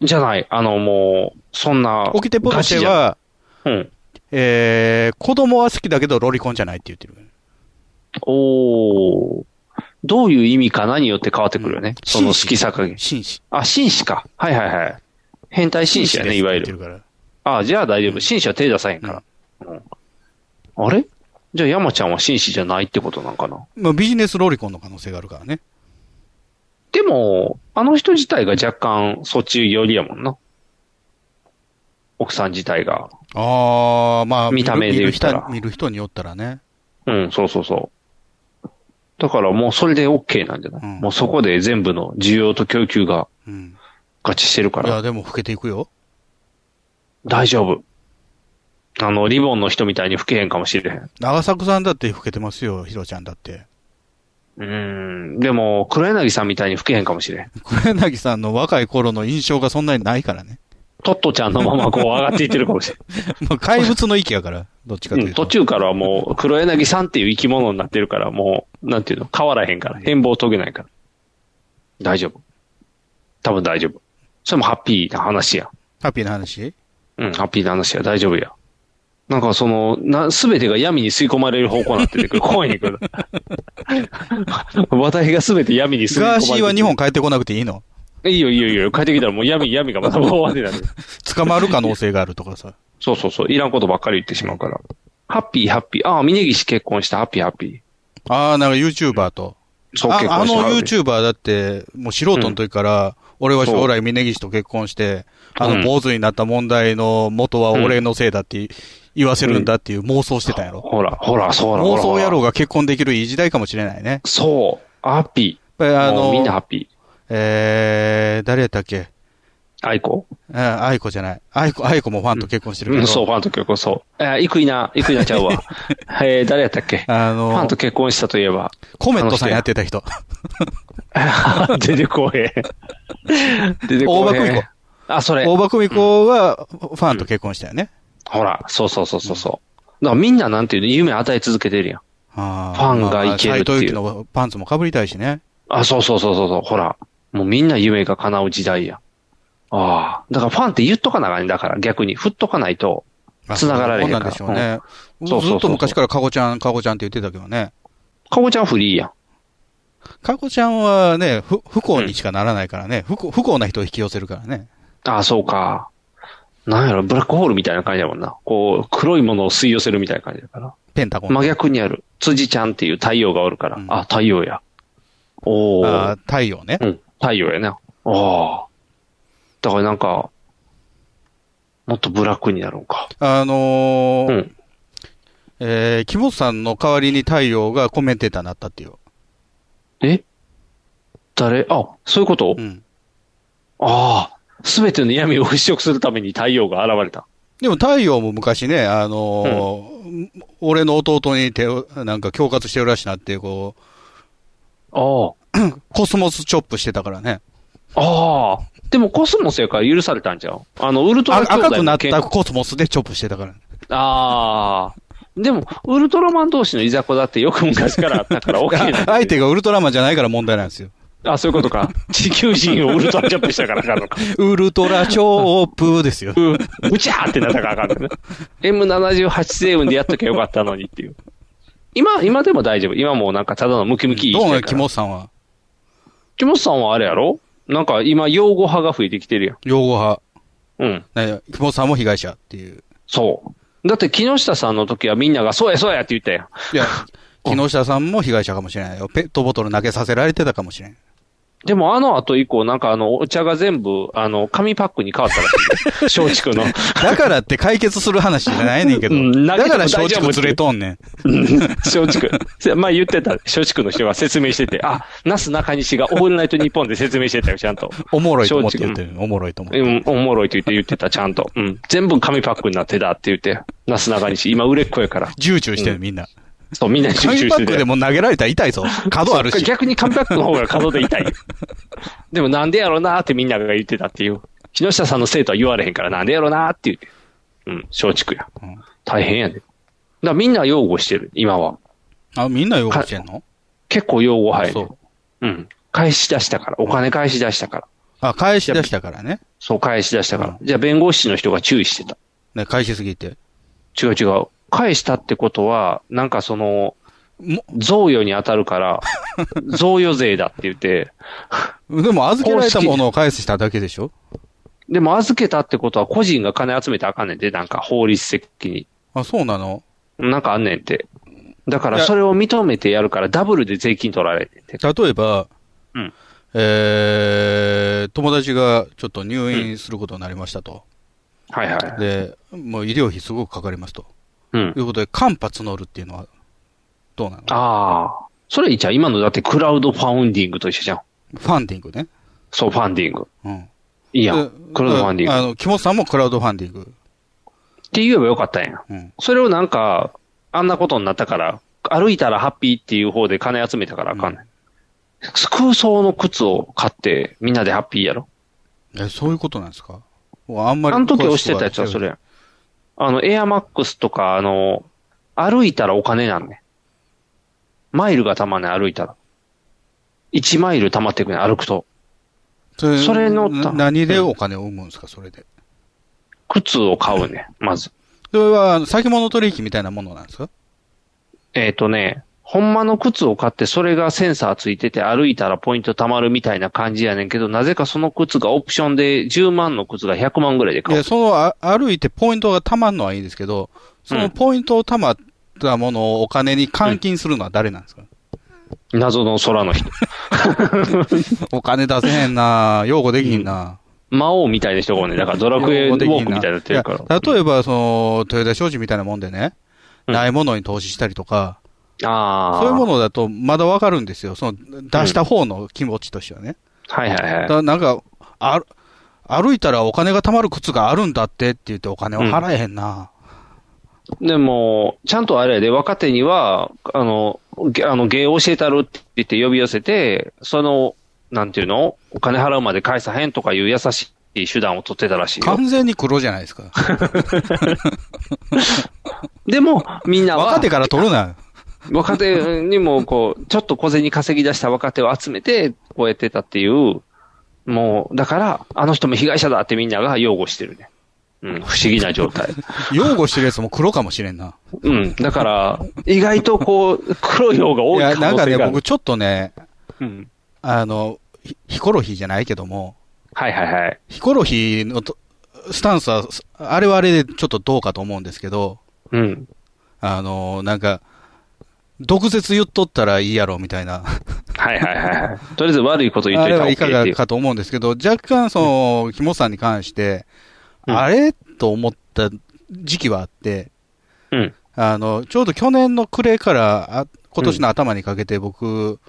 Speaker 2: 何じゃない。あの、もう、そんな。
Speaker 3: オキテポル
Speaker 2: ガ
Speaker 3: シェ
Speaker 2: チじゃん、
Speaker 3: は、
Speaker 2: うん。
Speaker 3: えー、子供は好きだけどロリコンじゃないって言ってる。
Speaker 2: おー。どういう意味か何よって変わってくるよね。その好きさ加減。
Speaker 3: 紳士。
Speaker 2: あ、紳士か。はいはいはい。変態紳士やね、いわゆ
Speaker 3: 紳士です
Speaker 2: る。
Speaker 3: って言ってる
Speaker 2: あ、じゃあ大丈夫。紳士は手出さへんから。うんあれじゃあ山ちゃんは紳士じゃないってことなんかな。
Speaker 3: から。まあ、ビジネスロリコンの可能性があるからね。
Speaker 2: でも、あの人自体が若干そっち寄りやもんな。奥さん自体が。
Speaker 3: あー、まあ、
Speaker 2: 見た目で言ったら
Speaker 3: 見る見る人によったらね。
Speaker 2: うん、そうそうそう。だからもうそれで OK なんじゃない、
Speaker 3: うん
Speaker 2: もうそこで全部の需要と供給が
Speaker 3: うん。
Speaker 2: 合致してるか
Speaker 3: い
Speaker 2: ら、
Speaker 3: や、でも老けていくよ。
Speaker 2: 大丈夫。あの、リボンの人みたいに吹けへんかもしれへん。
Speaker 3: 長作さんだって老けてますよ、ヒロちゃんだって。
Speaker 2: うーん。でも、黒柳さんみたいに吹けへんかもしれん。
Speaker 3: 黒柳さんの若い頃の印象がそんなにないからね。
Speaker 2: トットちゃんのままこう上がっていってるかもしれん。
Speaker 3: まあ、怪物の域やから、どっちかと
Speaker 2: う
Speaker 3: い
Speaker 2: ん、
Speaker 3: うと。
Speaker 2: 途中からはもう、黒柳さんっていう生き物になってるから、もう、なんていうの、変わらへんから、変貌を遂げないから。大丈夫。多分大丈夫。それもハッピーな話や。
Speaker 3: ハッピーな話
Speaker 2: うん、ハッピーな話や。大丈夫や。なんかその、な、すべてが闇に吸い込まれる方向になってて、怖いねんけど。 話題がすべて闇に吸い込まれ
Speaker 3: ガー
Speaker 2: て
Speaker 3: シーは日本帰ってこなくていいの
Speaker 2: いいよいいよいいよ。帰ってきたらもう闇、闇がまた終わってなる。
Speaker 3: 捕まる可能性があるとかさ。
Speaker 2: そうそうそう。いらんことばっかり言ってしまうから。ハッピー、ハッピー。ああ、峯岸結婚した。ハッピー、ハッピ
Speaker 3: ああ、なんか YouTuber と。
Speaker 2: ー。そう、
Speaker 3: あ
Speaker 2: 結
Speaker 3: あ
Speaker 2: 婚し
Speaker 3: の
Speaker 2: た。
Speaker 3: YouTuber だって、もう素人の時から、俺は将来峯岸と結婚して、あ
Speaker 2: うん
Speaker 3: の坊主になった問題の元は俺のせいだって言わせるんだっていう妄想してたんやろ。
Speaker 2: ほら、ほら、そうなの。
Speaker 3: 妄想野郎
Speaker 2: う。
Speaker 3: が結婚できるいい時代かもしれないね。
Speaker 2: そう。ハッピ
Speaker 3: やっ
Speaker 2: ー。
Speaker 3: ぱりあ
Speaker 2: もうみんなハ
Speaker 3: の、
Speaker 2: ッピ
Speaker 3: えー、誰やったっけ
Speaker 2: ー。愛子
Speaker 3: あ愛子じゃない。愛子、愛子もファンと結婚してる
Speaker 2: う
Speaker 3: け
Speaker 2: ん、そう、フ
Speaker 3: ど、
Speaker 2: ァンと結婚、そう。えー、イクイナ、イクイナちゃう わ。えー、誰やったっけ
Speaker 3: あ
Speaker 2: ファン
Speaker 3: の
Speaker 2: と、結婚したといえば、
Speaker 3: コメットさんやってた人。
Speaker 2: 出てこへん。出てこへん。
Speaker 3: 大場久美子。
Speaker 2: あ、それ。
Speaker 3: 大場久美子はファンと結婚したよね。
Speaker 2: ほら、そうそうそうそうそう。だからみんななんていうの、夢与え続けてるやん。
Speaker 3: ファ
Speaker 2: ファンがいけるっていう
Speaker 3: 斎藤由貴のパンツも被りたいしね。
Speaker 2: あ、そうそうそうそうそう、ほら。もうみんな夢が叶う時代や。ああ。だからファンって言っとかなあかんね。だから逆に、振っとかないと。繋がられへん
Speaker 3: そ
Speaker 2: か
Speaker 3: うなん
Speaker 2: ら
Speaker 3: でしょうね。
Speaker 2: んそうそうそうそう
Speaker 3: ずっと昔からカゴちゃん、カゴちゃんって言ってたけどね。
Speaker 2: かごちゃんフリーやん。
Speaker 3: カゴちゃんはね、不不幸にしかならないからね、不幸。不幸な人を引き寄せるからね。
Speaker 2: ああ、そうか。なんやろ、ブラックホールみたいな感じだもんな。こう、黒いものを吸い寄せるみたいな感じだから。
Speaker 3: ペンタゴン。
Speaker 2: 真逆にある。辻ちゃんっていう太陽がおるから。
Speaker 3: うん
Speaker 2: あ、太陽や。おー。
Speaker 3: あー太陽ね。
Speaker 2: うん、太陽やな。ああ。だからなんか、もっとブラックになるんか。
Speaker 3: あのー
Speaker 2: うん
Speaker 3: えー、木本さんの代わりに太陽がコメンテーターになったっていう。
Speaker 2: え誰あ、そういうこと、
Speaker 3: うん。
Speaker 2: ああ。すべての闇を払拭するために太陽が現れた。
Speaker 3: でも太陽も昔ね、あのー俺の弟に手を、なんか恐喝してるらしいなって、こう、
Speaker 2: ああ。
Speaker 3: コスモスチョップしてたからね。
Speaker 2: ああ。でもコスモスやから許されたんちゃうあの、ウルト
Speaker 3: あ
Speaker 2: ラ兄弟の
Speaker 3: 赤くな
Speaker 2: 喧
Speaker 3: ったコスモスでチョップしてたから。
Speaker 2: ああ。でも、ウルトラマン同士のいざこだってよく昔からあったから OK なんだよ
Speaker 3: 相手がウルトラマンじゃないから問題なんですよ。
Speaker 2: あ、そういうことか。地球人をウルトラジャンプしたからあかんのか。
Speaker 3: ウルトラチョープですよ。
Speaker 2: う、うちゃーってなったからあかんのね。M78 星雲でやっときゃよかったのにっていう。今、今でも大丈夫。今もうなんかただのムキムキいい
Speaker 3: どう
Speaker 2: 人
Speaker 3: な
Speaker 2: や
Speaker 3: の
Speaker 2: か
Speaker 3: 木
Speaker 2: ら。
Speaker 3: 本さんは。
Speaker 2: 木本さんはあれやろなんか今、用語派が増えてきてるやん。
Speaker 3: 擁護派。
Speaker 2: うん。
Speaker 3: ね、木本さんも被害者っていう。
Speaker 2: そう。だって木下さんの時はみんなが、そうやそうやって言ったやん。
Speaker 3: いや、木下さんも被害者かもしれないよ。ペットボトル投げさせられてたかもしれん。
Speaker 2: でもあの後以降、なんかあの、お茶が全部、あの、紙パックに変わったらしい よ。松竹の。
Speaker 3: だからって解決する話じゃないねんけど。
Speaker 2: うん投げても
Speaker 3: だから
Speaker 2: 大
Speaker 3: 松
Speaker 2: 丈夫
Speaker 3: 竹連れとんねん。
Speaker 2: うん松竹。せまあ言ってた。松竹の人が説明してて、あ、なすなかにしがオールナイト日本で説明してたよ、ちゃんと。
Speaker 3: おもろいと思って言ってる。おもろいと思っ
Speaker 2: う
Speaker 3: て。
Speaker 2: ん、おもろいと言って言ってた、ちゃんと。うん。全部紙パックになってたって言って、なすなかにし、今売れっ子やから。
Speaker 3: ジューチューしてるみんな。
Speaker 2: そう、みんな集中
Speaker 3: 紙
Speaker 2: し
Speaker 3: パ
Speaker 2: て
Speaker 3: ック
Speaker 2: て
Speaker 3: で。も投げられたら痛いぞ。角 あるし。
Speaker 2: 逆に紙パックの方が角で痛い よ。でもなんでやろうなーってみんなが言ってたっていう。木下さんの生徒は言われへんからなんでやろうなーって言って。うん、松竹や。
Speaker 3: うん
Speaker 2: 大変やで。だからみんな擁護してる、今は。
Speaker 3: あ、みんな擁護してんの
Speaker 2: 結構擁護入る。
Speaker 3: そう。
Speaker 2: うん。返し出したから。お金返し出したから。
Speaker 3: あ、返し出したからね。
Speaker 2: そう、返し出したから。じゃあ弁護士の人が注意してた。
Speaker 3: ね、返しすぎて。
Speaker 2: 違う違う。返したってことは、なんかその、
Speaker 3: も
Speaker 2: 贈与に当たる から、贈与税だって言って、
Speaker 3: でも預けられたものを返しただけでしょ
Speaker 2: でも預けたってことは個人が金集めてあかんねんで、なんか法律的に。
Speaker 3: あ、そうなの
Speaker 2: なんかあんねんって。だか
Speaker 3: い
Speaker 2: ら
Speaker 3: や
Speaker 2: それを認めてやるからダブルで税金取られてんて。
Speaker 3: 例えば、
Speaker 2: うん
Speaker 3: えー友達がちょっと入院することになりましたと。
Speaker 2: はいはい。
Speaker 3: で、もう医療費すごくかかりますと。
Speaker 2: うん
Speaker 3: と。いうことで、間髪募るっていうのは、どうなの
Speaker 2: ああ。それいいじゃん。今のだってクラウドファウンディングと一緒じゃん。
Speaker 3: ファンディングね。
Speaker 2: そう、ファンディング。
Speaker 3: うん。
Speaker 2: いいや
Speaker 3: で
Speaker 2: ん。クラウドファンディング。
Speaker 3: あ
Speaker 2: っ
Speaker 3: の、木本さんもクラウドファンディング。
Speaker 2: て言えばよかったんやん。
Speaker 3: うん。
Speaker 2: それをなんか、あんなことになったから、歩いたらハッピーっていう方で金集めたからあかんねん。空想の靴を買って、みんなでハッピーやろ。
Speaker 3: え、そういうことなんですかもうあんまり。
Speaker 2: あの時押してたやつはそれ。やん。あの、エアマックスとか、あの、歩いたらお金なんねん。マイルがたまんねん、歩いたら。1マイル溜まっていくねん、歩くと。
Speaker 3: それ
Speaker 2: それの
Speaker 3: な何でお金を生むんですか、それで。
Speaker 2: 靴を買うねん、 まず。
Speaker 3: それは、あの先物取引みたいなものなんですか
Speaker 2: えっ、とね、ほんまの靴を買って、それがセンサーついてて、歩いたらポイント貯まるみたいな感じやねんけど、なぜかその靴がオプションで10万の靴が100万ぐらいで
Speaker 3: い
Speaker 2: 買
Speaker 3: や、
Speaker 2: う。
Speaker 3: その、あ歩いてポイントが貯まるのはいいですけど、そうの
Speaker 2: ん
Speaker 3: ポイントを貯まったものをお金に換金するのは誰なんですか、
Speaker 2: 謎の空 の人。
Speaker 3: お金出せへ んな擁護できひんな、
Speaker 2: 魔王みたいな人がおんねん。だからドラクエウォークみたいになってるから。
Speaker 3: いや例えば、その、豊田商事みたいなもんでね、
Speaker 2: うん
Speaker 3: ないものに投資したりとか、
Speaker 2: ああ。
Speaker 3: そういうものだとまだわかるんですよ。その、出した方の気持ちとしてはね。
Speaker 2: はいはい
Speaker 3: だ
Speaker 2: は
Speaker 3: からなんか、ある歩いたらお金が貯まる靴があるんだってって言ってお金を払えへんな、
Speaker 2: い。でも、ちゃんとあれやで、若手には、あの、げあの芸を教えたるって言って呼び寄せて、その、なんていうのお金払うまで返さへんとかいう優しい手段を取ってたらしいよ。
Speaker 3: 完全に黒じゃな いですか。
Speaker 2: でも、みんなは
Speaker 3: 若、手から取るな。
Speaker 2: 若手にも、こう、ちょっと小銭稼ぎ出した若手を集めて、こうやってたっていう、もう、だから、あの人も被害者だってみんなが擁護してるね。うん、不思議な状 態。
Speaker 3: 擁護してるやつも黒かもしれんな。
Speaker 2: うん、だから、意外とこう、黒い方が多い
Speaker 3: いや、
Speaker 2: 可
Speaker 3: なん
Speaker 2: 能
Speaker 3: か
Speaker 2: 性
Speaker 3: ね、
Speaker 2: がある。
Speaker 3: 僕ちょっとね、
Speaker 2: うん、
Speaker 3: あの、ヒヒコロヒーじゃないけども、
Speaker 2: はいはいはい。
Speaker 3: ヒコロヒーのとスタンスは、あれはあれでちょっとどうかと思うんですけど、
Speaker 2: うん。
Speaker 3: あの、なんか、毒舌言っとったらいいやろみたいな、
Speaker 2: はいはいはいはい。とりあえず悪いこと言っ
Speaker 3: あ
Speaker 2: といた
Speaker 3: れ
Speaker 2: ら
Speaker 3: はい
Speaker 2: OK っ
Speaker 3: か
Speaker 2: てい
Speaker 3: が
Speaker 2: う。
Speaker 3: かと思うんですけど、若干その、キモさんに関して、
Speaker 2: うん
Speaker 3: あれと思った時期はあって、
Speaker 2: うん。
Speaker 3: あの、ちょうど去年の暮れから、あ今年の頭にかけて僕、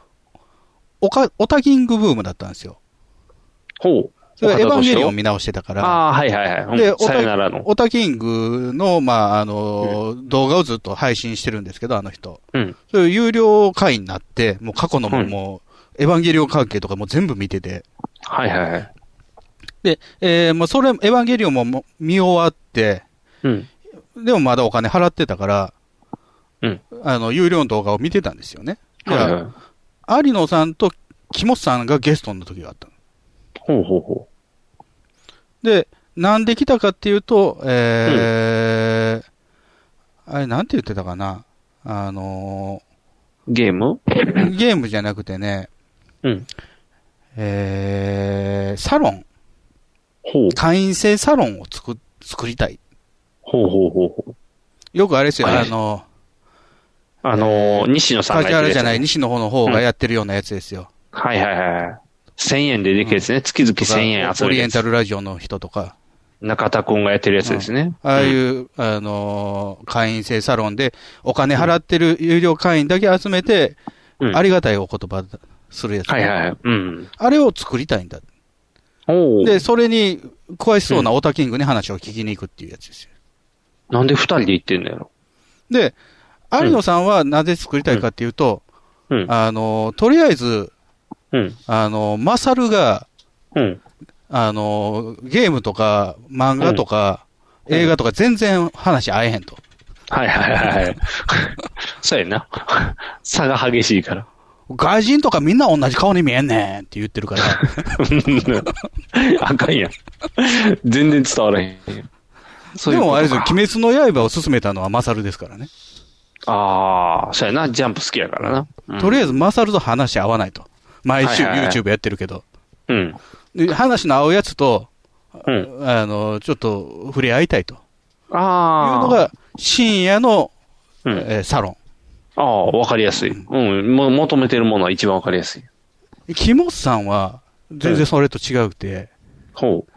Speaker 3: おか、オタキングブームだったんですよ。
Speaker 2: ほう。
Speaker 3: それはエヴァンゲリオン
Speaker 2: ン
Speaker 3: 見直してたから、
Speaker 2: ああー、はいはいはい。
Speaker 3: で
Speaker 2: うん、さよならの。
Speaker 3: オタキングの、まあ、あの、動画をずっと配信してるんですけど、あの人。
Speaker 2: うん。
Speaker 3: そういう有料会員になって、もう過去のも、
Speaker 2: はい
Speaker 3: もう、エヴァンゲリオン関係とかも全部見てて。
Speaker 2: はいはいはい。
Speaker 3: で、えー、まあ、それ、エヴァンゲリオンもも見終わって、
Speaker 2: うん。
Speaker 3: でもまだお金払ってたから、
Speaker 2: うん
Speaker 3: あの、有料の動画を見てたんですよね。じ
Speaker 2: はい
Speaker 3: ゃ
Speaker 2: はい。
Speaker 3: あ、有野さんと木本さんがゲストの時があったの。
Speaker 2: ほうほうほ
Speaker 3: で、なんで来たかっていうと、えーあれ、なんて言ってたかな。あの
Speaker 2: う。ゲーム
Speaker 3: ーゲームじゃなくてね、
Speaker 2: うん。
Speaker 3: えーサロン、
Speaker 2: ほう。
Speaker 3: 会員制サロンを作、作りたい。
Speaker 2: ほうほうほうほう。
Speaker 3: よくあれですよ、
Speaker 2: はい
Speaker 3: あの、
Speaker 2: あのー、西野さんが
Speaker 3: 梶
Speaker 2: やって
Speaker 3: 原
Speaker 2: る
Speaker 3: じ
Speaker 2: や
Speaker 3: ゃ
Speaker 2: つ
Speaker 3: ない、
Speaker 2: ね
Speaker 3: 西野方の方がやってるようなやつですよ。
Speaker 2: はいはいはい。1000円でできるやつね。月々
Speaker 3: とか
Speaker 2: 1000円集
Speaker 3: オ
Speaker 2: め
Speaker 3: リ
Speaker 2: る
Speaker 3: エ
Speaker 2: や
Speaker 3: ンタ
Speaker 2: つ。
Speaker 3: ルラジオの人とか、
Speaker 2: 中田くんがやってるやつですね。
Speaker 3: ああいう、あのー会員制サロンで、お金払ってる有料会員だけ集めて、
Speaker 2: うん
Speaker 3: ありがたいお言葉するやつ、
Speaker 2: はいはいはい。うん。
Speaker 3: あれを作りたいんだ。
Speaker 2: お
Speaker 3: で、
Speaker 2: で、
Speaker 3: それに詳しそうなオタキングに話を聞きに行くっていうやつですよ。
Speaker 2: なんで二人で行ってんだよ。
Speaker 3: で、有野さんはなぜ作りたいかっていうと、
Speaker 2: うん。
Speaker 3: あのーとりあえず、
Speaker 2: うん。
Speaker 3: あのーマサルが、
Speaker 2: うん。
Speaker 3: あのーゲームとか漫画とか、映画とか全然話合えへんと。
Speaker 2: はいはいはいはい。そうやな。差が激しいから。
Speaker 3: 外人とかみんな同じ顔に見えんねんって言ってるから。
Speaker 2: あかんやん。全然伝わらへん。そうい
Speaker 3: で
Speaker 2: うこと
Speaker 3: もあれですよ
Speaker 2: か、
Speaker 3: 鬼滅の刃を勧めたのはマサルですからね。
Speaker 2: ああ、そうやな、ジャンプ好きやからな。うん
Speaker 3: とりあえずマサルと話合わないと。毎週
Speaker 2: はいはいはい
Speaker 3: YouTube やってるけど。
Speaker 2: うん。
Speaker 3: で話の合うやつと、
Speaker 2: うん。
Speaker 3: あの、ちょっと触れ合いたいと。いう
Speaker 2: ああ。
Speaker 3: のが、深夜の、
Speaker 2: うん
Speaker 3: えーサロン。
Speaker 2: ああ、わかりやすい。うん、も求めてるものは一番わかりやすい。
Speaker 3: キモスさんは、全然それと違うくて、
Speaker 2: ほ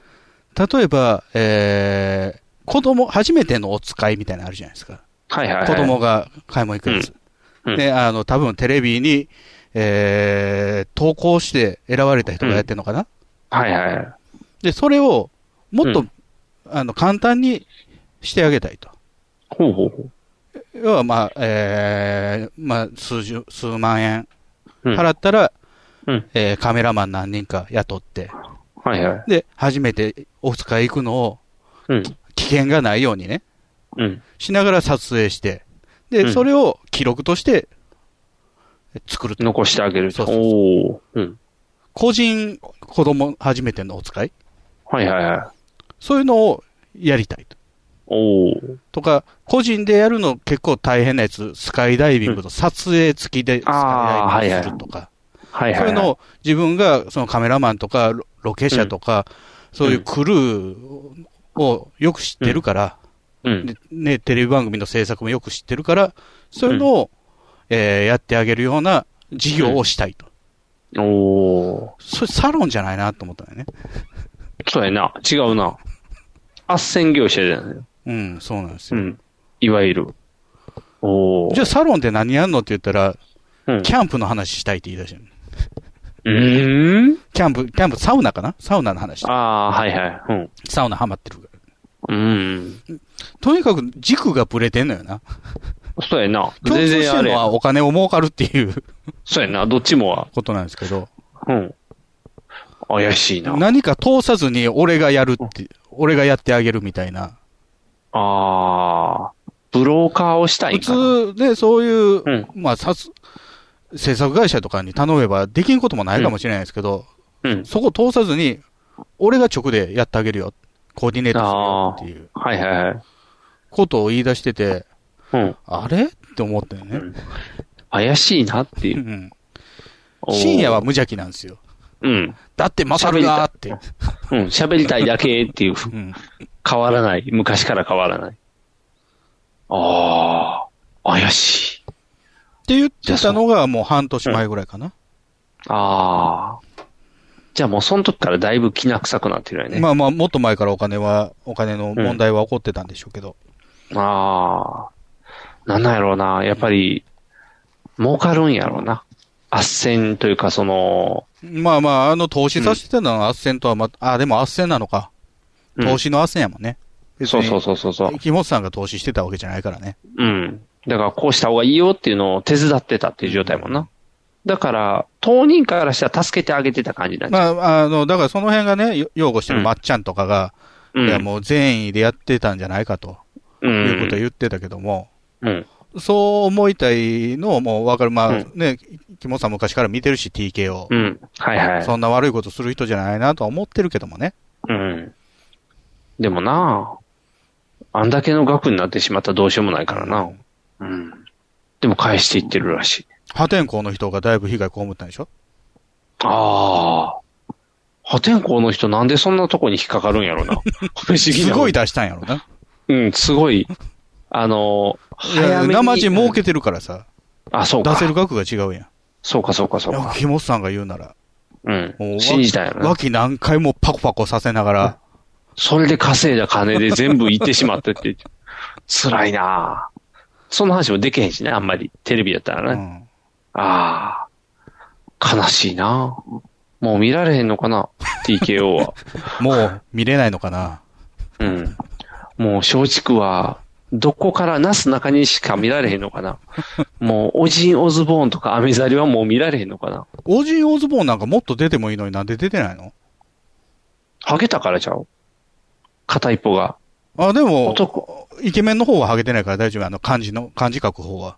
Speaker 2: う。
Speaker 3: 例えば、えー子供、初めてのお使いみたいなのあるじゃないですか。
Speaker 2: はいはいはい。
Speaker 3: 子供が買い物行くやつ。
Speaker 2: うんうん
Speaker 3: で、あの、多分テレビに、えー投稿して選ばれた人がやってるのかな、
Speaker 2: はいはいはい。
Speaker 3: で、それを、もっと、
Speaker 2: う
Speaker 3: あの、簡単にしてあげたいと。
Speaker 2: ほうほうほ
Speaker 3: 要は、まあ、えーまあ、数十、数万円
Speaker 2: う。うん、
Speaker 3: 払ったら、
Speaker 2: うん
Speaker 3: えーカメラマン何人か雇って、
Speaker 2: はいはい。
Speaker 3: で、初めてお使い行くのを、
Speaker 2: うん。
Speaker 3: 危険がないようにね、
Speaker 2: うん。
Speaker 3: しながら撮影して、で、
Speaker 2: うん
Speaker 3: それを記録として作ると。
Speaker 2: 残してあげると。
Speaker 3: そうそうそ
Speaker 2: おお。うん。
Speaker 3: 個人、子供初めてのお使い、
Speaker 2: はいはいはい。
Speaker 3: そういうのをやりたいと。
Speaker 2: おお。
Speaker 3: とか、個人でやるの結構大変なやつ、スカイダイビングと撮影付きでス
Speaker 2: あー
Speaker 3: カイダイビングするとか、
Speaker 2: はいはい、はい。
Speaker 3: そういうのを自分がそのカメラマンとかロロケ者とか、そういうクルーをよく知ってるから、
Speaker 2: うん
Speaker 3: で。ね、テレビ番組の制作もよく知ってるから、そういうのを、えーやってあげるような事業をしたいと。
Speaker 2: おお。
Speaker 3: それサロンじゃないなと思ったんだよね。
Speaker 2: そうやな。違うな。斡旋業者じゃないよ。
Speaker 3: うん、そうなんです
Speaker 2: う
Speaker 3: よ。
Speaker 2: ん。いわゆる。おお。
Speaker 3: じゃあサロンで何やんのって言ったら、
Speaker 2: うん
Speaker 3: キャンプの話したいって言い出したの
Speaker 2: うーん。
Speaker 3: キャンプ、キャンプ、サウナかなサウナの話。
Speaker 2: ああー、はいはい。うん。
Speaker 3: サウナハマってるから。
Speaker 2: うん。
Speaker 3: とにかく軸がブレてんのよな。
Speaker 2: そうやな。
Speaker 3: 共
Speaker 2: 全然
Speaker 3: 通して
Speaker 2: あ
Speaker 3: るの
Speaker 2: れ。
Speaker 3: はお金を儲かるっていう
Speaker 2: そうやな。どっちもは。
Speaker 3: ことなんですけど。
Speaker 2: うん。怪しいな。
Speaker 3: 何か通さずに俺がやるって、俺がやってあげるみたいな。
Speaker 2: ああ、ブローカーをしたいんかな
Speaker 3: 普通ね、そういう、
Speaker 2: うん
Speaker 3: まあ、さす、制作会社とかに頼めばできんこともないかもしれないですけど、
Speaker 2: うん。
Speaker 3: そこを通さずに、俺が直でやってあげるよ。コーディネートするよっていう
Speaker 2: はいはいはい。
Speaker 3: ことを言い出してて、
Speaker 2: うん。
Speaker 3: あれって思ったよね。
Speaker 2: 怪しいなっていうう。
Speaker 3: ん深夜は無邪気なんですよ。
Speaker 2: うん。
Speaker 3: だって、マサルがーって。
Speaker 2: うん。喋りたいだけっていう。
Speaker 3: うん
Speaker 2: 変わらない。昔から変わらない。ああ、怪しい。
Speaker 3: って言ってたのがもう半年前ぐらいかな。
Speaker 2: ああ。じゃあもうその時からだいぶきな臭くなってるよね。
Speaker 3: まあまあ、もっと前からお金は、お金の問題は起こってたんでしょうけど。
Speaker 2: ああ。なんなんやろうな。やっぱり、儲かるんやろうな。斡旋というか、その、
Speaker 3: まあまあ、あの、投資させてたのは、あっせんとはま、あ、でもあっせんなのか。
Speaker 2: うん
Speaker 3: 投資のあっせんやもんね。
Speaker 2: そうそうそうそうそう。
Speaker 3: 木本さんが投資してたわけじゃないからね。
Speaker 2: うん。だからこうした方がいいよっていうのを手伝ってたっていう状態もんな。だから、当人からしたら助けてあげてた感じなんじゃ
Speaker 3: まあ、あの、だからその辺がね、よ擁護してるまっちゃんとかが、
Speaker 2: う
Speaker 3: いや
Speaker 2: ん。
Speaker 3: もう善意でやってたんじゃないかと、
Speaker 2: うん、
Speaker 3: いうことを言ってたけども、
Speaker 2: うん。
Speaker 3: そう思いたいのもわかる。まあ
Speaker 2: うん
Speaker 3: ね、木本さん昔から見てるし、TK を
Speaker 2: う。ん。はいは
Speaker 3: そんな悪いことする人じゃないなとは思ってるけどもね。
Speaker 2: い。うん。でもなあ、あんだけの額になってしまったらどうしようもないからな。うん。でも返していってるらしい。
Speaker 3: 破天荒の人がだいぶ被害被ったんでしょ
Speaker 2: ああ。破天荒の人なんでそんなとこに引っかかるんやろな。不思議な。
Speaker 3: すごい。出したんやろな。
Speaker 2: うん、すごい。あの、
Speaker 3: いや
Speaker 2: 早めに。
Speaker 3: 生地儲けてるからさ、
Speaker 2: あ、そうか。
Speaker 3: 出せる額が違うやん。
Speaker 2: そうか、そうか、そう
Speaker 3: い
Speaker 2: か
Speaker 3: や。木本さんが言うなら、
Speaker 2: うん
Speaker 3: もう。わ
Speaker 2: 信じたんやろな。
Speaker 3: 脇何回もパコパコさせながら、
Speaker 2: それで稼いだ金で全部行ってしまったって。辛いなぁその話もできへんしね、あんまり。テレビやった
Speaker 3: う
Speaker 2: らね。
Speaker 3: ん、
Speaker 2: ああ。悲しいなぁもう見られへんのかな ?TKO は。
Speaker 3: もう見れないのかな。
Speaker 2: うん。もう松竹は、どこから、なす中にしか見られへんのかなもう、オジン・オズボーンとかアメザリはもう見られへんのかな
Speaker 3: オージー・オズボーンなんかもっと出てもいいのになんで出てないの
Speaker 2: ハゲたからちゃう片一方が。
Speaker 3: あ、でも、
Speaker 2: 男
Speaker 3: イケメンの方はハゲてないから大丈夫。あの漢字の、漢字書く方は。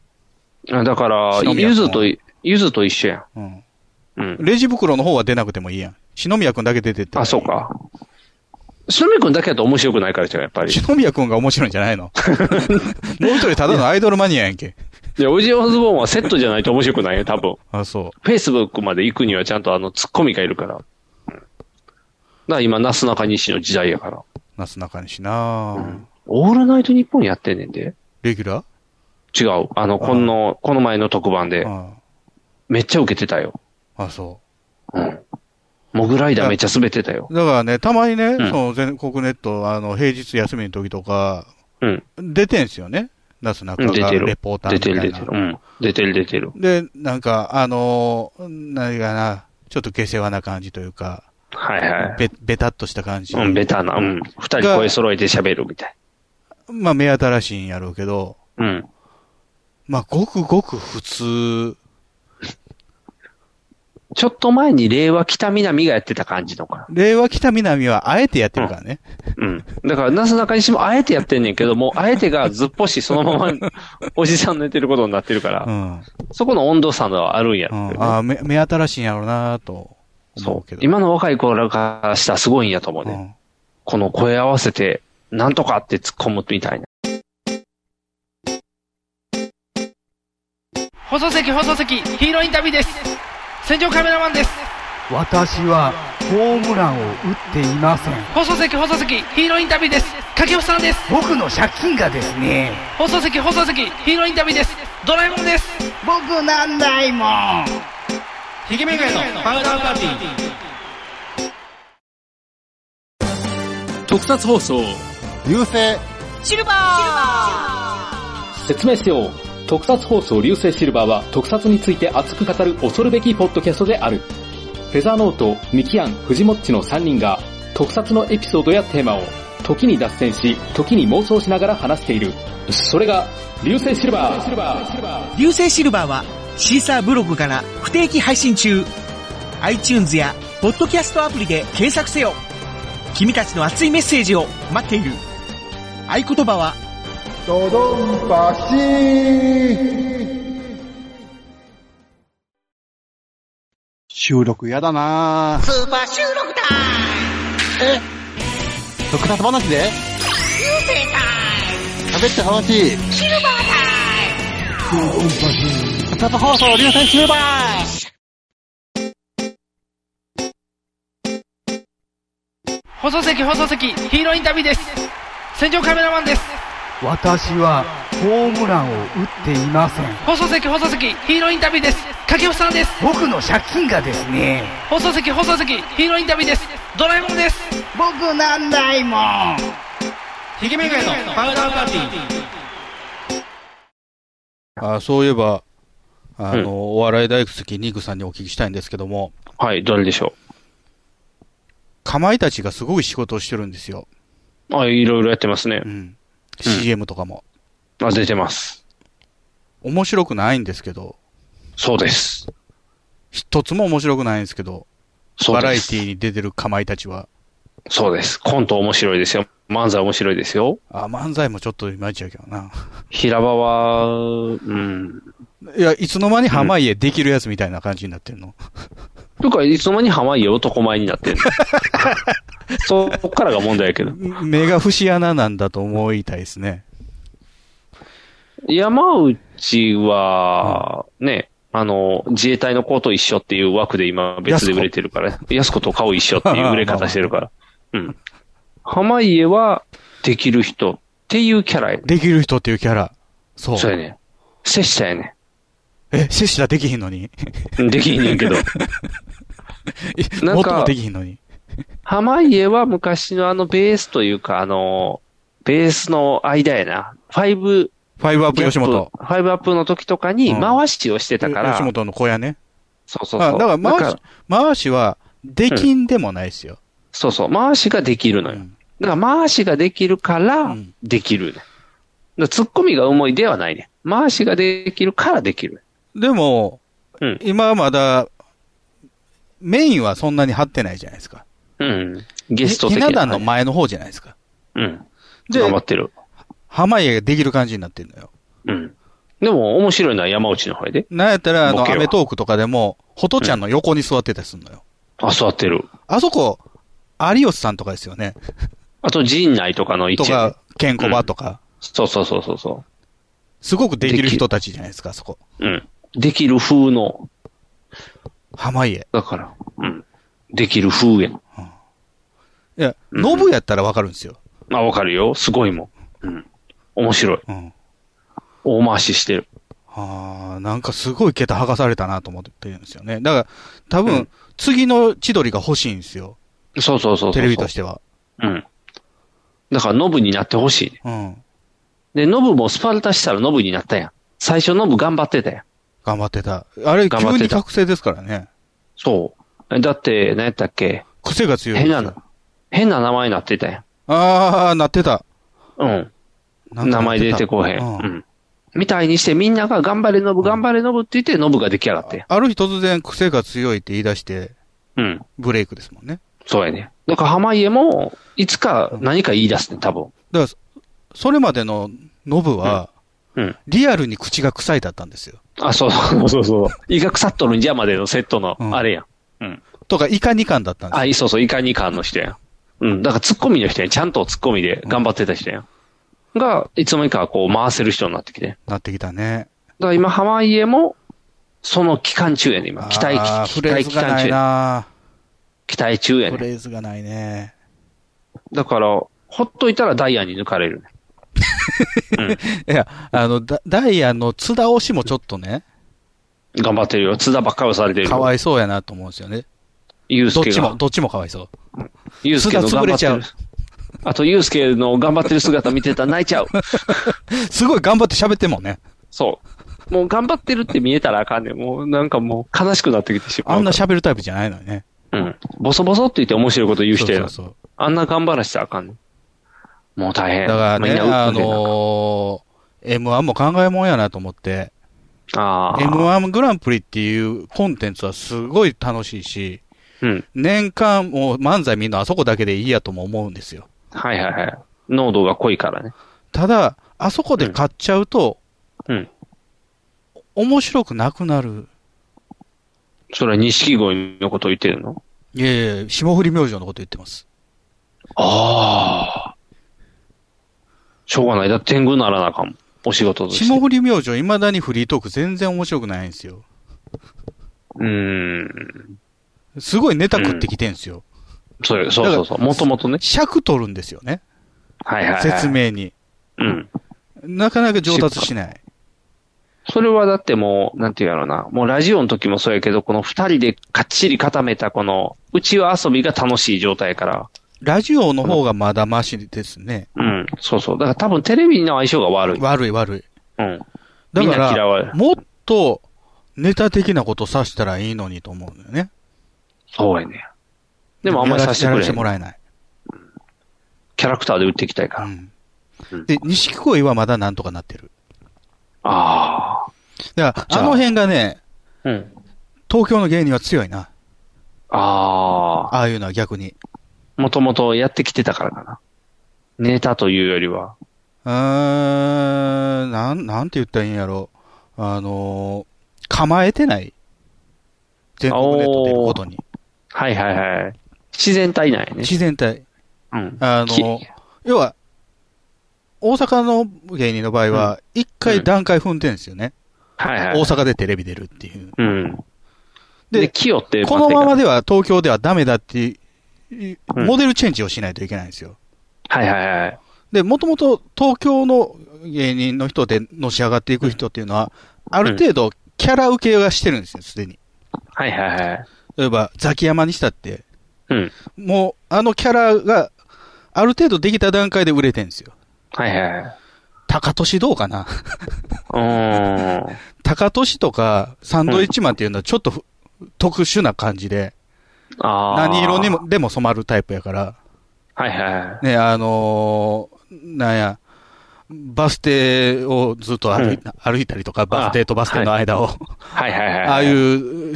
Speaker 2: あだから、
Speaker 3: 篠宮
Speaker 2: ゆず
Speaker 3: 君
Speaker 2: と、ゆずと一緒や
Speaker 3: うん。
Speaker 2: ん。うん。
Speaker 3: レジ袋の方は出なくてもいいやん。篠宮くんだけ出てって。
Speaker 2: あ、そう。か。篠宮君だけだと面白くないからじゃん、やっぱ り。
Speaker 3: 篠宮くんが面白いんじゃ ないのもう一人ただのアイドルマニアやんけ。
Speaker 2: いや、オジオズボーンはセットじゃないと面白くないよ、多分。
Speaker 3: あ、そ
Speaker 2: フェイスブックまで行くにはちゃんとあの、ツッコミがいるから。うんだから今、なすなかにしの時代やから。
Speaker 3: う。なすなかにしな、
Speaker 2: オールナイトニッポンやってんねんで。
Speaker 3: レギュラー
Speaker 2: 違う。あの、この、この前の特番で、
Speaker 3: あ
Speaker 2: めっちゃ受けてたよ。
Speaker 3: あ、そ
Speaker 2: うん。モグライダーめっちゃ滑ってたよ。
Speaker 3: う。だからね、たまにね、
Speaker 2: ん
Speaker 3: その全国ネット、あの、平日休みの時とか、
Speaker 2: うん。
Speaker 3: 出てんすよね。なすなか
Speaker 2: うん、出
Speaker 3: が
Speaker 2: てる。
Speaker 3: レポーター
Speaker 2: 出
Speaker 3: みた
Speaker 2: て
Speaker 3: い
Speaker 2: る、
Speaker 3: な。
Speaker 2: 出てる。うん。出てる、出てる。
Speaker 3: で、なんか、あのー何かな、ちょっと下世話な感じというか、
Speaker 2: はいはい。
Speaker 3: べ、べたっとした感じ。
Speaker 2: うん、ベターな。うん。二人声揃えて喋るみたい。
Speaker 3: まあ、目新しいんやろうけど、
Speaker 2: うん。
Speaker 3: まあ、ごくごく普通。
Speaker 2: ちょっと前に令和北南がやってた感じのか
Speaker 3: 令和北南はあえてやってるからね。
Speaker 2: な。うん。だから、なすなかにしもあえてやってんねんけども、あえてがずっぽしそのま まおじさん寝てることになってるから、
Speaker 3: うん。うん。
Speaker 2: そこの温度差があるんやろうけどね
Speaker 3: ああ、目、目新しいんやろうなと思
Speaker 2: そうう
Speaker 3: け。ど。
Speaker 2: 今の若い子らからしたらすごいんやと思う
Speaker 3: う
Speaker 2: ね。
Speaker 3: ん。
Speaker 2: この声合わせて、なんとかって突っ込むみたいな。
Speaker 8: 放送席放送席ヒーローインタビューです戦場カメラマンです
Speaker 9: 私はホームランを打っていません
Speaker 8: 放送席放送席ヒーローインタビューです掛布さんです
Speaker 9: 僕の借金がですね
Speaker 8: 放送席放送席ヒーローインタビューですドラえもんです
Speaker 9: 僕なんないもん
Speaker 8: ひげめがのパウダーパーティー
Speaker 1: 特撮放送
Speaker 5: 流星
Speaker 10: 説明しよう。特撮放送流星シルバーは特撮について熱く語る恐るべきポッドキャストである。フェザーノート、ミキアン、フジモッチの3人が特撮のエピソードやテーマを時に脱線し、時に妄想しながら話している。それが流星シルバー。
Speaker 11: 流星シルバーはシーサーブログから不定期配信中 iTunes やポッドキャストアプリで検索せよ君たちの熱いメッセージを待っている合言葉は
Speaker 5: ドドンパシ
Speaker 3: 収録やだなスーパー収録だえ特撮話で流星タイム喋って話シルバータイム特撮放送流星シルバー
Speaker 8: 放送席放送席ヒーローインタビューです戦場カメラマンです
Speaker 9: 私はホームランを打っていません
Speaker 8: 放送席放送席ヒーローインタビューです掛布さんです
Speaker 9: 僕の借金がですね
Speaker 8: 放送席放送席ヒーローインタビューですドラえもんです
Speaker 9: 僕なんないもん
Speaker 8: ひげめがのパウダーパーティー
Speaker 3: あそういえば、あの、お笑い大好きニークさんにお聞きしたいんですけども、
Speaker 2: はい、どれでしょ
Speaker 3: かまいたちがすごい仕事をしてるんですよ。
Speaker 2: う。あ、いろいろやってますね
Speaker 3: う。ん。CM とかも。
Speaker 2: あ、出てます。
Speaker 3: 面白くないんですけど、
Speaker 2: そうです。
Speaker 3: 一つも面白くないんですけど、
Speaker 2: そ
Speaker 3: バ
Speaker 2: う
Speaker 3: ラ
Speaker 2: で
Speaker 3: エ
Speaker 2: す。
Speaker 3: ティーに出てるかまいたちは、
Speaker 2: そうです。コント面白いですよ。漫才面白いですよ。
Speaker 3: あ、漫才もちょっといまいちやけどな。
Speaker 2: 平場は、うん。
Speaker 3: いや、いつの間に濱家できるやつみたいな感じになってるの。
Speaker 2: とか、いつの間に濱家男前になって るそっからが問題やけど。
Speaker 3: 目が節穴なんだと思いたいですね。
Speaker 2: 山内は、ね、あの、自衛隊の子と一緒っていう枠で今別で売れてるから、安子と顔一緒っていう売れ方してる から。うん。濱家は、できる人っていうキャラやね。
Speaker 3: できる人っていうキャラ。そう。
Speaker 2: そうやね。拙者やね。
Speaker 3: え、セシラできひんのに。
Speaker 2: うんできひんねんけ ど。
Speaker 3: え
Speaker 2: なんか
Speaker 3: もっともできひんのに。
Speaker 2: 濱家は昔のあのベースというか、あの、ベースの間やな。ファイブ、
Speaker 3: ファイブアップ
Speaker 2: ギャップ
Speaker 3: 吉本。
Speaker 2: ファイブアップの時とかに
Speaker 3: うん
Speaker 2: 回しをしてたから。
Speaker 3: 吉本の小屋ね。
Speaker 2: そうそう
Speaker 3: あ
Speaker 2: そう。
Speaker 3: だから
Speaker 2: だ
Speaker 3: 回し、回しは、できんでもないですよ。
Speaker 2: そうそう。回しができるのよ。
Speaker 3: うん
Speaker 2: だから回しができるから
Speaker 3: ん、
Speaker 2: できる、ね。だからツッコミがうまいではないね。回しができるからできる。
Speaker 3: でも、
Speaker 2: うん
Speaker 3: 今はまだ、メインはそんなに張ってないじゃないですか。
Speaker 2: うん。ゲスト
Speaker 3: ひ
Speaker 2: 的
Speaker 3: ひな
Speaker 2: な
Speaker 3: 壇の前の方じゃないですか。
Speaker 2: うん。
Speaker 3: で
Speaker 2: 頑張ってる。
Speaker 3: 濱家ができる感じになってるのよ。
Speaker 2: うん。でも、面白いのは山内の方やで。
Speaker 3: なんやったら、あ
Speaker 2: ボ
Speaker 3: の、
Speaker 2: ケ
Speaker 3: ア
Speaker 2: は
Speaker 3: メトークとかでも、ホトちゃんの横に座ってたりすんのよ。
Speaker 2: あ、座ってる。
Speaker 3: あそこ、有吉さんとかですよね。
Speaker 2: あと、陣内とかの位
Speaker 3: と
Speaker 2: 置。
Speaker 3: か、ケンコバとか、
Speaker 2: そうそうそうそうそう。
Speaker 3: すごくできる人たちじゃないですか、そこ。
Speaker 2: うん。できる風の。
Speaker 3: 濱家。
Speaker 2: だから、うん。できる風やん。
Speaker 3: いや、ノブやったらわかるんですよ。
Speaker 2: まあ、わかるよ。すごいもん。うん。面白い。大回ししてる。
Speaker 3: ああ、なんかすごい桁剥がされたなと思ってるんですよね。だから、多分、次の千鳥が欲しいんですよ。
Speaker 2: そうそうそうそうそう。
Speaker 3: テレビとしては。
Speaker 2: うん。だから、ノブになってほしいね、
Speaker 3: うん。
Speaker 2: で、ノブもスパルタしたらノブになったやん。最初ノブ頑張ってたやん。
Speaker 3: 頑張ってた。あれ、急
Speaker 2: 頑張っ
Speaker 3: に
Speaker 2: てた
Speaker 3: 覚醒ですからね。
Speaker 2: そう。だって、何やったっけ
Speaker 3: 癖が強い。
Speaker 2: 変なの、変な名前になってたやん。
Speaker 3: ああ、なってた。
Speaker 2: うん。
Speaker 3: なんか
Speaker 2: 名前出てこへん。
Speaker 3: うん
Speaker 2: うん。みたいにしてみんなが頑張れノブ、頑張れノブって言ってノブが出来上がって。
Speaker 3: ある日突然癖が強いって言い出して、
Speaker 2: うん。
Speaker 3: ブレイクですもんね。
Speaker 2: そうやね。だから濱家も、いつか何か言い出すね、多分。
Speaker 3: だからそ、それまでのノブは、
Speaker 2: うん。
Speaker 3: リアルに口が臭いだったんですよ。
Speaker 2: あ、そうそうそうそう。胃が腐っとるんじゃまでのセットの、あれやん。うん。
Speaker 3: とか、イカ二巻だったんです
Speaker 2: あ、いそうそう、いかにかんの人やん。うん。だからツッコミの人やん。ちゃんとツッコミで頑張ってた人やん。が、いつの間にかこう回せる人になってきて。だか
Speaker 3: なってきたね。
Speaker 2: ら今、濱家も、その期間中やね、今。期待
Speaker 3: あー
Speaker 2: 期、
Speaker 3: フ
Speaker 2: 期
Speaker 3: レー
Speaker 2: 待
Speaker 3: ズ
Speaker 2: 期
Speaker 3: が
Speaker 2: 間
Speaker 3: な
Speaker 2: 中や
Speaker 3: い
Speaker 2: ね。
Speaker 3: な
Speaker 2: 期待中や
Speaker 3: フ
Speaker 2: ね。
Speaker 3: レーズがないね。
Speaker 2: だから、ほっといたらダイヤに抜かれるね。
Speaker 3: いや、あの、ダダイヤの津田推しもちょっとね、
Speaker 2: 頑張ってるよ。津田ばっかり押されてるよ。
Speaker 3: かわいそうやなと思うんですよね。
Speaker 2: ゆう
Speaker 3: ど
Speaker 2: す
Speaker 3: っ
Speaker 2: け
Speaker 3: ち
Speaker 2: が
Speaker 3: も、。どっちもかわいそう。
Speaker 2: ゆうすけの
Speaker 3: 津田
Speaker 2: 頑張
Speaker 3: 潰れ
Speaker 2: っ
Speaker 3: ち
Speaker 2: て
Speaker 3: ゃう
Speaker 2: る。あと、ゆうすけの頑張ってる姿見てたら泣いちゃう。
Speaker 3: すごい頑張って喋ってんもんね。
Speaker 2: そう。もう頑張ってるって見えたらあかんねん。もうなんかもう悲しくなってきてしまう。
Speaker 3: あんな喋るタイプじゃないのにね。
Speaker 2: うん。ボソボソって言って面白いこと言う人やな
Speaker 3: そうそうそ
Speaker 2: あんな頑張らしたらあかんねん。もう大変。
Speaker 3: う。だから
Speaker 2: みん
Speaker 3: ね、
Speaker 2: な
Speaker 3: あ
Speaker 2: うっとんでんな
Speaker 3: のー、M1 も考えもんやなと思って、
Speaker 2: あー
Speaker 3: M1 グランプリっていうコンテンツはすごい楽しいし、
Speaker 2: うん。
Speaker 3: 年間もう漫才見るのあそこだけでいいやとも思うんですよ。
Speaker 2: はいはいはい。濃度が濃いからね。
Speaker 3: ただ、あそこで買っちゃうと、
Speaker 2: うん。
Speaker 3: 面白くなくなる。
Speaker 2: それは錦鯉のこと言ってるの
Speaker 3: いやいや、霜降り明星のこと言ってます。
Speaker 2: ああ。しょうがない。だって天狗ならなあかんもん。お仕事として。
Speaker 3: 霜降り明星、未だにフリートーク全然面白くないんですよ。
Speaker 2: うーん。
Speaker 3: すごいネタ食ってきてんですよ。
Speaker 2: そうそうそうそう。もともとね。
Speaker 3: 尺取るんですよね。
Speaker 2: はいはい、はい。
Speaker 3: 説。明に。
Speaker 2: うん。
Speaker 3: なかなか上達しない。
Speaker 2: それはだってもう、なんていうやろうな。もうラジオの時もそうやけど、この二人でかっちり固めたこの、うちわ遊びが楽しい状態やから。
Speaker 3: ラジオの方がまだマシですね。
Speaker 2: うん。そうそう。だから多分テレビの相性が悪い。
Speaker 3: 悪い悪い。
Speaker 2: うん。
Speaker 3: だか
Speaker 2: みんな嫌われ
Speaker 3: ら、
Speaker 2: る
Speaker 3: もっとネタ的なことさしたらいいのにと思うんだよね。
Speaker 2: そうやね。でもあんまり
Speaker 3: やら
Speaker 2: させてく
Speaker 3: や
Speaker 2: れ
Speaker 3: ら
Speaker 2: へん
Speaker 3: もらえない。
Speaker 2: キャラクターで売っていきたいから。
Speaker 3: うん。で、錦鯉はまだなんとかなってる。
Speaker 2: あ
Speaker 3: だから、
Speaker 2: じゃあ
Speaker 3: あの辺がね、
Speaker 2: あ。うん。
Speaker 3: 東京の芸人は強いな。
Speaker 2: ああ。
Speaker 3: ああいうのは逆に。
Speaker 2: もともとやってきてたからかな。ネタというよりは。
Speaker 3: うーん、なん、なんて言ったらいいんやろあのー構えてない。全国ネット出ることに。
Speaker 2: はいはいはい。自然体なんやね。
Speaker 3: 自然体。
Speaker 2: うん。
Speaker 3: あの
Speaker 2: き、
Speaker 3: 要は、大阪の芸人の場合は、一回段階踏んでんですよね。
Speaker 2: はいはい。
Speaker 3: 大阪でテレビ出るっていう。
Speaker 2: うん。
Speaker 3: で
Speaker 2: で、キヨって、
Speaker 3: このまま
Speaker 2: で。
Speaker 3: では東京ではダメだっていう、
Speaker 2: うん
Speaker 3: モデルチェンジをしないといけないんですよ。
Speaker 2: はいはいはい。
Speaker 3: で、もともと東京の芸人の人でのし上がっていく人っていうのは、ある程度キャラ受けがしてるんですよ、すでに。
Speaker 2: はいはいはい。
Speaker 3: 例えば、ザキヤマにしたって、
Speaker 2: うん。
Speaker 3: もう、あのキャラが、ある程度できた段階で売れてるんですよ。
Speaker 2: はいはいはい。
Speaker 3: 高俊どうかな
Speaker 2: うーん。
Speaker 3: 高俊とか、サンドイッチマンっていうのはちょっとふ、特殊な感じで、
Speaker 2: ああ。
Speaker 3: 何色に。も、でも染まるタイプやから、
Speaker 2: はいはいはい。
Speaker 3: ね、あのーなんや、バス停をずっと歩い,、歩いたりとか、バス停とバス停の間を、
Speaker 2: はいはいはい。
Speaker 3: ああい。う、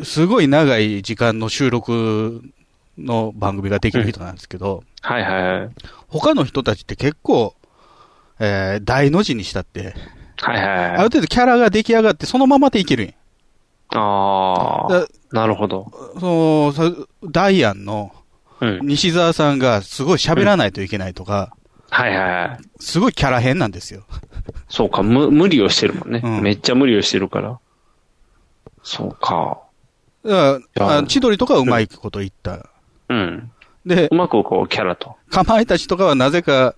Speaker 3: うすごい長い時間の収録の番組ができる人なんですけど、
Speaker 2: はいはいはい。
Speaker 3: 他の人たちって結構、えー大の字にしたって、
Speaker 2: はいはい
Speaker 3: あ
Speaker 2: はい。
Speaker 3: る程度キャラが出来上がって、そのままでいけるんや
Speaker 2: ああ。
Speaker 3: だ
Speaker 2: なるほど。
Speaker 3: そのさダイアンの、西澤さんがすごい喋らないといけないとか、
Speaker 2: はいはいはい。
Speaker 3: すごいキャラ変なんですよ。
Speaker 2: そうか、む、無理をしてるもんね。めっちゃ無理をしてるから。そうか。
Speaker 3: だからあ千鳥とかはうまいこと言った。
Speaker 2: うん。
Speaker 3: で、
Speaker 2: うまくこう、キャラと。
Speaker 3: かまいたちとかはなぜか、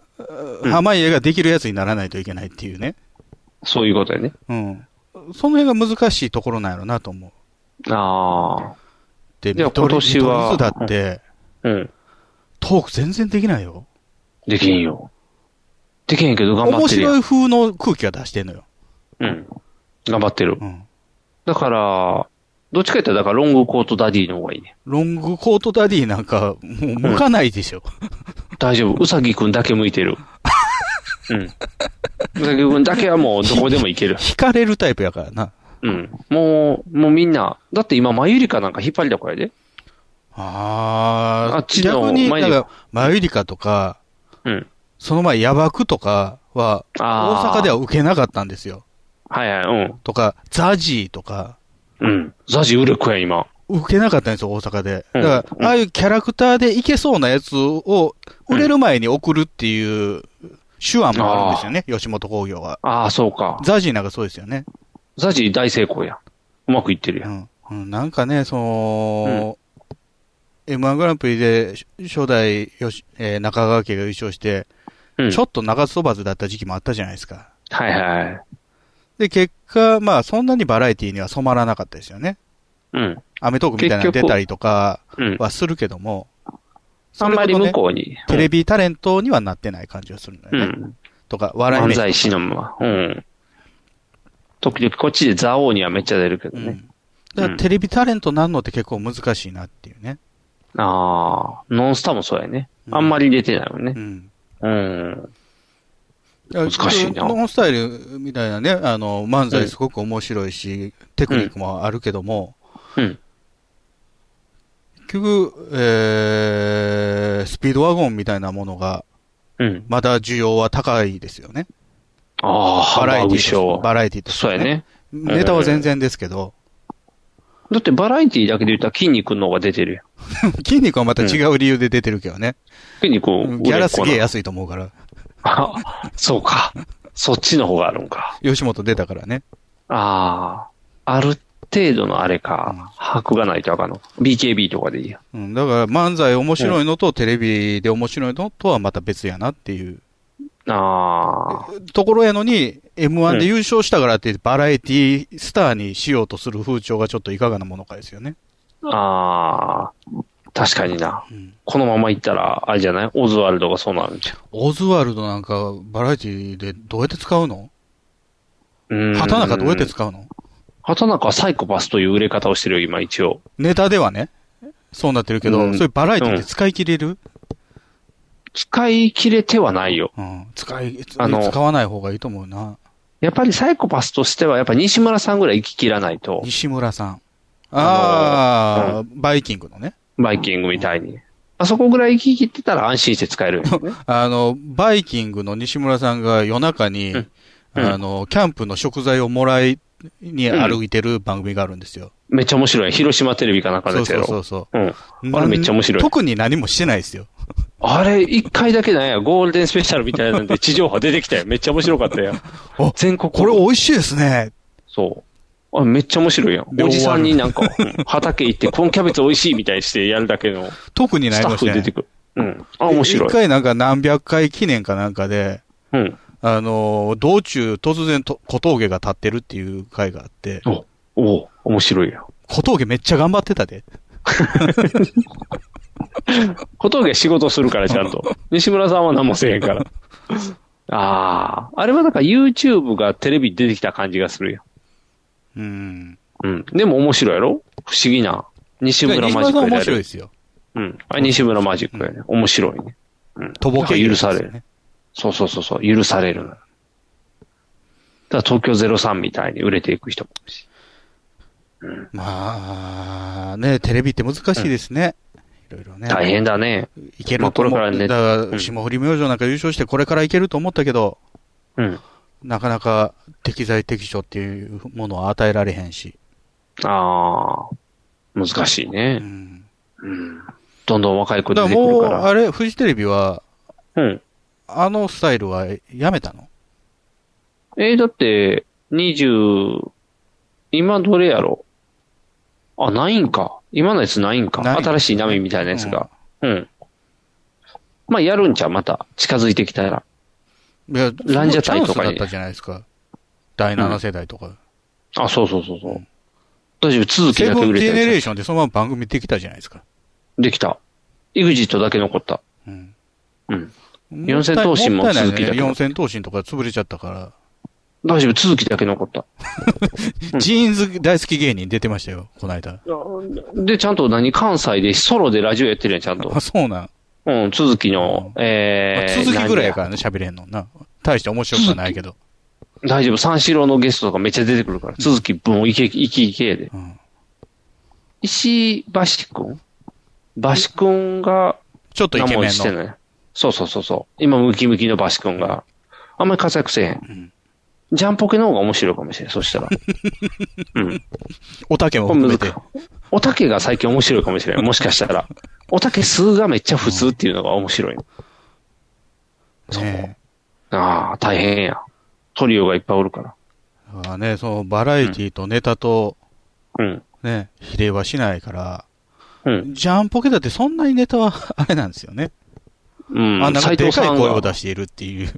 Speaker 3: 濱家ができるやつにならないといけないっていうね。
Speaker 2: そういうことやね。
Speaker 3: うん。その辺が難しいところなんやろなと思う。
Speaker 2: ああ。
Speaker 3: で、
Speaker 2: じゃあ
Speaker 3: 見取り
Speaker 2: 今年は
Speaker 3: 見取り図だって、
Speaker 2: うん。
Speaker 3: トーク全然できないよ。
Speaker 2: できんよ。できへんけど頑張
Speaker 3: 面
Speaker 2: ってるやん。
Speaker 3: 白い風の空気は出してんのよ。
Speaker 2: うん。頑張ってる。
Speaker 3: うん
Speaker 2: だから、どっちか言ったら、だからロングコートダディの方がいいね。
Speaker 3: ロングコートダディなんか、もう向かないでしょ。
Speaker 2: 大丈夫。うさぎくんだけ向いてる。 うん。うさぎくんだけはもうどこでもいける。
Speaker 3: 惹かれるタイプやからな。
Speaker 2: うん。もう、もうみんな、だって今、マユリカなんか引っ張りだこやで。
Speaker 3: あ
Speaker 2: あ
Speaker 3: あ
Speaker 2: っちの
Speaker 3: 逆に、
Speaker 2: 前
Speaker 3: だ
Speaker 2: に
Speaker 3: から、マユリカとか、
Speaker 2: うん。
Speaker 3: その前、ヤバクとかは、
Speaker 2: あー
Speaker 3: 大阪では受けなかったんですよ。
Speaker 2: はいはい、うん。
Speaker 3: とか、ザジーとか、
Speaker 2: うん。ザジウルクや、今。
Speaker 3: 受けなかったんですよ、大阪で。
Speaker 2: う
Speaker 3: だ
Speaker 2: ん
Speaker 3: から、ああいうキャラクターでいけそうなやつを、売れる前に送るっていう手腕もあるんですよね、吉本興業は。
Speaker 2: ああ、そうか。
Speaker 3: ザジーなんかそうですよね。
Speaker 2: ザジ大成功や。うまくいってるやん。
Speaker 3: うん、なんかね、その、M1 グランプリでし初代よし、えー中川家が優勝して、
Speaker 2: うん
Speaker 3: ちょっと長そばずだった時期もあったじゃないですか。
Speaker 2: はいはい。
Speaker 3: で、結果、まあ、そんなにバラエティには染まらなかったですよね。
Speaker 2: うん。
Speaker 3: アメトークみたいなの
Speaker 2: 結
Speaker 3: 出
Speaker 2: 局
Speaker 3: たりとか
Speaker 2: うん
Speaker 3: はするけども、
Speaker 2: あんまり向こうに。
Speaker 3: テレビタレントにはなってない感じがするの
Speaker 2: う
Speaker 3: よね。
Speaker 2: ん。
Speaker 3: とか、笑い
Speaker 2: 漫
Speaker 3: 飯
Speaker 2: 才師のまま。うん。時々こっちでザオーにはめっちゃ出るけどね。
Speaker 3: だからテレビタレントなんのって結構難しいなっていうね。
Speaker 2: ああ、ノンスタもそうやね。あんまり出てないもんね。
Speaker 3: うん。
Speaker 2: うん。
Speaker 3: 難
Speaker 2: 難しいな
Speaker 3: ノンスタイルみたいなね、あの、漫才すごく面白いし、テクニックもあるけども、
Speaker 2: うん。
Speaker 3: 結局、えー、スピードワゴンみたいなものが、
Speaker 2: うん。
Speaker 3: まだ需要は高いですよね。
Speaker 2: ああ、
Speaker 3: バラエ
Speaker 2: 払
Speaker 3: テ
Speaker 2: う
Speaker 3: ィーと
Speaker 2: 賞。
Speaker 3: バラエティとして
Speaker 2: そうやね。
Speaker 3: ネタは全然ですけど、
Speaker 2: だってバラエティだけで言ったら筋肉の方が出てるやん。
Speaker 3: 筋肉はまた違う理由で出てるけどね。
Speaker 2: 筋肉を売れっ子な。
Speaker 3: ギャラすげえ安いと思うから。
Speaker 2: あそうか。そっちの方があるんか。
Speaker 3: 吉本出たからね。
Speaker 2: ああ、ある程度のあれか、把握がないとあかんの。BKB とかでいいや。
Speaker 3: うん、だから漫才面白いのとテレビで面白いのとはまた別やなっていう
Speaker 2: ああ、
Speaker 3: ところやのに、M1 で優勝したからってバラエティスターにしようとする風潮がちょっといかがなものかですよね。
Speaker 2: ああ、確かにな。このままいったら、あれじゃないオズワルドがそうなるんじゃん。
Speaker 3: オズワルドなんかバラエティでどうやって使うの
Speaker 2: うーん
Speaker 3: 畑中どうやって使うの
Speaker 2: 畑中はサイコパスという売れ方をしてるよ、今一応。
Speaker 3: ネタではね、そうなってるけど、
Speaker 2: うん
Speaker 3: そういうバラエティで使い切れる、
Speaker 2: 使い切れてはないよ。
Speaker 3: うん、使い、使
Speaker 2: あの
Speaker 3: わない方がいいと思うな。
Speaker 2: やっぱりサイコパスとしては、やっぱ西村さんぐらい行き切らないと、
Speaker 3: 西村さん。ああ、バイキングのね。
Speaker 2: バイキングみたいに。あそこぐらい行き切ってたら安心して使えるよね。
Speaker 3: あの、バイキングの西村さんが夜中に、
Speaker 2: んうん
Speaker 3: あの、キャンプの食材をもらいに歩いてる番組があるんですよ。
Speaker 2: めっちゃ面白い。広島テレビかなんかの
Speaker 3: そ
Speaker 2: やつや
Speaker 3: うそ
Speaker 2: ろ。
Speaker 3: うそうそう
Speaker 2: うん。
Speaker 3: う。
Speaker 2: あれめっちゃ面白い。
Speaker 3: 特に何もしてないですよ。
Speaker 2: あれ、一回だけなんや、ゴールデンスペシャルみたいなんで地上波出てきたよ。めっちゃ面白かったよ。
Speaker 3: あ
Speaker 2: 全国。
Speaker 3: これ美味しいですね。
Speaker 2: そう。あめっちゃ面白いやん。
Speaker 3: で
Speaker 2: おじさんになんか、うん畑行って、このキャベツ美味しいみたいにしてやるだけの
Speaker 3: 特に
Speaker 2: ス
Speaker 3: 何
Speaker 2: タッ
Speaker 3: もし
Speaker 2: フ
Speaker 3: てな
Speaker 2: 出て
Speaker 3: い。
Speaker 2: くる。うん。あ、面白
Speaker 3: 一
Speaker 2: い。
Speaker 3: 回なんか何百回記念かなんかで、
Speaker 2: うん。
Speaker 3: あの、道中突然と小峠が立ってるっていう回があって、
Speaker 2: お、お、面白いよ。
Speaker 3: 小峠めっちゃ頑張ってたで。
Speaker 2: 小峠は仕事するから、ちゃん と。西村さんは何もせえへんから。ああ。あれはなんか YouTube がテレビに出てきた感じがするよ。
Speaker 3: うん。
Speaker 2: うん。でも面白いやろ不思議な。西
Speaker 3: 西
Speaker 2: 村マ
Speaker 3: 村
Speaker 2: ジ
Speaker 3: さ
Speaker 2: ックや
Speaker 3: ん面
Speaker 2: られ
Speaker 3: 白い
Speaker 2: る
Speaker 3: ですよ。
Speaker 2: うん。あれ西村マジックやね。面白いね。うん。
Speaker 3: とぼけ
Speaker 2: なんか
Speaker 3: る
Speaker 2: 許
Speaker 3: やつ
Speaker 2: さ
Speaker 3: で
Speaker 2: れ
Speaker 3: すよね
Speaker 2: る。そうそうそうそう。許されるの。だから東京03みたいに売れていく人もいるし。
Speaker 3: まあ、ね、テレビって難しいですね。いろいろね。
Speaker 2: 大変だね。
Speaker 3: いけると思う。
Speaker 2: まあこれからね
Speaker 3: だから
Speaker 2: うん
Speaker 3: 霜降り明星なんか優勝してこれからいけると思ったけど、
Speaker 2: うん。
Speaker 3: なかなか適材適所っていうものは与えられへんし。
Speaker 2: ああ、難しいうね。
Speaker 3: ん。
Speaker 2: うん。どんどん若い子
Speaker 3: だ
Speaker 2: 出
Speaker 3: から
Speaker 2: てく
Speaker 3: も
Speaker 2: る
Speaker 3: う、
Speaker 2: から。
Speaker 3: あれ、フジテレビは、
Speaker 2: うん。
Speaker 3: あのスタイルはやめたの
Speaker 2: えーだって、20、今どれやろあ、ないんか。今のやつないんか。新しい波みたいなやつが。うん。まあ、やるんちゃうまた。近づいてきたら。
Speaker 3: いや、
Speaker 2: ランジャタイと
Speaker 3: そのチャンス
Speaker 2: か
Speaker 3: だっ
Speaker 2: に
Speaker 3: たじゃないですか。第7世代とか。
Speaker 2: あ、そうそうそうそう。私、続き
Speaker 3: セ
Speaker 2: だけ
Speaker 3: ブン
Speaker 2: 売
Speaker 3: テ
Speaker 2: れ
Speaker 3: ィ
Speaker 2: た
Speaker 3: ーネレー
Speaker 2: やつ
Speaker 3: ションでそのまま番組できたじゃないですか。
Speaker 2: できた。エグジットだけ残った。うん。四千頭身も続きだけ
Speaker 3: 四千頭身とか潰れちゃったから。
Speaker 2: 大丈夫、続きだけ残った。
Speaker 3: ジーンズ大好き芸人出てましたよ、この間。
Speaker 2: で、ちゃんと何関西でソロでラジオやってるやん、ちゃんと。
Speaker 3: あ、そうなん。
Speaker 2: うん、続きの、えー、
Speaker 3: 続きぐらいや
Speaker 2: 何
Speaker 3: からね、喋れんのな。大して面白くはないけど。
Speaker 2: 大丈夫、三四郎のゲストとかめっちゃ出てくるから、鈴木文いけ、いきいけやで。石橋くん橋くんが、
Speaker 3: ちょっとイケメンの
Speaker 2: してない。そうそうそうそう。今、ムキムキの橋くんが、あんまり活躍せえへん。ジャンポケの方が面白いかもしれん、そした ら。うん。
Speaker 3: おたけも含めて。
Speaker 2: おたけが最近面白いかもしれん、もしかしたら。おたけ数がめっちゃ普通っていうのが面白い。
Speaker 3: ね
Speaker 2: ああ、大変や。トリオがいっぱいおるから。
Speaker 3: えだからね、そのバラエティとネタと、
Speaker 2: うん。
Speaker 3: ね、比例はしないから、
Speaker 2: うん。
Speaker 3: ジャンポケだってそんなにネタはあれなんですよね。
Speaker 2: うん。
Speaker 3: あんな
Speaker 2: 斉
Speaker 3: で
Speaker 2: 藤
Speaker 3: かい
Speaker 2: さん
Speaker 3: 声
Speaker 2: が
Speaker 3: を出しているって いう。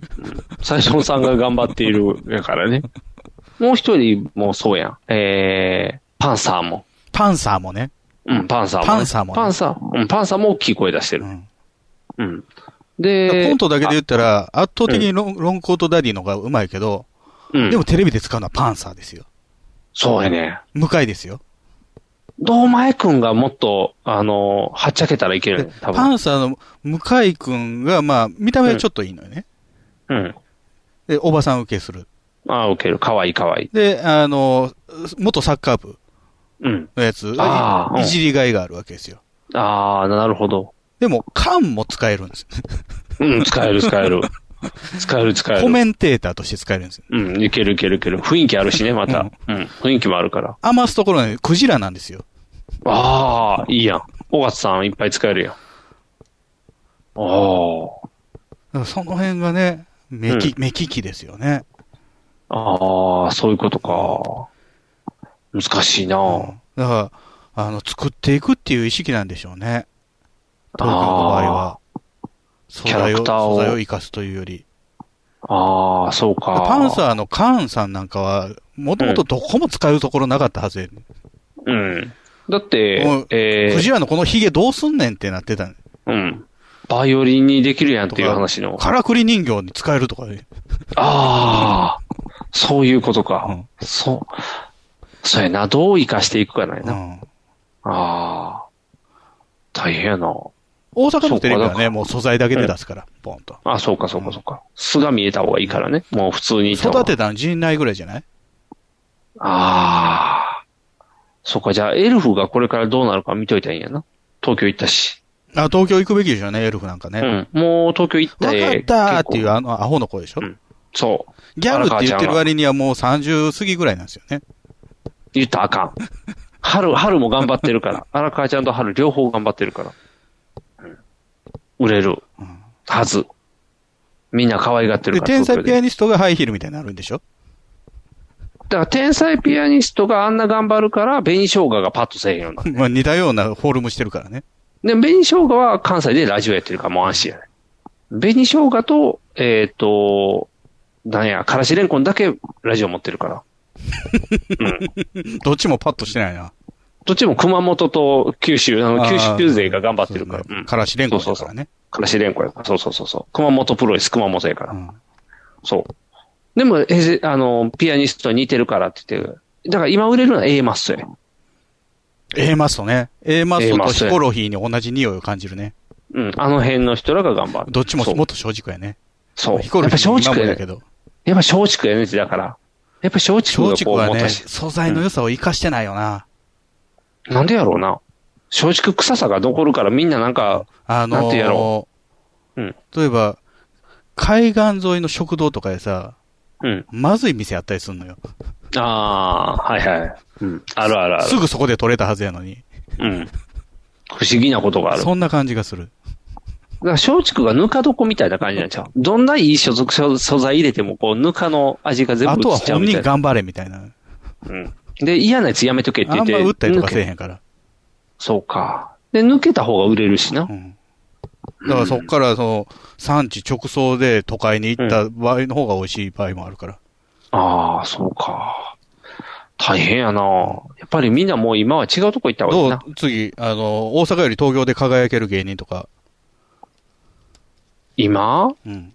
Speaker 2: 斉藤さんが頑張っているやからね。 もう一人もそうやん。えー、パンサーも。
Speaker 3: パンサーもね。
Speaker 2: うん、パンサーも、
Speaker 3: パンサーもね
Speaker 2: パンサー。うん、パンサーも大きい声出してる。うん。で、
Speaker 3: コントだけで言ったら、圧倒的
Speaker 2: う
Speaker 3: に
Speaker 2: ん
Speaker 3: ロン,、コートダディの方がうまいけど、
Speaker 2: うん
Speaker 3: でもテレビで使うのはパンサーですよ。
Speaker 2: そうやね。
Speaker 3: 向かいですよ。
Speaker 2: 堂前くんがもっと、あの、はっちゃけたらいけるね、多
Speaker 3: パ
Speaker 2: 分。
Speaker 3: ンサーの向井くんが、まあ、見た目はちょっといいのよね。
Speaker 2: うん。
Speaker 3: で、おばさん受けする。
Speaker 2: ああ、受ける。かわいいかわいい。
Speaker 3: で、あの、元サッカー部
Speaker 2: うん。
Speaker 3: のやつ、
Speaker 2: あーうん
Speaker 3: いじりがいがあるわけですよ。
Speaker 2: ああ、なるほど。
Speaker 3: でも、缶も使えるんですよ。
Speaker 2: うん、使える使え る。使える使え
Speaker 3: コメ
Speaker 2: る。
Speaker 3: ンテーターとして使えるんですよ。
Speaker 2: うん、いけるいけるいける。雰囲気あるしね、また。うん、雰囲気もあるから。
Speaker 3: 余すところね、クジラなんですよ。
Speaker 2: ああ、いいやん。尾形さんいっぱい使えるやん。ああ。
Speaker 3: だからその辺がね、目利き、目利きですよね。
Speaker 2: ああ、そういうことか。難しいな、
Speaker 3: だから、あの、作っていくっていう意識なんでしょうね。東京の場合は。素
Speaker 2: キャ
Speaker 3: 材
Speaker 2: ラ
Speaker 3: を、
Speaker 2: クターを
Speaker 3: 素材を生かすというより。
Speaker 2: ああ、そうか。
Speaker 3: パンサーのカーンさんなんかは、もともとどこも使うところなかったはずやね、
Speaker 2: うん。だって
Speaker 3: もう、
Speaker 2: え
Speaker 3: クジ
Speaker 2: ー、
Speaker 3: ラのこのヒゲどうすんねんってなってたね。
Speaker 2: うん。バイオリンにできるやんっていう話の。
Speaker 3: からくり人形に使えるとかね。
Speaker 2: ああ、そういうことか。そう。そうやな。どう生かしていくかないな。ああ。大変やな。
Speaker 3: 大阪のテレビは
Speaker 2: そうかだか
Speaker 3: ね、
Speaker 2: ら
Speaker 3: もう素材だけで出すから、ポンと。
Speaker 2: あ、そうか、そうか、そうか。素が見えた方がいいからね。もう普通にいた方が
Speaker 3: 育てたの陣内ぐらいじゃない
Speaker 2: ああ。そうか、じゃあ、エルフがこれからどうなるか見といたらいいんやな。東京行ったし。
Speaker 3: あ、東京行くべきでしょうね、エルフなんかね。
Speaker 2: うん。もう東京行った
Speaker 3: わ
Speaker 2: ら
Speaker 3: か
Speaker 2: え
Speaker 3: っ
Speaker 2: え
Speaker 3: たーっていうあのアホの声でしょ、
Speaker 2: そう。
Speaker 3: ギャルって言ってる割
Speaker 2: に。
Speaker 3: にはもう30過ぎぐらいなんですよね。
Speaker 2: 言ったらあかん。 春、春も頑張ってる から。荒川ちゃんと春両方頑張ってるから。うん、売れる。はず。みんな可愛がってる
Speaker 3: で、
Speaker 2: から。
Speaker 3: 天才
Speaker 2: 東
Speaker 3: ピ
Speaker 2: 京で
Speaker 3: アニストがハイヒールみたいになるんでしょ
Speaker 2: だから天才ピアニストがあんな頑張るから、紅生姜がパッとせえへんようになる。
Speaker 3: まあ似たようなフォルムしてるからね。
Speaker 2: で、紅生姜は関西でラジオやってるからもう安心やね。紅生姜と、えっ、と、なんや、からしれんこんだけラジオ持ってるから。
Speaker 3: どっちもパッとしてないな。
Speaker 2: どっちも熊本と九州、あの
Speaker 3: あー
Speaker 2: 九州勢が頑張ってるから。うん
Speaker 3: からしれんこだからね。
Speaker 2: からしれんこやから。そうそうそうそう。熊本プロレス、熊本やから。そう。でも、えぜあの、ピアニストに似てるからって言って、だから今売れるのは A マッソや。
Speaker 3: A マストね。A マス
Speaker 2: A
Speaker 3: ト
Speaker 2: マ
Speaker 3: と
Speaker 2: スト
Speaker 3: ヒ
Speaker 2: や
Speaker 3: コロヒーに同じ匂いを感じるね。
Speaker 2: うん。あの辺の人らが頑張る。
Speaker 3: どっちも
Speaker 2: そう
Speaker 3: もっと正直やね。
Speaker 2: そう。
Speaker 3: ヒコ
Speaker 2: や
Speaker 3: ロ
Speaker 2: っぱ
Speaker 3: ヒーも
Speaker 2: 松
Speaker 3: 今も
Speaker 2: 竹や
Speaker 3: や
Speaker 2: ね
Speaker 3: け。ど。
Speaker 2: やっぱ松竹やねってだから。やっぱ松竹が
Speaker 3: 松竹
Speaker 2: こう
Speaker 3: は
Speaker 2: 持っ
Speaker 3: ね、
Speaker 2: たし。
Speaker 3: 素材の良さを生かしてないよな。
Speaker 2: なんでやろうな。松竹臭さが残るからみんななんか、
Speaker 3: あのー
Speaker 2: なんてやろう。うん。
Speaker 3: 例えば、海岸沿いの食堂とかでさ、
Speaker 2: うん。
Speaker 3: まずい店あったりするのよ。
Speaker 2: ああ、はいはい。うん。あるあるある。
Speaker 3: すぐそこで取れたはずやのに。
Speaker 2: うん。不思議なことがある。
Speaker 3: そんな感じがする。
Speaker 2: だから松竹がぬか床みたいな感じになっちゃう。どんないい所属所素材入れても、こう、ぬかの味が全
Speaker 3: あ
Speaker 2: 部
Speaker 3: と
Speaker 2: 移
Speaker 3: は
Speaker 2: っちゃう
Speaker 3: 本
Speaker 2: みた
Speaker 3: 人
Speaker 2: いな。
Speaker 3: 頑張れみたいな。
Speaker 2: うん。で、嫌なやつやめとけって
Speaker 3: あ
Speaker 2: 言っ
Speaker 3: ん
Speaker 2: て。
Speaker 3: ま打ったりとかせえへ
Speaker 2: 抜け
Speaker 3: んから。
Speaker 2: そうか。で、抜けた方が売れるしな。
Speaker 3: だからそっからその産地直送で都会に行った場合の方が美味しい場合もあるから。
Speaker 2: ああ、そうか。大変やなやっぱりみんなもう今は違うとこ行った方がい
Speaker 3: ど
Speaker 2: いうな。
Speaker 3: 次、あの、大阪より東京で輝ける芸人とか。
Speaker 2: 今
Speaker 3: うん。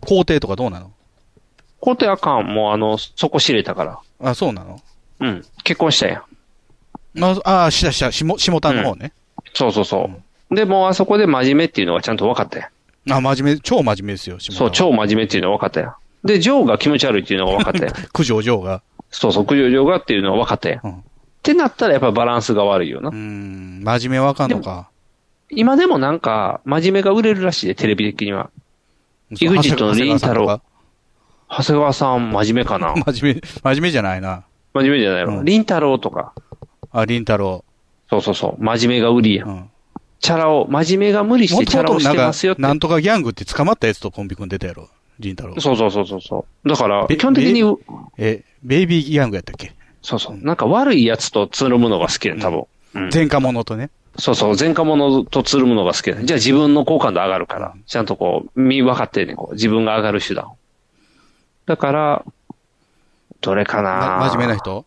Speaker 3: 皇帝とかどうなの
Speaker 2: こうてあかん。もうあの、そこ知れたから。
Speaker 3: あ、そうなの
Speaker 2: うん。結婚したやん。
Speaker 3: ああ、したした、下、下田の方ね。
Speaker 2: そうそうそう。で、もうあそこで真面目っていうのがちゃんと分かったや
Speaker 3: あ、真面目、超真面目ですよ、下
Speaker 2: ん。
Speaker 3: 田。
Speaker 2: そう、超真面目っていうのが分かったやん。で、ジョーが気持ち悪いっていうのが分かったやん。
Speaker 3: 九条城が。
Speaker 2: そうそう、九条城がっていうのは分かったやん。ってなったらやっぱバランスが悪いよな。
Speaker 3: うん、真面目わかんのか。
Speaker 2: 今でもなんか、真面目が売れるらしいで、テレビ的には。井
Speaker 3: そう
Speaker 2: 口と凛太郎。
Speaker 3: 長
Speaker 2: 長谷川さん、真面目かな
Speaker 3: 真面目、真面目じゃないな。
Speaker 2: 真面目じゃないの。凛太郎とか。
Speaker 3: あ、凛太郎。
Speaker 2: そうそうそう。真面目が売りや
Speaker 3: ん。
Speaker 2: チャラを、真面目が無理し
Speaker 3: も
Speaker 2: てチャ
Speaker 3: と
Speaker 2: ラ
Speaker 3: も
Speaker 2: を
Speaker 3: と
Speaker 2: し
Speaker 3: なん
Speaker 2: て
Speaker 3: か
Speaker 2: ますよっ、て。
Speaker 3: なんとかギャングって捕まったやつとコンビ組んでたやろ、凛太郎。
Speaker 2: そうそうそうそうそう。だから、
Speaker 3: べ
Speaker 2: 基本的に、
Speaker 3: え、ベイビーギャングやったっけ
Speaker 2: そうそう。なんか悪いやつとつるむのが好きやね多分。うん
Speaker 3: 前科者とね。
Speaker 2: そうそう、前科者とつるむのが好きやねじゃあ自分の好感度上がるから、ちゃんとこう、身分かってんねんこう、自分が上がる手段をだから、どれかな
Speaker 3: 真面目な人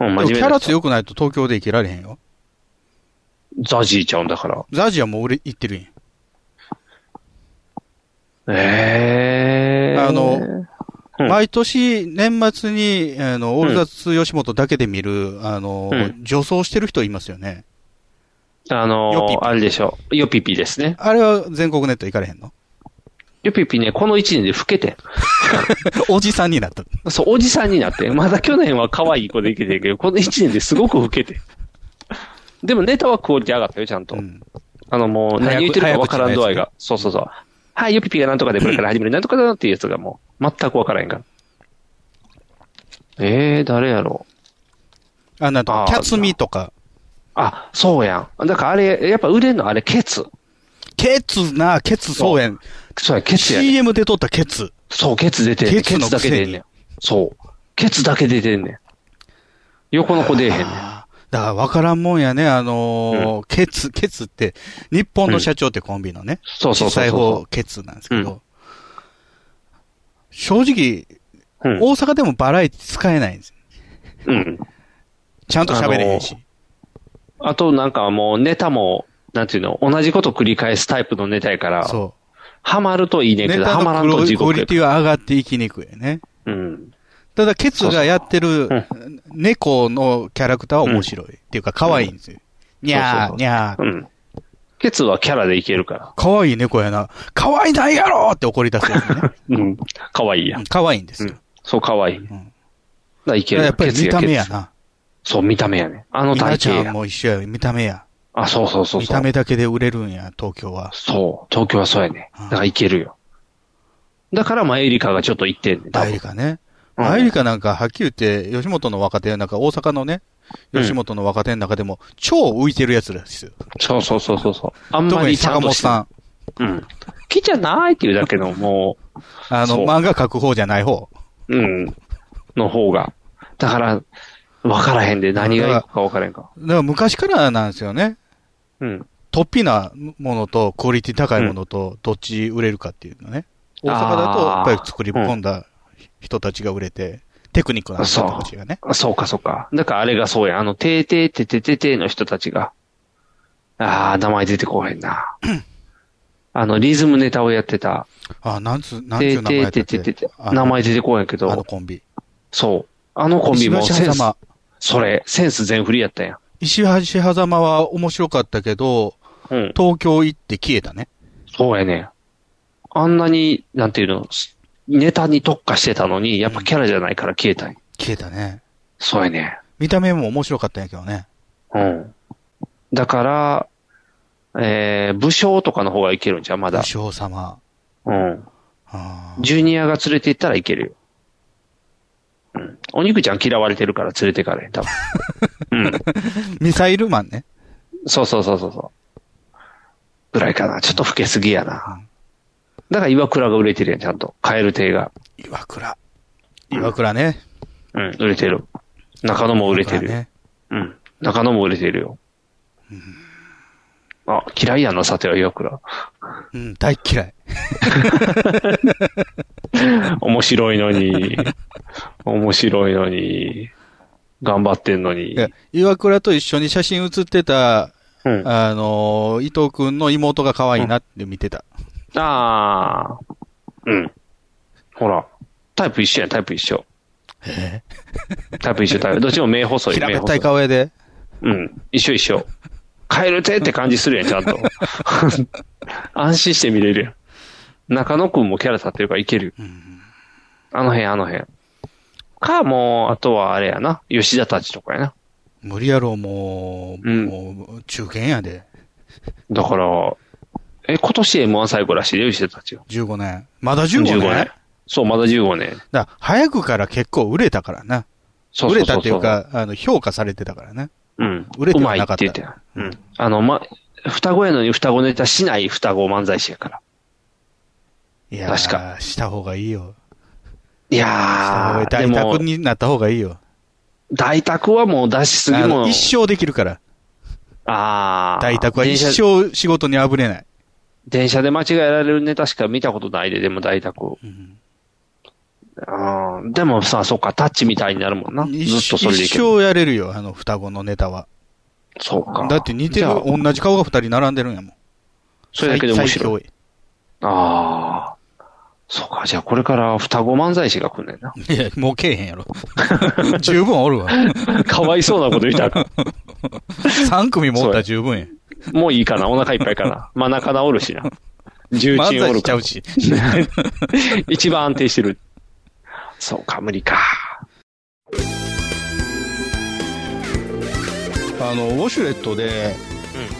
Speaker 2: うん、真
Speaker 3: でも
Speaker 2: 面
Speaker 3: キ
Speaker 2: 目
Speaker 3: ャ
Speaker 2: な
Speaker 3: ラ
Speaker 2: 人。
Speaker 3: 強くないと東京で生きられへんよ。
Speaker 2: ザジーちゃうんだから。
Speaker 3: ザジはもう俺行ってるんや
Speaker 2: ええー。
Speaker 3: あの、毎年年末に、あの、オールザッツ吉本だけで見る、あの
Speaker 2: うん、
Speaker 3: 女装してる人いますよね。
Speaker 2: あ
Speaker 3: ヨピ
Speaker 2: の、あれでしょ。ヨピピですね。
Speaker 3: あれは全国ネット行かれへんの
Speaker 2: ヨピピね、この1年で老けてん。
Speaker 3: おじさんになった。
Speaker 2: そう、おじさんになって。まだ去年は可愛い子でいけてるけど、この1年ですごく老けて。でもネタはクオリティ上がったよ、ちゃんと。あの、もう何言ってるか分からん度合いが。そうそうそう。はい、ヨピピがなんとかでこれから始める、なんとかだなっていうやつがもう、全く分からへんから。ええー、誰やろ
Speaker 3: う。あ、なんと、キャツミとか。
Speaker 2: あ、そうやん。だからあれ、やっぱ売れんのあれ、ケツ。
Speaker 3: ケツな、ケツそうやん。
Speaker 2: そうや、ケツやね
Speaker 3: CM で撮ったケツ。
Speaker 2: そう、ケツ出てんねん。
Speaker 3: ケツ
Speaker 2: ケ
Speaker 3: の
Speaker 2: ツ
Speaker 3: く
Speaker 2: だ
Speaker 3: せ
Speaker 2: け
Speaker 3: に
Speaker 2: 出んねん。そう。ケツだけ出てんねん。横の子出えへんねん。
Speaker 3: だから分からんもんやね、あのーケツ、ケツって、日本の社長ってコンビのね、
Speaker 2: そうそうそうそう
Speaker 3: 小さい方ケツなんですけど、正直、
Speaker 2: うん
Speaker 3: 大阪でもバラエティ使えないんですよ。
Speaker 2: うん。
Speaker 3: ちゃんと喋れへんし。
Speaker 2: あの。あとなんかもうネタも、なんていうの、同じこと繰り返すタイプのネタやから、
Speaker 3: そ
Speaker 2: ハマるといいねんけ
Speaker 3: ネ
Speaker 2: ど、
Speaker 3: タ
Speaker 2: ハマらん
Speaker 3: の
Speaker 2: と地
Speaker 3: クオ
Speaker 2: 獄
Speaker 3: リ
Speaker 2: や
Speaker 3: ティは上がっていきにくいよね。
Speaker 2: うん。
Speaker 3: ただ、ケツがやってる猫のキャラクターは面白い。っていうか、可愛いんですよ。にゃ
Speaker 2: そうそうそ
Speaker 3: ー、
Speaker 2: う
Speaker 3: にゃー。
Speaker 2: うん。ケツはキャラでいけるか
Speaker 3: 可愛い猫やな。可愛いないやろって怒り出す やつね。
Speaker 2: ら。うん。かわいいやん。
Speaker 3: 可愛いんですよ。
Speaker 2: そう、かわいい。だからいける。
Speaker 3: やっぱり見た目や
Speaker 2: ケツケ
Speaker 3: な。
Speaker 2: ツ。そう、見た目やね。あの体
Speaker 3: 稲ち
Speaker 2: 型
Speaker 3: ゃん
Speaker 2: や。
Speaker 3: も一緒や。見た目や。
Speaker 2: あ、そうそうそうそう。
Speaker 3: 見た目だけで売れるんや、東京は。
Speaker 2: そう。東京はそうやね。だからいけるよ。だからマユリカがちょっと行ってんねん。多
Speaker 3: マ
Speaker 2: 分
Speaker 3: ユリカね。マユリカなんか、はっきり言って、吉本の若手、なんか大阪のね、
Speaker 2: うん
Speaker 3: 吉本の若手の中でも、超浮いてるやつらですよ。
Speaker 2: そうそうそうそうそう。あんま
Speaker 3: 特に
Speaker 2: りちゃ
Speaker 3: 坂
Speaker 2: んと
Speaker 3: 本
Speaker 2: して
Speaker 3: さん。
Speaker 2: うん。木じゃないっていうだけの、もう。
Speaker 3: あの、
Speaker 2: そう
Speaker 3: 漫画描く方じゃない方。
Speaker 2: うん。の方が。だから、分からへんで何がいくか分からへんか。
Speaker 3: だから昔からなんですよね。
Speaker 2: うん。
Speaker 3: 突飛なものと、クオリティ高いものと、どっち売れるかっていうのね。
Speaker 2: うん
Speaker 3: 大阪だと、や
Speaker 2: あ
Speaker 3: っ
Speaker 2: ー
Speaker 3: ぱり作り込んだ人たちが売れて、テクニックな人たちがね。
Speaker 2: そうか、そうか。だからあれがそうや。あの、てーてーててててーの人たちが。ああ、名前出てこへんな。 あの、リズムネタをやってた。
Speaker 3: あ、なんつ、なんつ
Speaker 2: てーて
Speaker 3: う名前
Speaker 2: ー
Speaker 3: だった
Speaker 2: て
Speaker 3: ってけ
Speaker 2: てて
Speaker 3: あの
Speaker 2: 名前出てこへんけ
Speaker 3: あの
Speaker 2: ど。
Speaker 3: コンビ。
Speaker 2: そう。あのコンビも
Speaker 3: 石橋
Speaker 2: センス
Speaker 3: 狭間、
Speaker 2: それ、センス全振りやったやん。
Speaker 3: 石橋狭間は面白かったけど、
Speaker 2: うん。
Speaker 3: 東京行って消えたね。
Speaker 2: そうやね。あんなに、なんていうの、すネタに特化してたのに、やっぱキャラじゃないから消えたんよ
Speaker 3: 消えたね。
Speaker 2: そうやね。
Speaker 3: 見た目も面白かったんやけどね。
Speaker 2: うん。だから、えー、武将とかの方がいけるんじゃうまだ
Speaker 3: 武。将様。
Speaker 2: うん。ジュニアが連れて行ったらいけるよ。うん。お肉ちゃん嫌われてるから連れてかれへん、多分。
Speaker 3: ミサイルマンね。
Speaker 2: そうそうそうそうそう。ぐらいかな。ちょっと老けすぎやな。だから岩倉が売れてるやん、ちゃんと。カエル亭が。
Speaker 3: 岩倉。岩倉ね。
Speaker 2: うん、売れてる。中野も売れてる。
Speaker 3: 岩倉ね
Speaker 2: うん。中野も売れてるよ。あ、嫌いやな、さては岩倉。
Speaker 3: うん、大嫌い。
Speaker 2: 面白いのに。面白いのに。頑張ってんのに。
Speaker 3: 岩倉と一緒に写真写ってた、あのー、伊藤くんの妹が可愛いなって見てた。
Speaker 2: ああ。うん。ほら。タイプ一緒やん、タイプ一緒。
Speaker 3: え
Speaker 2: タイプ一緒、タイプ。どっちも目細い、
Speaker 3: 平
Speaker 2: 目
Speaker 3: べった
Speaker 2: 細
Speaker 3: い
Speaker 2: い。
Speaker 3: 顔やで。
Speaker 2: うん。一緒一 緒。帰るてって感じするやん、ちゃんと。 安心して見れるやん。中野くんもキャラ立ってるからいけるよ。あの辺、あの辺。か、もう、あとはあれやな。吉田たちとかやな。
Speaker 3: 無理やろ、もう、もう、中堅やで。
Speaker 2: だから、え、今年 M1 最後らしいで、吉田たちは。
Speaker 3: 15年。まだ15年
Speaker 2: そう、まだ15年。
Speaker 3: だから早くから結構売れたからな。
Speaker 2: そう
Speaker 3: 売
Speaker 2: そうそうそう
Speaker 3: れたっていうか、あの、評価されてたからね。
Speaker 2: うん。
Speaker 3: 売れて
Speaker 2: う
Speaker 3: は
Speaker 2: まい
Speaker 3: なか
Speaker 2: っ
Speaker 3: った
Speaker 2: て言ってた。うん。あの、ま、双子やのに双子ネタしない双子漫才師やから。
Speaker 3: いや確か。した方がいいよ。
Speaker 2: いやー、で
Speaker 3: 大
Speaker 2: も
Speaker 3: 宅、になった方がいいよ。
Speaker 2: 大宅はもう出しすぎ
Speaker 3: あ
Speaker 2: も
Speaker 3: の。一生できるから。
Speaker 2: あー。
Speaker 3: 大宅は一
Speaker 2: 電車。
Speaker 3: 生仕事にあぶれない。
Speaker 2: 電車で間違えられるネタしか見たことないで、でも大宅を。あーでもさ、そっか、タッチみたいになるもんな。ず
Speaker 3: 一
Speaker 2: っとそれでいけ
Speaker 3: 一
Speaker 2: る。
Speaker 3: 生やれるよ、あの双子のネタは。
Speaker 2: そうか。
Speaker 3: だって似てる、
Speaker 2: じゃあ
Speaker 3: 同じ顔が二人並んでるんやもん。
Speaker 2: それだけで面
Speaker 3: 最
Speaker 2: 白
Speaker 3: 強
Speaker 2: い。ああ。そうか、じゃあこれから双子漫才師が来んねんな。
Speaker 3: いや、もうけえへんやろ。 十分おるわ。
Speaker 2: かわいそうなこと言ったらあか
Speaker 3: 三組もおったら十分や。
Speaker 2: んもういいかな、お腹いっぱいかな。真ん中なおるしな。重
Speaker 3: 漫
Speaker 2: 鎮お
Speaker 3: 才
Speaker 2: る
Speaker 3: しち
Speaker 2: か
Speaker 3: ゃ
Speaker 2: ら
Speaker 3: う。し。
Speaker 2: 一番安定してる。そうか、無理か。
Speaker 3: あの、ウォシュレットで、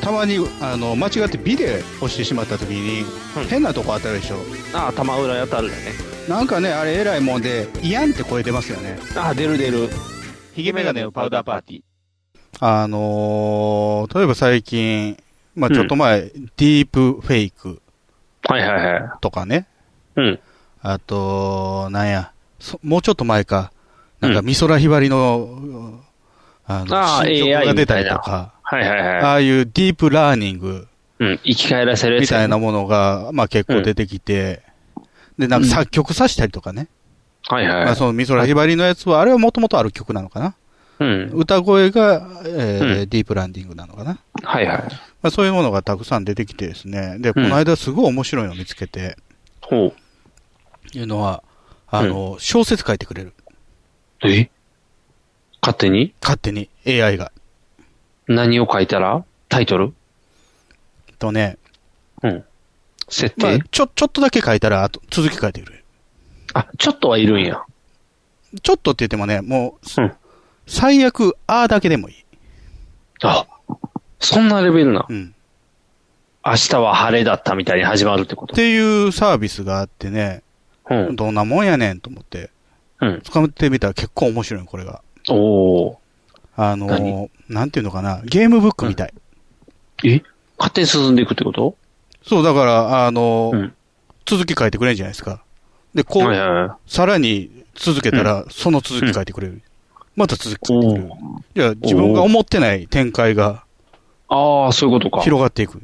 Speaker 3: たまに、あの、間違ってビデ押してしまった時に、変なとこあったでしょ。
Speaker 2: ああ、玉浦やったるよね。
Speaker 3: なんかね、あれ偉いもんで、イヤンって声出ますよね。
Speaker 2: ああ、出る出る。ヒゲメガネのパウダーパーティー。
Speaker 3: あのー、例えば最近、まあちょっと前、ディープフェイク
Speaker 2: はいはいはい。
Speaker 3: とかね。
Speaker 2: うん。
Speaker 3: あと、なんや、そもうちょっと前か、なんか美空ひばりの、あ
Speaker 2: あ
Speaker 3: の、
Speaker 2: あ
Speaker 3: 新曲
Speaker 2: AI
Speaker 3: が出たりとか、
Speaker 2: はいはいはい。
Speaker 3: ああいうディープラーニング
Speaker 2: うん、生き返らせるや
Speaker 3: み
Speaker 2: つや
Speaker 3: たい
Speaker 2: ね。
Speaker 3: なものが、まあ結構出てきて、で、なんか作曲さしたりとかね。
Speaker 2: はいはい
Speaker 3: ま
Speaker 2: は
Speaker 3: あ
Speaker 2: い。
Speaker 3: その美空ひばりのやつは、あれはもともとある曲なのかな。
Speaker 2: うん。
Speaker 3: 歌声が、えー
Speaker 2: う
Speaker 3: ディープランディングなのかな。
Speaker 2: はいはい。
Speaker 3: まあ、そういうものがたくさん出てきてですね。で、この間すごい面白いのを見つけて、
Speaker 2: ほう。
Speaker 3: いうのは、あの、小説書いてくれる。
Speaker 2: え勝手に
Speaker 3: 勝手に AI が。
Speaker 2: 何を書いたらタイトル
Speaker 3: とね、
Speaker 2: うん。設
Speaker 3: まあ
Speaker 2: 定、
Speaker 3: ちょ、ちょっとだけ書いたら、あと続き書いてくれる。
Speaker 2: あ、ちょっとはいるんや。
Speaker 3: ちょっとって言ってもね、もう、
Speaker 2: うん
Speaker 3: 最悪、あーだけでもいい。
Speaker 2: あ、そんなレベルな。
Speaker 3: うん。
Speaker 2: 明日は晴れだったみたいに始まるってこと
Speaker 3: っ。ていうサービスがあってね、
Speaker 2: うん。
Speaker 3: どんなもんやねんと思って、
Speaker 2: うん。
Speaker 3: 使ってみたら結構面白いのこれが。
Speaker 2: おー。
Speaker 3: あのー
Speaker 2: 何、
Speaker 3: なんていうのかな、ゲームブックみたい。
Speaker 2: え勝手に進んでいくってこと
Speaker 3: そう、だから、あのー、
Speaker 2: うん
Speaker 3: 続き書いてくれるじゃないですか。で、こう、
Speaker 2: はいはいはい。
Speaker 3: さらに続けたら、その続き書いてくれる。また続き書いてくれる。じゃあ、自分が思ってない展開が
Speaker 2: ああ、そういうことか。
Speaker 3: 広がっていく。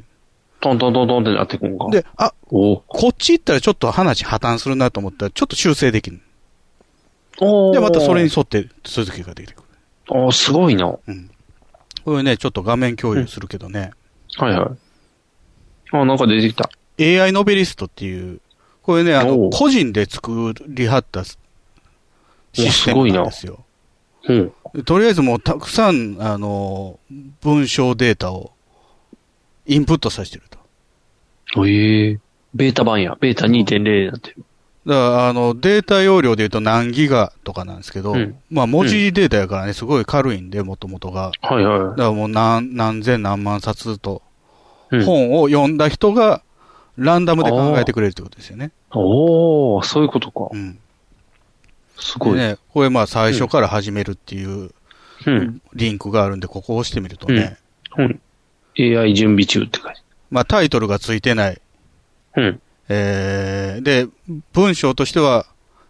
Speaker 2: トントントントンってなってくんか。
Speaker 3: で、あ、
Speaker 2: おー
Speaker 3: こっち行ったらちょっと話破綻するなと思ったら、ちょっと修正できる。
Speaker 2: おー。
Speaker 3: で、またそれに沿って続きができてくる。
Speaker 2: ああ、すごいな。は
Speaker 3: これね、ちょっと画面共有するけどね、
Speaker 2: いはい。あなんか出てきた。
Speaker 3: AI ノベリストっていう、これね、あ
Speaker 2: お
Speaker 3: の、
Speaker 2: う
Speaker 3: 個人で作りはったシステムなんですよ。
Speaker 2: うん。
Speaker 3: とりあえずもうたくさん、あの、文章データをインプットさせてると。
Speaker 2: ええベータ版や。ベータ2.0になってる。
Speaker 3: だから、あの、データ容量で言うと何ギガとかなんですけど、
Speaker 2: うん
Speaker 3: まあ文字データやからね、すごい軽いんで、もともとが。
Speaker 2: はい
Speaker 3: だ
Speaker 2: は
Speaker 3: からもう何、何千何万冊と、
Speaker 2: い。うん、
Speaker 3: 本を読んだ人が、ランダムで考えてくれるってことですよね。
Speaker 2: おおそういうことか
Speaker 3: う。ん。
Speaker 2: す
Speaker 3: で
Speaker 2: ごい。
Speaker 3: ね、これまあ最初から始めるっていう
Speaker 2: うん。
Speaker 3: リンクがあるんで、ここを押してみるとね、
Speaker 2: うん。 AI 準備中って感じ。
Speaker 3: まあタイトルがついてない。
Speaker 2: うん。
Speaker 3: えー、で、文章としては、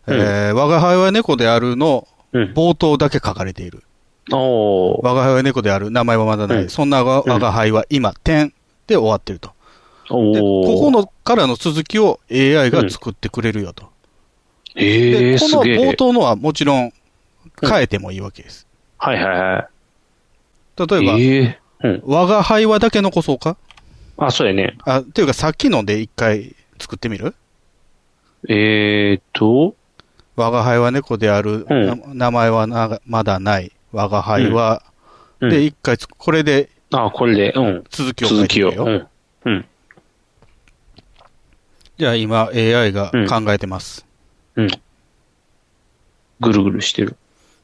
Speaker 3: えー我が輩は猫であるの冒頭だけ書かれている。
Speaker 2: お
Speaker 3: 我が輩は猫である、名前はまだない。そんな我我が輩は今、点で終わってると。でここのからの続きを AI が作ってくれるよと。
Speaker 2: ええ
Speaker 3: で
Speaker 2: ー、
Speaker 3: こ
Speaker 2: す
Speaker 3: の
Speaker 2: げえ。
Speaker 3: 冒頭のはもちろん変えてもいいわけです。
Speaker 2: はいはいはい。
Speaker 3: 例えば、
Speaker 2: え
Speaker 3: 我が輩はだけ残そうか
Speaker 2: あ、そうやね。
Speaker 3: あ、というかさっきので一回作ってみる
Speaker 2: えーっと、
Speaker 3: 我が輩は猫である、
Speaker 2: うん
Speaker 3: な名前はなまだない。我が輩は、
Speaker 2: うん
Speaker 3: で、一回つ、これで
Speaker 2: あ、これで、うん。
Speaker 3: 続きを書
Speaker 2: 続
Speaker 3: いて
Speaker 2: き
Speaker 3: み
Speaker 2: を。
Speaker 3: るよ。
Speaker 2: うん。うん。
Speaker 3: じゃあ今 AI が考えてます。
Speaker 2: うん。ぐるぐるしてる。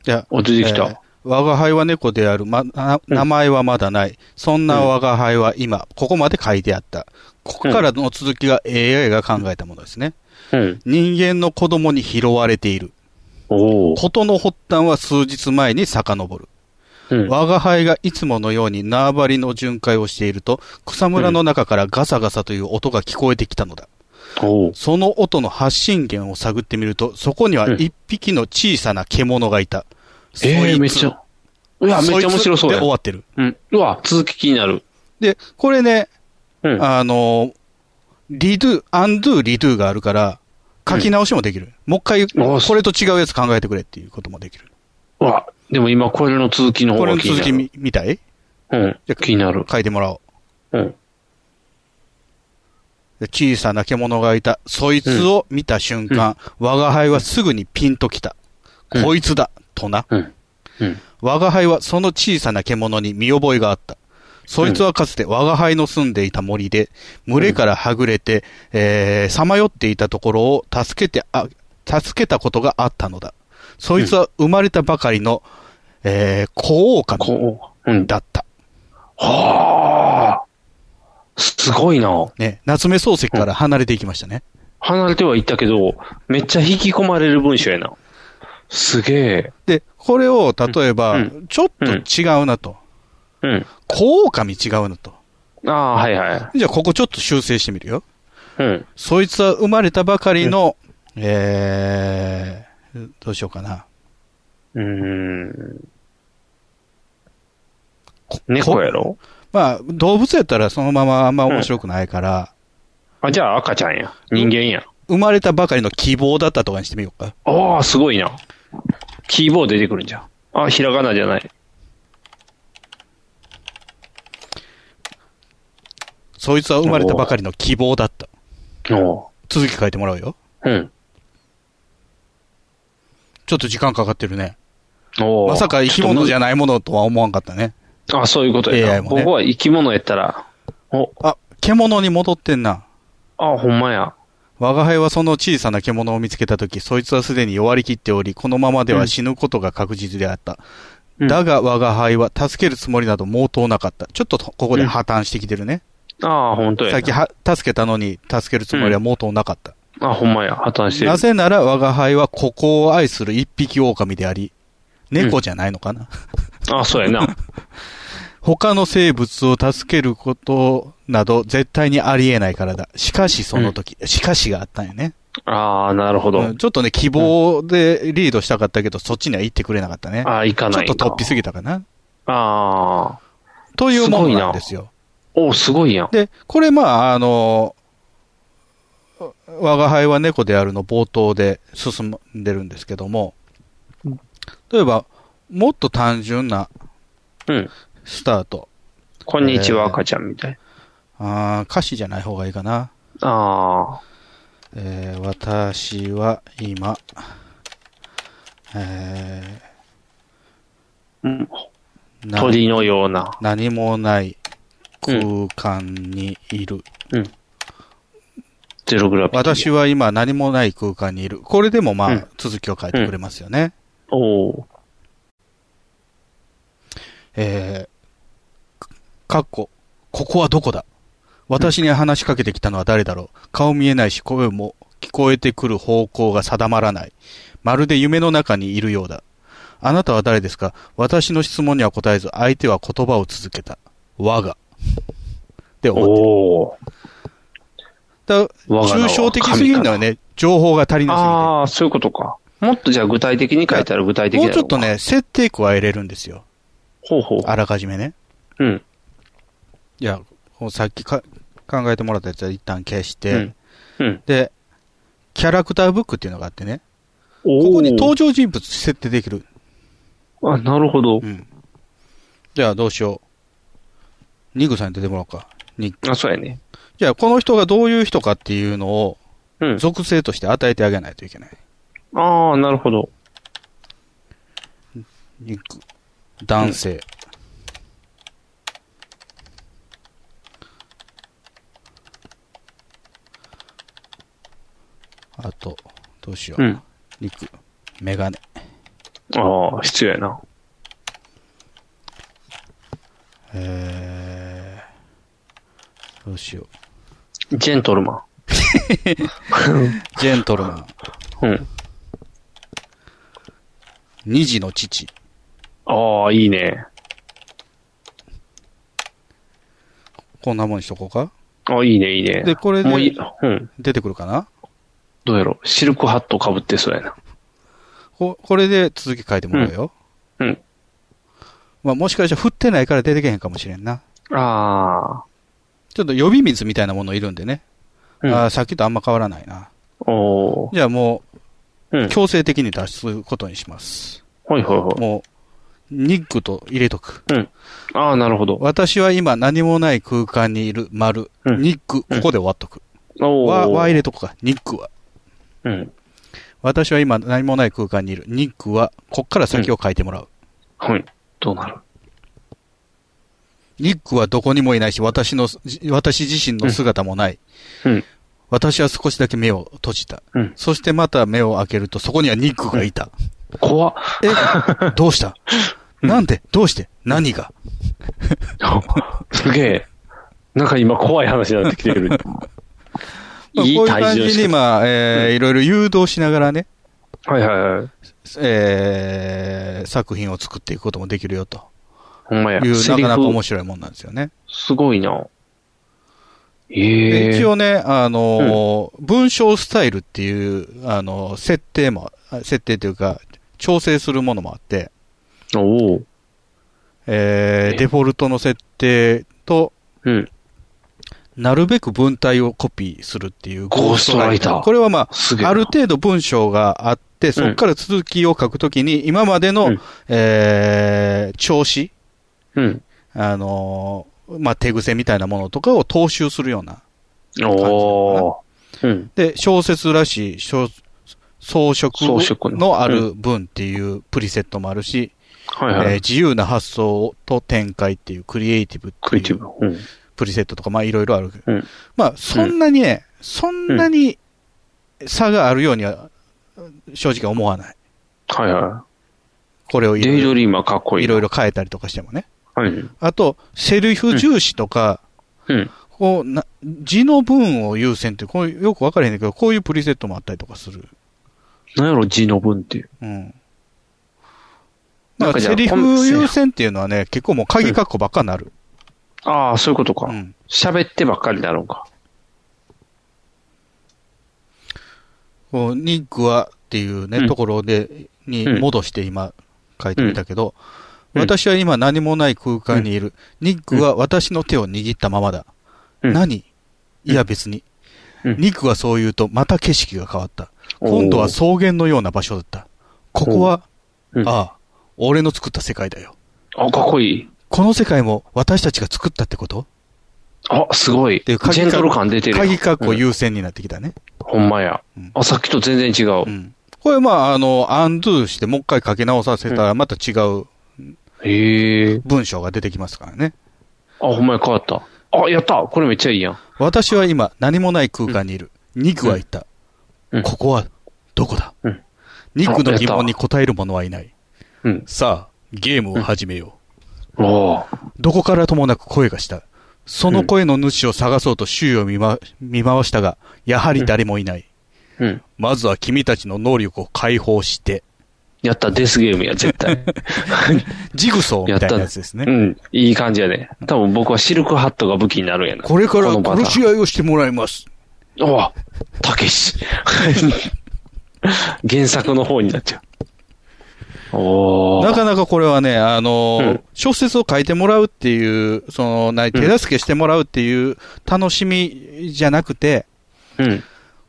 Speaker 3: じゃあ、
Speaker 2: お出てきた
Speaker 3: えー我が輩は猫である、ま、な名前はまだない。そんな我が輩は今、ここまで書いてあった。ここからの続きが AI が考えたものですね。
Speaker 2: うん。
Speaker 3: 人間の子供に拾われている。
Speaker 2: お
Speaker 3: ことの発端は数日前に遡る。
Speaker 2: うん
Speaker 3: 我が輩がいつものように縄張りの巡回をしていると、草むらの中からガサガサという音が聞こえてきたのだ。
Speaker 2: お
Speaker 3: その音の発信源を探ってみると、そこには一匹の小さな獣がいた。
Speaker 2: え
Speaker 3: そい
Speaker 2: ー、
Speaker 3: つ
Speaker 2: めっちゃ。いや、めっちゃ面白そう
Speaker 3: で
Speaker 2: や
Speaker 3: 終。わってる。
Speaker 2: うん。うわ、続き気になる。
Speaker 3: で、これね、
Speaker 2: うん
Speaker 3: あの、リドゥ、アンドゥ、リドゥがあるから、書き直しもできる。もう一回、
Speaker 2: おー
Speaker 3: これと違うやつ考えてくれっていうこともできる。
Speaker 2: うわ、でも今これの続きの方
Speaker 3: これ
Speaker 2: が
Speaker 3: の
Speaker 2: 気に
Speaker 3: 続
Speaker 2: な
Speaker 3: き
Speaker 2: る。
Speaker 3: み見たい
Speaker 2: うん。気になる。
Speaker 3: 書いてもらおう。
Speaker 2: うん。
Speaker 3: 小さな獣がいた。そいつを見た瞬間、我が輩はすぐにピンときた。
Speaker 2: うん
Speaker 3: こいつだ、とな。
Speaker 2: うん。うん。
Speaker 3: 我が輩はその小さな獣に見覚えがあった。そいつはかつて我が輩の住んでいた森で、群れからはぐれて、えー、さまよっていたところを助けてあ、助けたことがあったのだ。そいつは生まれたばかりの、えー、小狼
Speaker 2: うん。
Speaker 3: だった。
Speaker 2: はあ。すごいな。
Speaker 3: ね、夏目漱石から離れていきましたね。
Speaker 2: 離れてはいったけど、めっちゃ引き込まれる文章やな。すげえ。
Speaker 3: で、これを、例えば、
Speaker 2: うん
Speaker 3: ちょっと違うなと。
Speaker 2: うん。
Speaker 3: 小狼違うなと。
Speaker 2: ああ、はいはい。
Speaker 3: じゃあ、ここちょっと修正してみるよ。
Speaker 2: うん。
Speaker 3: そいつは生まれたばかりの、えー、どうしようかな。
Speaker 2: うーん。猫やろ
Speaker 3: まあ、動物やったらそのままあんま面白くないから、
Speaker 2: あ、じゃあ赤ちゃんや。人間や。
Speaker 3: 生まれたばかりの希望だったとかにしてみようか。
Speaker 2: ああ、すごいな。キーボード出てくるんじゃん。あ、ひらがなじゃない。
Speaker 3: そいつは生まれたばかりの希望だった。
Speaker 2: お
Speaker 3: 続き書いてもらうよ。
Speaker 2: ううん。
Speaker 3: ちょっと時間かかってるね。
Speaker 2: お
Speaker 3: まさか生き物じゃ
Speaker 2: な
Speaker 3: ないものとは思わんかったね。
Speaker 2: あ、そういうことや
Speaker 3: AI
Speaker 2: な。
Speaker 3: もね
Speaker 2: 僕は生き物やったら。お、
Speaker 3: あ、獣に戻ってんな。
Speaker 2: あ、ほんまや。
Speaker 3: 我が輩はその小さな獣を見つけたとき、そいつはすでに弱りきっており、このままでは死ぬことが確実であった。
Speaker 2: うん
Speaker 3: だが我が輩は助けるつもりなど毛頭なかった。ちょっとここで破綻してきてるね。
Speaker 2: ああ、ほんとや
Speaker 3: さ
Speaker 2: な
Speaker 3: っ。きは助けたのに助けるつもりは毛頭なかった。
Speaker 2: あ、ほんまや。破綻してる
Speaker 3: な。ぜなら我が輩はここを愛する一匹狼であり、猫じゃないのかな、
Speaker 2: あ、そうやな。
Speaker 3: 他の生物を助けることなど絶対にありえないからだ。しかしその時、しかしがあったんよね。
Speaker 2: ああ、なるほど。
Speaker 3: うんちょっとね、希望でリードしたかったけど、そっちには行ってくれなかったね。
Speaker 2: ああ、いか
Speaker 3: ちょ
Speaker 2: な
Speaker 3: っ
Speaker 2: い
Speaker 3: と
Speaker 2: か。
Speaker 3: 突飛すぎたかな。
Speaker 2: ああ。
Speaker 3: というものなんですよ。
Speaker 2: おすごいやん。
Speaker 3: で、これ、まあ、あの、我が輩は猫であるの冒頭で進んでるんですけども、例えば、もっと単純な
Speaker 2: うん。
Speaker 3: スタート。
Speaker 2: こんにち
Speaker 3: え
Speaker 2: は、
Speaker 3: ー
Speaker 2: 赤ちゃんみたい。
Speaker 3: あー歌詞じゃない方がいいかな。
Speaker 2: あ
Speaker 3: えー私は今、え
Speaker 2: あ。うん
Speaker 3: ーな
Speaker 2: 鳥のような。
Speaker 3: 何もない空間にいる。
Speaker 2: ゼログラビティ。
Speaker 3: 私は今何もない空間にいる。これでもまあ、
Speaker 2: うん
Speaker 3: 続きを書いてくれますよね。
Speaker 2: おお。
Speaker 3: えーかかっこ、ここはどこだ私に話しかけてきたのは誰だろう顔見えないし声も聞こえてくる方向が定まらない。まるで夢の中にいるようだ。あなたは誰ですか私の質問には答えず、相手は言葉を続けた。我が。って思ってる。だ抽象的すぎるのはね、情報が足りなすぎて。
Speaker 2: ああ、そういうことか。もっとじゃあ具体的に書いたら具体的
Speaker 3: もうちょっとね、設定加えれるんですよ。
Speaker 2: ほうほう。
Speaker 3: あらかじめね。
Speaker 2: うん。
Speaker 3: いや、さっきか考えてもらったやつは一旦消して、
Speaker 2: うん、うん、
Speaker 3: で、キャラクターブックっていうのがあってね、ここに登場人物設定できる。。
Speaker 2: あ、なるほど。うん
Speaker 3: じゃあどうしよう。ニグさんに出てもらおうか。ニ
Speaker 2: あ、そうやね。
Speaker 3: じゃあこの人がどういう人かっていうのを、属性として与えてあげないといけない。
Speaker 2: うん、ああ、なるほど。
Speaker 3: ニグ、男性。うんあと、どうしよう。うん。肉、メガネ。
Speaker 2: ああ、必要やな。
Speaker 3: えー、どうしよ
Speaker 2: う。ジェントルマン。
Speaker 3: ジェントルマ
Speaker 2: ン。うん。
Speaker 3: 二児の父。
Speaker 2: ああ、いいね。
Speaker 3: こんなもんにしとこうか
Speaker 2: あいいね、いいね。
Speaker 3: で、これで、
Speaker 2: いうん、
Speaker 3: 出てくるかな
Speaker 2: どうやろうシルクハットかぶってそうやな。
Speaker 3: こ、これで続き書いてもらうよ。
Speaker 2: うん。うん、
Speaker 3: まあもしかしたら振ってないから出てけへんかもしれんな。
Speaker 2: ああ。
Speaker 3: ちょっと呼び水みたいなものいるんでね。うん、あさっきとあんま変わらないな。
Speaker 2: お
Speaker 3: じゃあもう、うん、強制的に脱出ことにします。
Speaker 2: はいはいはい。
Speaker 3: もう、ニックと入れとく。
Speaker 2: うん。ああ、なるほど。
Speaker 3: 私は今何もない空間にいる丸。うん、ニック、ここで終わっとく。
Speaker 2: うん、
Speaker 3: は、は入れとくか。ニックは。
Speaker 2: うん、
Speaker 3: 私は今何もない空間にいる。ニックは、こっから先を書いてもらう。
Speaker 2: うん、はい。どうなる
Speaker 3: ニックはどこにもいないし、私の、私自身の姿もない。
Speaker 2: うん、
Speaker 3: 私は少しだけ目を閉じた。そしてまた目を開けると、そこにはニックがいた。
Speaker 2: 怖っ。
Speaker 3: え、どうしたなんでどうして何が
Speaker 2: すげえ。なんか今怖い話になってきてる。
Speaker 3: まあ、こういう感じに、まあ、えー、いろいろ誘導しながらね。
Speaker 2: はいはいはい。
Speaker 3: えー、作品を作っていくこともできるよと。
Speaker 2: ほんまや。
Speaker 3: いう、なかなか面白いもんなんですよね。
Speaker 2: すごいな。え
Speaker 3: えー。一応ね、あの、うん、文章スタイルっていう、あの、設定も、設定というか、調整するものもあって。
Speaker 2: おお。
Speaker 3: えー、デフォルトの設定と、
Speaker 2: うん。
Speaker 3: なるべく文体をコピーするっていう
Speaker 2: ゴーストライター。
Speaker 3: これはまあ、ある程度文章があって、そこから続きを書くときに、今までの、うん、えー、調子、
Speaker 2: うん、
Speaker 3: あのー、まあ、手癖みたいなものとかを踏襲するような
Speaker 2: 感じお、うん、
Speaker 3: で、小説らしい小、装飾のある文っていうプリセットもあるし、
Speaker 2: はいはい、えー、
Speaker 3: 自由な発想と展開っていうクリエイティブっていう。
Speaker 2: クリ
Speaker 3: プリセットとか、まあいろいろある。
Speaker 2: うん、
Speaker 3: まあそんなにね、うん、そんなに差があるようには、正直思わない。。
Speaker 2: はいはい
Speaker 3: これを
Speaker 2: いろいろ。デイドリーマーかっこいい。
Speaker 3: いろいろ変えたりとかしてもね。
Speaker 2: はい。
Speaker 3: あと、セルフ重視とか、
Speaker 2: うん。
Speaker 3: こうな字の文を優先って、こうよくわからへんねんけど、こういうプリセットもあったりとかする。
Speaker 2: なんやろ、字の文って。
Speaker 3: うん。なんかセリフ優先っていうのはね、結構もう鍵括弧ばっかになる。うん
Speaker 2: ああ、そういうことか。喋、うん、ってばっかりになるんか。
Speaker 3: こう、ニックはっていうね、うん、ところで、に戻して今書いてみたけど、うん、私は今何もない空間にいる。ニックは私の手を握ったままだ。何いや別に。ニックはそう言うと、また景色が変わった。今度は草原のような場所だった。ここは、ああ、俺の作った世界だよ。
Speaker 2: あ、かっこいい。
Speaker 3: この世界も私たちが作ったってこと
Speaker 2: あ、すごい。っていうジェントル感出てる。
Speaker 3: 鍵括弧優先になってきたね。、
Speaker 2: ほんまや。あ、さっきと全然違う。うん
Speaker 3: これ、まあ、あの、アンドゥして、もう一回書き直させたら、また違う、
Speaker 2: へえ。
Speaker 3: 文章が出てきますからね。
Speaker 2: あ、ほんまや変わった。あ、やったこれめっちゃいいやん。
Speaker 3: 私は今、何もない空間にいる。肉は言った。ここは、どこだ、肉の疑問に答える者はいない。
Speaker 2: うん、
Speaker 3: さあ、ゲームを始めよう。
Speaker 2: ど
Speaker 3: こからともなく声がした。その声の主を探そうと周囲を見,、ま、見回したが、やはり誰もいない。
Speaker 2: うん、うん、
Speaker 3: まずは君たちの能力を解放して、
Speaker 2: やった、デスゲームや、絶 対。、
Speaker 3: ジグソーみたいなやつですね。うん
Speaker 2: いい感じやね。多分僕はシルクハットが武器になるんやな。
Speaker 3: これから殺し合いをしてもらいます。
Speaker 2: おわ、たけし。 原作の方になっちゃう。お
Speaker 3: なかなかこれはね、あの、うん、小説を書いてもらうっていう、その、な手助けしてもらうっていう楽しみじゃなくて、
Speaker 2: うん。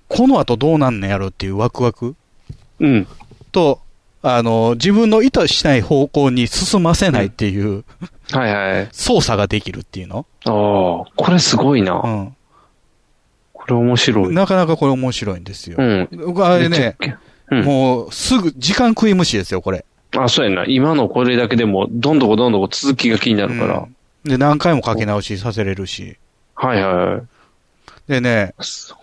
Speaker 3: この後どうなんのやろっていうワクワク。
Speaker 2: うん。
Speaker 3: と、あの、自分の意図しない方向に進ませないっていう、
Speaker 2: うん、はいはい。
Speaker 3: 操作ができるっていうの
Speaker 2: ああ、これすごいな。
Speaker 3: うん。
Speaker 2: これ面白い。
Speaker 3: なかなかこれ面白いんですよ。
Speaker 2: うん。
Speaker 3: 僕あれね、うん、もうすぐ、時間食い虫ですよ、これ。
Speaker 2: あ、そうやな。今のこれだけでも、どんどこどんどこ続きが気になるから。
Speaker 3: うん、で、何回も書き直しさせれるし。
Speaker 2: はいはい。
Speaker 3: でね、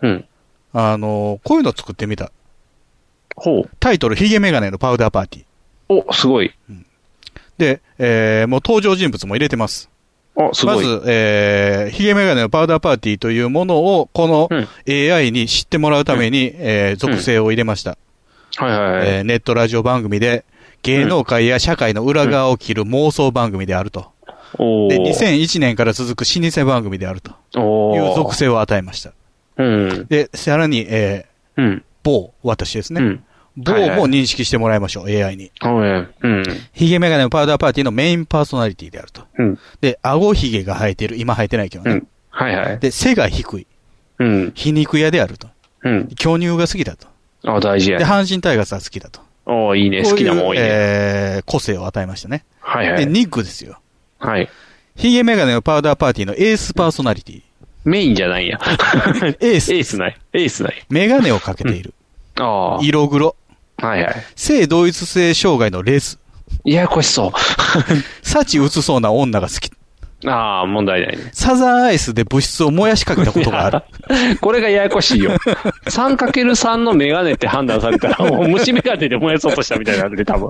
Speaker 2: うん。
Speaker 3: あの、こういうの作ってみた。
Speaker 2: ほう。
Speaker 3: タイトル、ヒゲメガネのパウダーパーティ
Speaker 2: ー。お、すごい。
Speaker 3: うん、で、えー、もう登場人物も入れてます。
Speaker 2: あ、すご
Speaker 3: い。まず、えー、ヒゲメガネのパウダーパーティーというものを、この AI に知ってもらうために、うん、えー、属性を入れました。
Speaker 2: うん、はいはい、はい、
Speaker 3: えー、ネットラジオ番組で、芸能界や社会の裏側を切る妄想番組であると。
Speaker 2: うん、
Speaker 3: で、2001年から続く老舗番組であると。いう属性を与えました。
Speaker 2: うん、
Speaker 3: で、さらに、え
Speaker 2: ー、うん、
Speaker 3: 某、私ですね。うん某も認識してもらいましょう、はいはい、AI に。
Speaker 2: うん。
Speaker 3: ヒゲメガネのパウダーパーティーのメインパーソナリティであると。
Speaker 2: うん。
Speaker 3: で、顎ひげが生えてる、今生えてないけどね。うん。
Speaker 2: はいはい。
Speaker 3: で、背が低い。
Speaker 2: うん。
Speaker 3: 皮肉屋であると。
Speaker 2: うん。
Speaker 3: 巨乳が好きだと。
Speaker 2: あ大事や。
Speaker 3: で、阪神タイガースは好きだと。
Speaker 2: おいいね、好きなもん多いね。
Speaker 3: えー、個性を与えましたね。
Speaker 2: はいはい。
Speaker 3: で、ニックですよ。
Speaker 2: はい。
Speaker 3: ヒゲメガネのパウダーパーティーのエースパーソナリティ。
Speaker 2: メインじゃないや。
Speaker 3: エース。
Speaker 2: エースない。エースない。
Speaker 3: メガネをかけている。
Speaker 2: うん、ああ。
Speaker 3: 色黒。
Speaker 2: はいはい。
Speaker 3: 性同一性障害のレース。
Speaker 2: ややこしそう。
Speaker 3: 幸うつそうな女が好き。
Speaker 2: ああ、問題ないね。
Speaker 3: サザンアイスで物質を燃やしかけたこと があ
Speaker 2: る。これがややこしいよ。3×3 のメガネって判断された ら、もう虫メガネで燃やそうとしたみたいなんで、多分。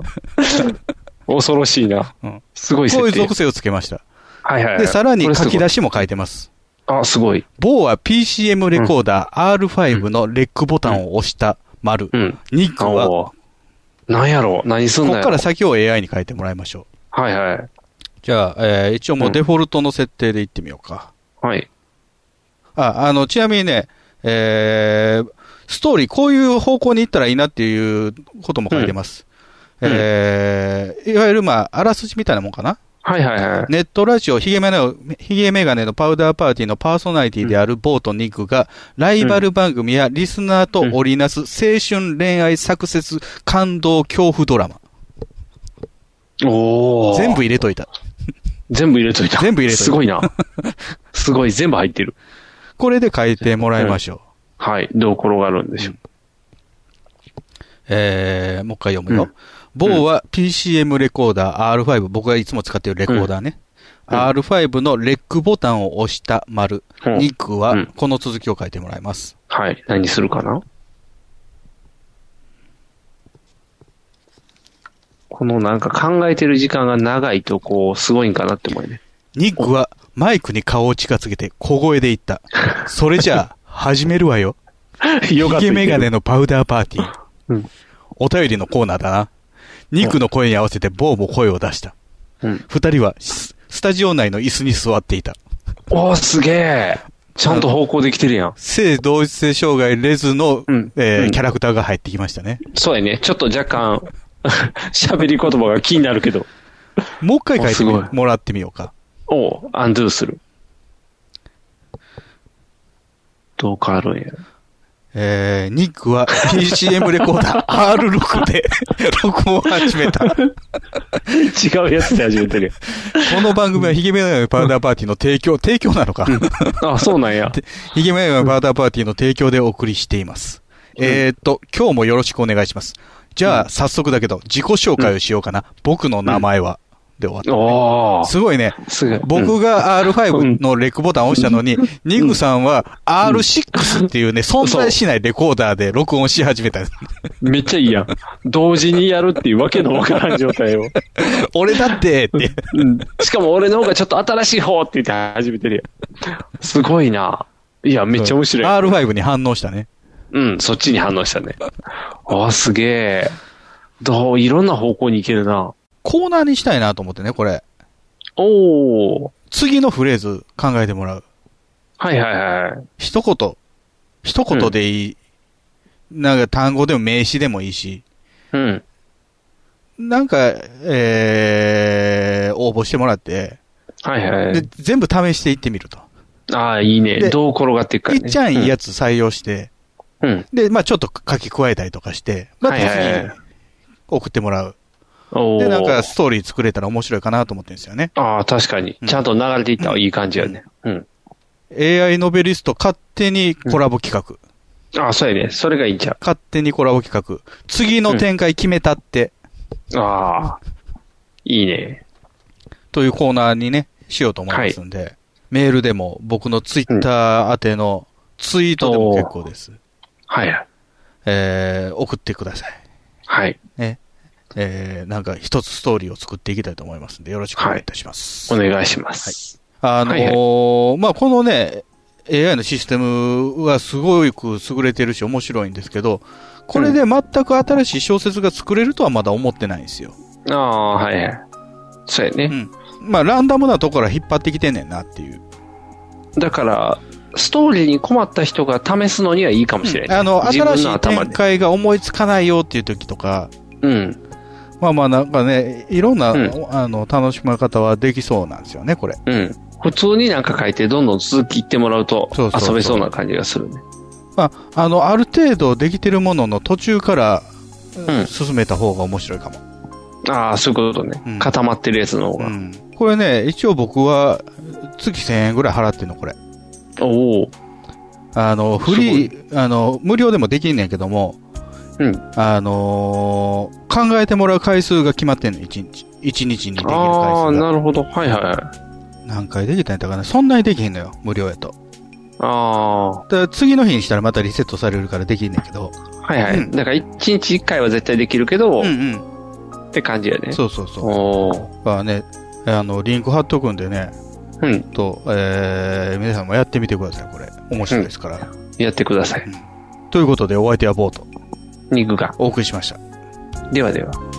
Speaker 2: 恐ろしいな。うん、すごい
Speaker 3: こういう属性をつけました。
Speaker 2: はいはい、はい。
Speaker 3: で、さらに書き出しも書いてます。
Speaker 2: あ、すごい。
Speaker 3: 某は PCM レコーダー、うん、R5 のレックボタンを押した丸。
Speaker 2: うん。
Speaker 3: ニックは。
Speaker 2: 何やろ何すんの
Speaker 3: ここから先を AI に変えてもらいましょ
Speaker 2: う。はいはい。
Speaker 3: じゃあ、えー、一応もうデフォルトの設定でいってみようか。
Speaker 2: うん、はい。
Speaker 3: あ、あの、ちなみにね、えー、ストーリー、こういう方向に行ったらいいなっていうことも書いてます。うん、えー、いわゆる、まあ、あらすじみたいなもんかな。
Speaker 2: はいはいはい。
Speaker 3: ネットラジオヒゲメガネ、ヒゲメガネのパウダーパーティーのパーソナリティであるボートニックが、ライバル番組やリスナーと織りなす青春恋愛作説感動恐怖ドラマ。
Speaker 2: お
Speaker 3: 全部入れといた。
Speaker 2: 全部入れといた。
Speaker 3: 全部入れといた。
Speaker 2: すごいな。すごい、全部入ってる。
Speaker 3: これで書いてもらいましょう。
Speaker 2: うん、はい。どう転がるんでしょう。
Speaker 3: えー、もう一回読むよ。うん某は PCM レコーダー R5、僕がいつも使っているレコーダーね。うん、R5 のレックボタンを押した丸。うん、ニックは、この続きを書いてもらいます。
Speaker 2: うん、はい。何するかなこのなんか考えてる時間が長いと、こう、すごいんかなって思い ね。
Speaker 3: ニックは、マイクに顔を近づけて、小声で言った。 それじゃあ、始めるわよ。
Speaker 2: よ
Speaker 3: ヒゲメガネのパウダーパーティー。
Speaker 2: うん、
Speaker 3: お便りのコーナーだな。ニクの声に合わせてボーも声を出した。
Speaker 2: うん。
Speaker 3: 二人はス、スタジオ内の椅子に座っていた。
Speaker 2: おー、すげえちゃんと方向できてるやん。
Speaker 3: 性同一性障害レズの、うん、えーうん、キャラクターが入ってきましたね。
Speaker 2: そうやね。ちょっと若干、 喋り言葉が気になるけど。
Speaker 3: もう一回書いてもらってみようか。
Speaker 2: おう、アンドゥする。どう変わるん や
Speaker 3: えー、ニックは PCM レコーダー R6 で録音を始めた。
Speaker 2: 違うやつで始めてるよ。
Speaker 3: この番組はヒゲメガネパウダーパーティーの提供、提供なのか、
Speaker 2: うん、あ、そうなんや。
Speaker 3: ヒゲメガネパウダーパーティーの提供でお送りしています。うん、えー、っと、今日もよろしくお願いします。じゃあ、うん、早速だけど、自己紹介をしようかな。僕の名前は。で終わった、
Speaker 2: ね、
Speaker 3: すごいね。
Speaker 2: すごい。
Speaker 3: 僕が R5 のレックボタンを押したのに、うん、ニグさんは R6 っていうね、存在しないレコーダーで録音し始めた。
Speaker 2: めっちゃいいやん。同時にやるっていうわけのわからん状態を。
Speaker 3: 俺だってって、
Speaker 2: うん。しかも俺の方がちょっと新しい方って言って始めてるやん。すごいな。いや、めっちゃ面白い。
Speaker 3: R5 に反応したね。
Speaker 2: うん、そっちに反応したね。ああ、すげえ。どう、いろんな方向に行けるな。
Speaker 3: コーナーにしたいなと思ってね、これ。
Speaker 2: おー。
Speaker 3: 次のフレーズ考えてもらう。
Speaker 2: はいはいはい。
Speaker 3: 一言。一言でいい。なんか単語でも名詞でもいいし。
Speaker 2: うん。
Speaker 3: なんか、えー、応募してもらって。
Speaker 2: はいはい
Speaker 3: で、全部試していってみると。
Speaker 2: ああ、いいね。
Speaker 3: で
Speaker 2: どう転がっていくか、
Speaker 3: い
Speaker 2: ね。
Speaker 3: っちゃんいいやつ採用して。
Speaker 2: うん。
Speaker 3: で、まあちょっと書き加えたりとかして。また
Speaker 2: はいはい
Speaker 3: 次
Speaker 2: はい
Speaker 3: 送ってもらう。
Speaker 2: おー
Speaker 3: で、なんかストーリー作れたら面白いかなと思ってるんですよね。
Speaker 2: ああ、確かに。ちゃんと流れていったらいい感じやね。うん。
Speaker 3: AI ノベリスト勝手にコラボ企画。
Speaker 2: ああ、そうやね。それがいいんちゃ
Speaker 3: 勝手にコラボ企画。次の展開決めたって、
Speaker 2: う。ああ。いいね。
Speaker 3: というコーナーにね、しようと思いますんで、メールでも、僕のツイッター宛てのツイートでも結構です。
Speaker 2: はいはい。
Speaker 3: えー、送ってください。
Speaker 2: はい。
Speaker 3: ね。えー、なんか一つストーリーを作っていきたいと思いますんで、よろしくお願いいたします。
Speaker 2: お願いします。
Speaker 3: あのーまあ、このね、AI のシステムはすごく優れてるし面白いんですけど、これで全く新しい小説が作れるとはまだ思ってないんですよ。
Speaker 2: ああ、はいはい。そうやね。
Speaker 3: まあ、ランダムなところは引っ張ってきてんねんなっていう。
Speaker 2: だから、ストーリーに困った人が試すのにはいいかもしれない。
Speaker 3: あの、
Speaker 2: 自分
Speaker 3: 新しい
Speaker 2: 頭
Speaker 3: 展
Speaker 2: で。
Speaker 3: 開が思いつかないよっていう時とか、
Speaker 2: うん。
Speaker 3: まあまあなんかね、いろんな、
Speaker 2: うん
Speaker 3: あの、楽しみ方はできそうなんですよね、これ。
Speaker 2: うん。普通になんか書いて、どんどん続き言ってもらうと
Speaker 3: そうそうそう
Speaker 2: 遊べそうな感じがするね。
Speaker 3: まあ、あの、ある程度できてるものの途中から
Speaker 2: うん。
Speaker 3: 進めた方が面白いかも。
Speaker 2: ああ、そういうことね。
Speaker 3: うん
Speaker 2: 固まってるやつの方が。
Speaker 3: うんこれね、一応僕は月1000円ぐらい払ってんの、これ。
Speaker 2: おお。
Speaker 3: あの、フリー、あの、無料でもできんねんけども、
Speaker 2: うん。
Speaker 3: あのー考えてもらう回数が決まってんの、1日。1日にできる回
Speaker 2: ああ、
Speaker 3: 数
Speaker 2: な
Speaker 3: が。
Speaker 2: るほど。はいはいはい。あ
Speaker 3: 何回できたんやったかな。そんなにできへんのよ、無料やと。
Speaker 2: あー。
Speaker 3: だから次の日にしたらまたリセットされるからできんねんけど。
Speaker 2: はいはい。だから、1日1回は絶対できるけど、
Speaker 3: う
Speaker 2: っ
Speaker 3: んうん。
Speaker 2: て感じやね。
Speaker 3: そうそうそう。
Speaker 2: おお。
Speaker 3: だからね、あの、リンク貼っとくんでね、
Speaker 2: うん。
Speaker 3: と、えー、皆さんもやってみてください、これ。面白いですから。
Speaker 2: やってください。
Speaker 3: ということで、お相手はボート、
Speaker 2: 肉が。
Speaker 3: お送りしました。
Speaker 2: ではでは。